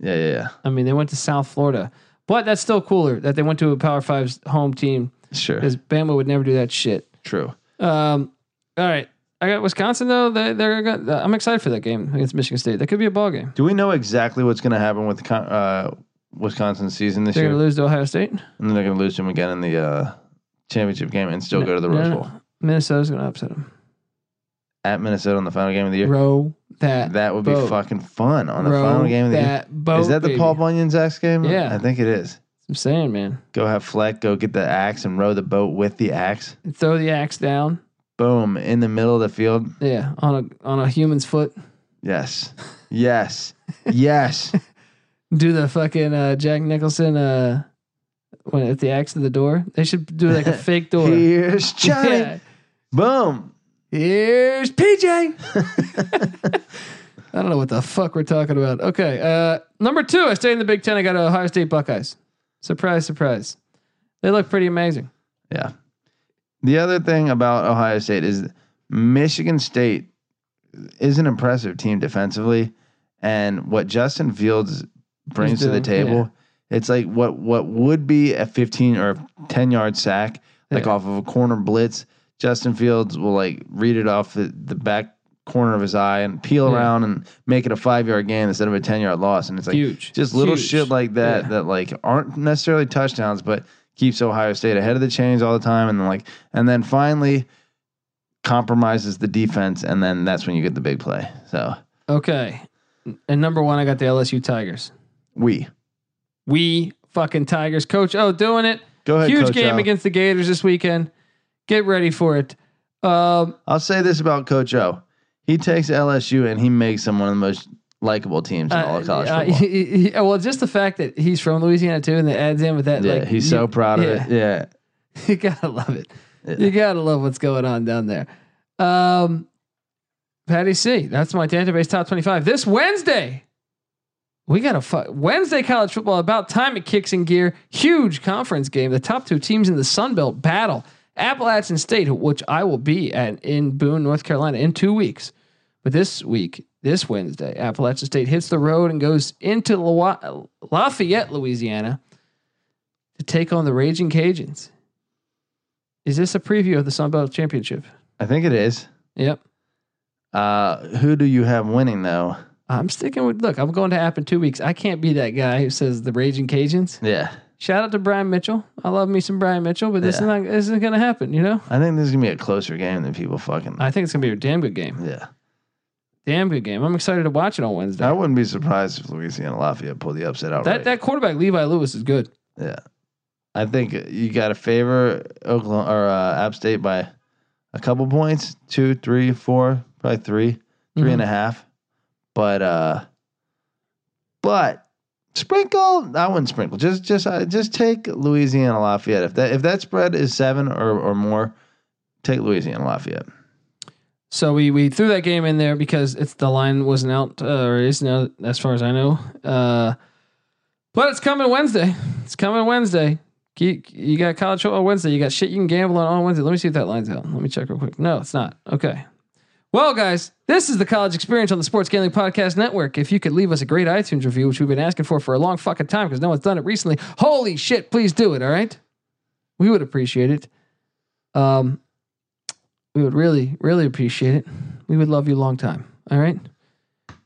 yeah, yeah, yeah. I mean, they went to South Florida, but that's still cooler that they went to a Power Five's home team Sure, because Bama would never do that shit. true. Um, all right. I got Wisconsin though. They, they're gonna, I'm excited for that game against Michigan State. That could be a ball game. Do we know exactly what's going to happen with Con- uh, Wisconsin's season this They're year? gonna lose to Ohio State. and then they're going to lose to him again in the uh, championship game and still No, go to the no, Rose no. Bowl Minnesota's gonna upset them. at Minnesota on the final game of the year. Row that. that would be boat. fucking fun on the row final game of the year. that boat. is that the baby. Paul Bunyan Zach's game? Yeah. I think it is. I'm saying, man. Go have Fleck go get the axe and row the boat with the axe. Throw the axe down. Boom in the middle of the field. Yeah, on a on a human's foot. Yes, yes, yes. Do the fucking uh, Jack Nicholson uh, when at the axe of the door. They should do like a fake door. Here's Johnny. Yeah. Boom. Here's PJ. I don't know what the fuck we're talking about. Okay. Uh, number two, I stayed in the Big Ten. I got Ohio State Buckeyes. Surprise, surprise. They look pretty amazing. Yeah. The other thing about Ohio State is Michigan State is an impressive team defensively, and what Justin Fields brings to the doing, table, it's like what what would be a fifteen or ten yard sack, like Yeah. off of a corner blitz. Justin Fields will like read it off the, the back corner of his eye and peel Yeah. around and make it a five yard gain instead of a ten yard loss. And it's like Huge. just little Huge. shit like that Yeah. that like aren't necessarily touchdowns, but keeps Ohio State ahead of the chains all the time, and like and then finally compromises the defense, and then that's when you get the big play. So Okay. And number one, I got the LSU Tigers. we We fucking Tigers. Coach Oh doing it. go ahead. Huge Coach game O. against the Gators this weekend. Get ready for it. Um, I'll say this about Coach O: he takes LSU and he makes them one of the most likable teams in all uh, of college uh, football. well, just the fact that he's from Louisiana too, and that adds in with that. yeah, like, he's you- so proud yeah. of it. Yeah, you gotta love it. Yeah. You gotta love what's going on down there. Um, Patty C, that's my database top twenty-five. This Wednesday, we got a fu- Wednesday college football. About time it kicks in gear. Huge conference game. The top two teams in the Sun Belt battle. Appalachian State, which I will be at in Boone, North Carolina, in two weeks. But this week, this Wednesday, Appalachian State hits the road and goes into La- Lafayette, Louisiana, to take on the Raging Cajuns. Is this a preview of the Sun Belt Championship? I think it is. Yep. Uh, who do you have winning though? I'm sticking with. Look, I'm going to App in two weeks. I can't be that guy who says the Raging Cajuns. Yeah, Shout out to Brian Mitchell. I love me some Brian Mitchell, but this is Yeah. not. This isn't going to happen. You know. I think this is gonna be a closer game than people fucking. I think it's going to be a damn good game. yeah. Damn good game. I'm excited to watch it on Wednesday. I wouldn't be surprised if Louisiana Lafayette pulled the upset out. that that quarterback Levi Lewis is good. yeah, I think you got to favor Oklahoma or uh, App State by a couple points, two, three, four, probably three, Mm-hmm. three and a half. But uh, but sprinkle. I wouldn't sprinkle. Just just uh, just take Louisiana Lafayette. If that if that spread is seven or or more, take Louisiana Lafayette. So we we threw that game in there because it's the line wasn't out uh, or isn't out as far as I know. Uh, but it's coming Wednesday. It's coming Wednesday. You, you got college football Wednesday. You got shit you can gamble on on Wednesday. Let me see if that line's out. Let me check real quick. No, it's not. Okay. Well, guys, this is the college experience on the Sports Gambling Podcast Network. If you could leave us a great iTunes review, which we've been asking for for a long fucking time because no one's done it recently, holy shit, please do it. All right, we would appreciate it. Um, we would really, really appreciate it. We would love you long time. All right.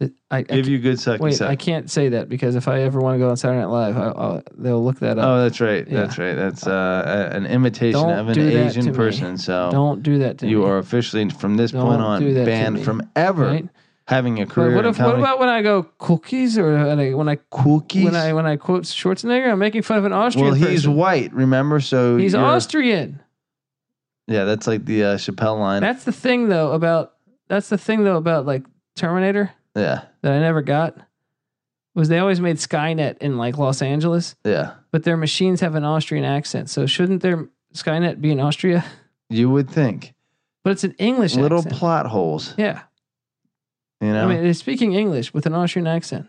It- I, I Give ca- you good sucking wait. suck. I can't say that because if I ever want to go on Saturday Night Live, I, I'll, they'll look that up. Oh, that's right. Yeah. That's right. That's uh, a- an imitation Don't of an do that to Asian me. person. So Don't do that to Oh. You me. are officially from this Don't point do on that to me. banned from ever right. having a But career. what in if? What comedy. about when I go cookies or when I when I cookies? when I when I quote Schwarzenegger? I'm making fun of an Austrian. well, he's person. white. Remember, so he's you're- Austrian. Yeah, that's like the uh, Chappelle line. That's the thing though about that's the thing though about like Terminator yeah, that I never got was they always made Skynet in like Los Angeles, yeah. but their machines have an Austrian accent. So shouldn't their Skynet be in Austria? You would think But it's an English little accent. plot holes. yeah. You know, I mean, they're speaking English with an Austrian accent.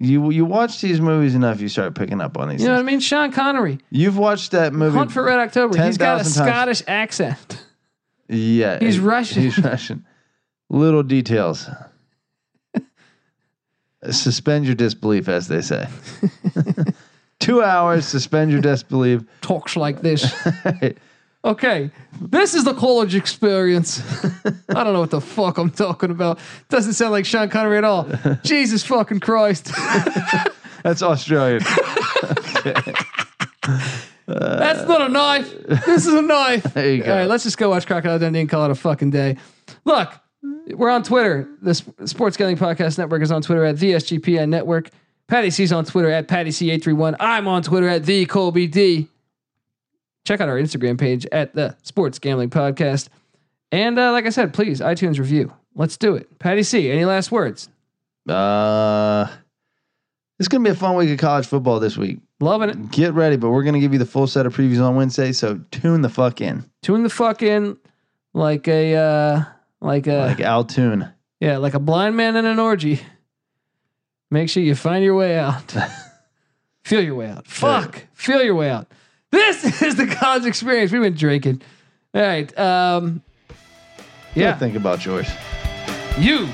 you you watch these movies enough, you start picking up on these. You know what I things. mean? Sean Connery, You've watched that movie. Hunt for Red October. He's got a 10,000 times. Scottish accent. yeah, He's he- Russian. He's Russian. Little details. suspend your disbelief, as they say. Two hours. Suspend your disbelief. Talks like this. Okay, this is the college experience. I don't know what the fuck I'm talking about. Doesn't sound like Sean Connery at all. Jesus fucking Christ. That's Australian. That's not a knife. This is a knife. There you go. All right, let's just go watch Crocodile Dundee and call it a fucking day. Look, we're on Twitter. The Sp- Sports Gambling Podcast Network is on Twitter at the SGPN Network. Patty C's on Twitter at Patty C831. I'm on Twitter at the Colby D. Check out our Instagram page at the Sports Gambling Podcast. And uh, like I said, please iTunes review. Let's do it. Patty C, any last words? Uh, it's gonna be a fun week of college football this week. Loving it. Get ready, but we're gonna give you the full set of previews on Wednesday. So tune the fuck in, Tune the fuck in like a uh, like a like Al Tune. Yeah, like a blind man in an orgy. Make sure you find your way out. Feel your way out. Fuck. Feel your way out. This is the college experience. We've been drinking. All right. Um, Yeah, yeah. think about yours. You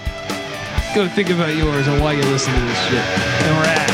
go think about yours and why you listen to this shit. And we're out.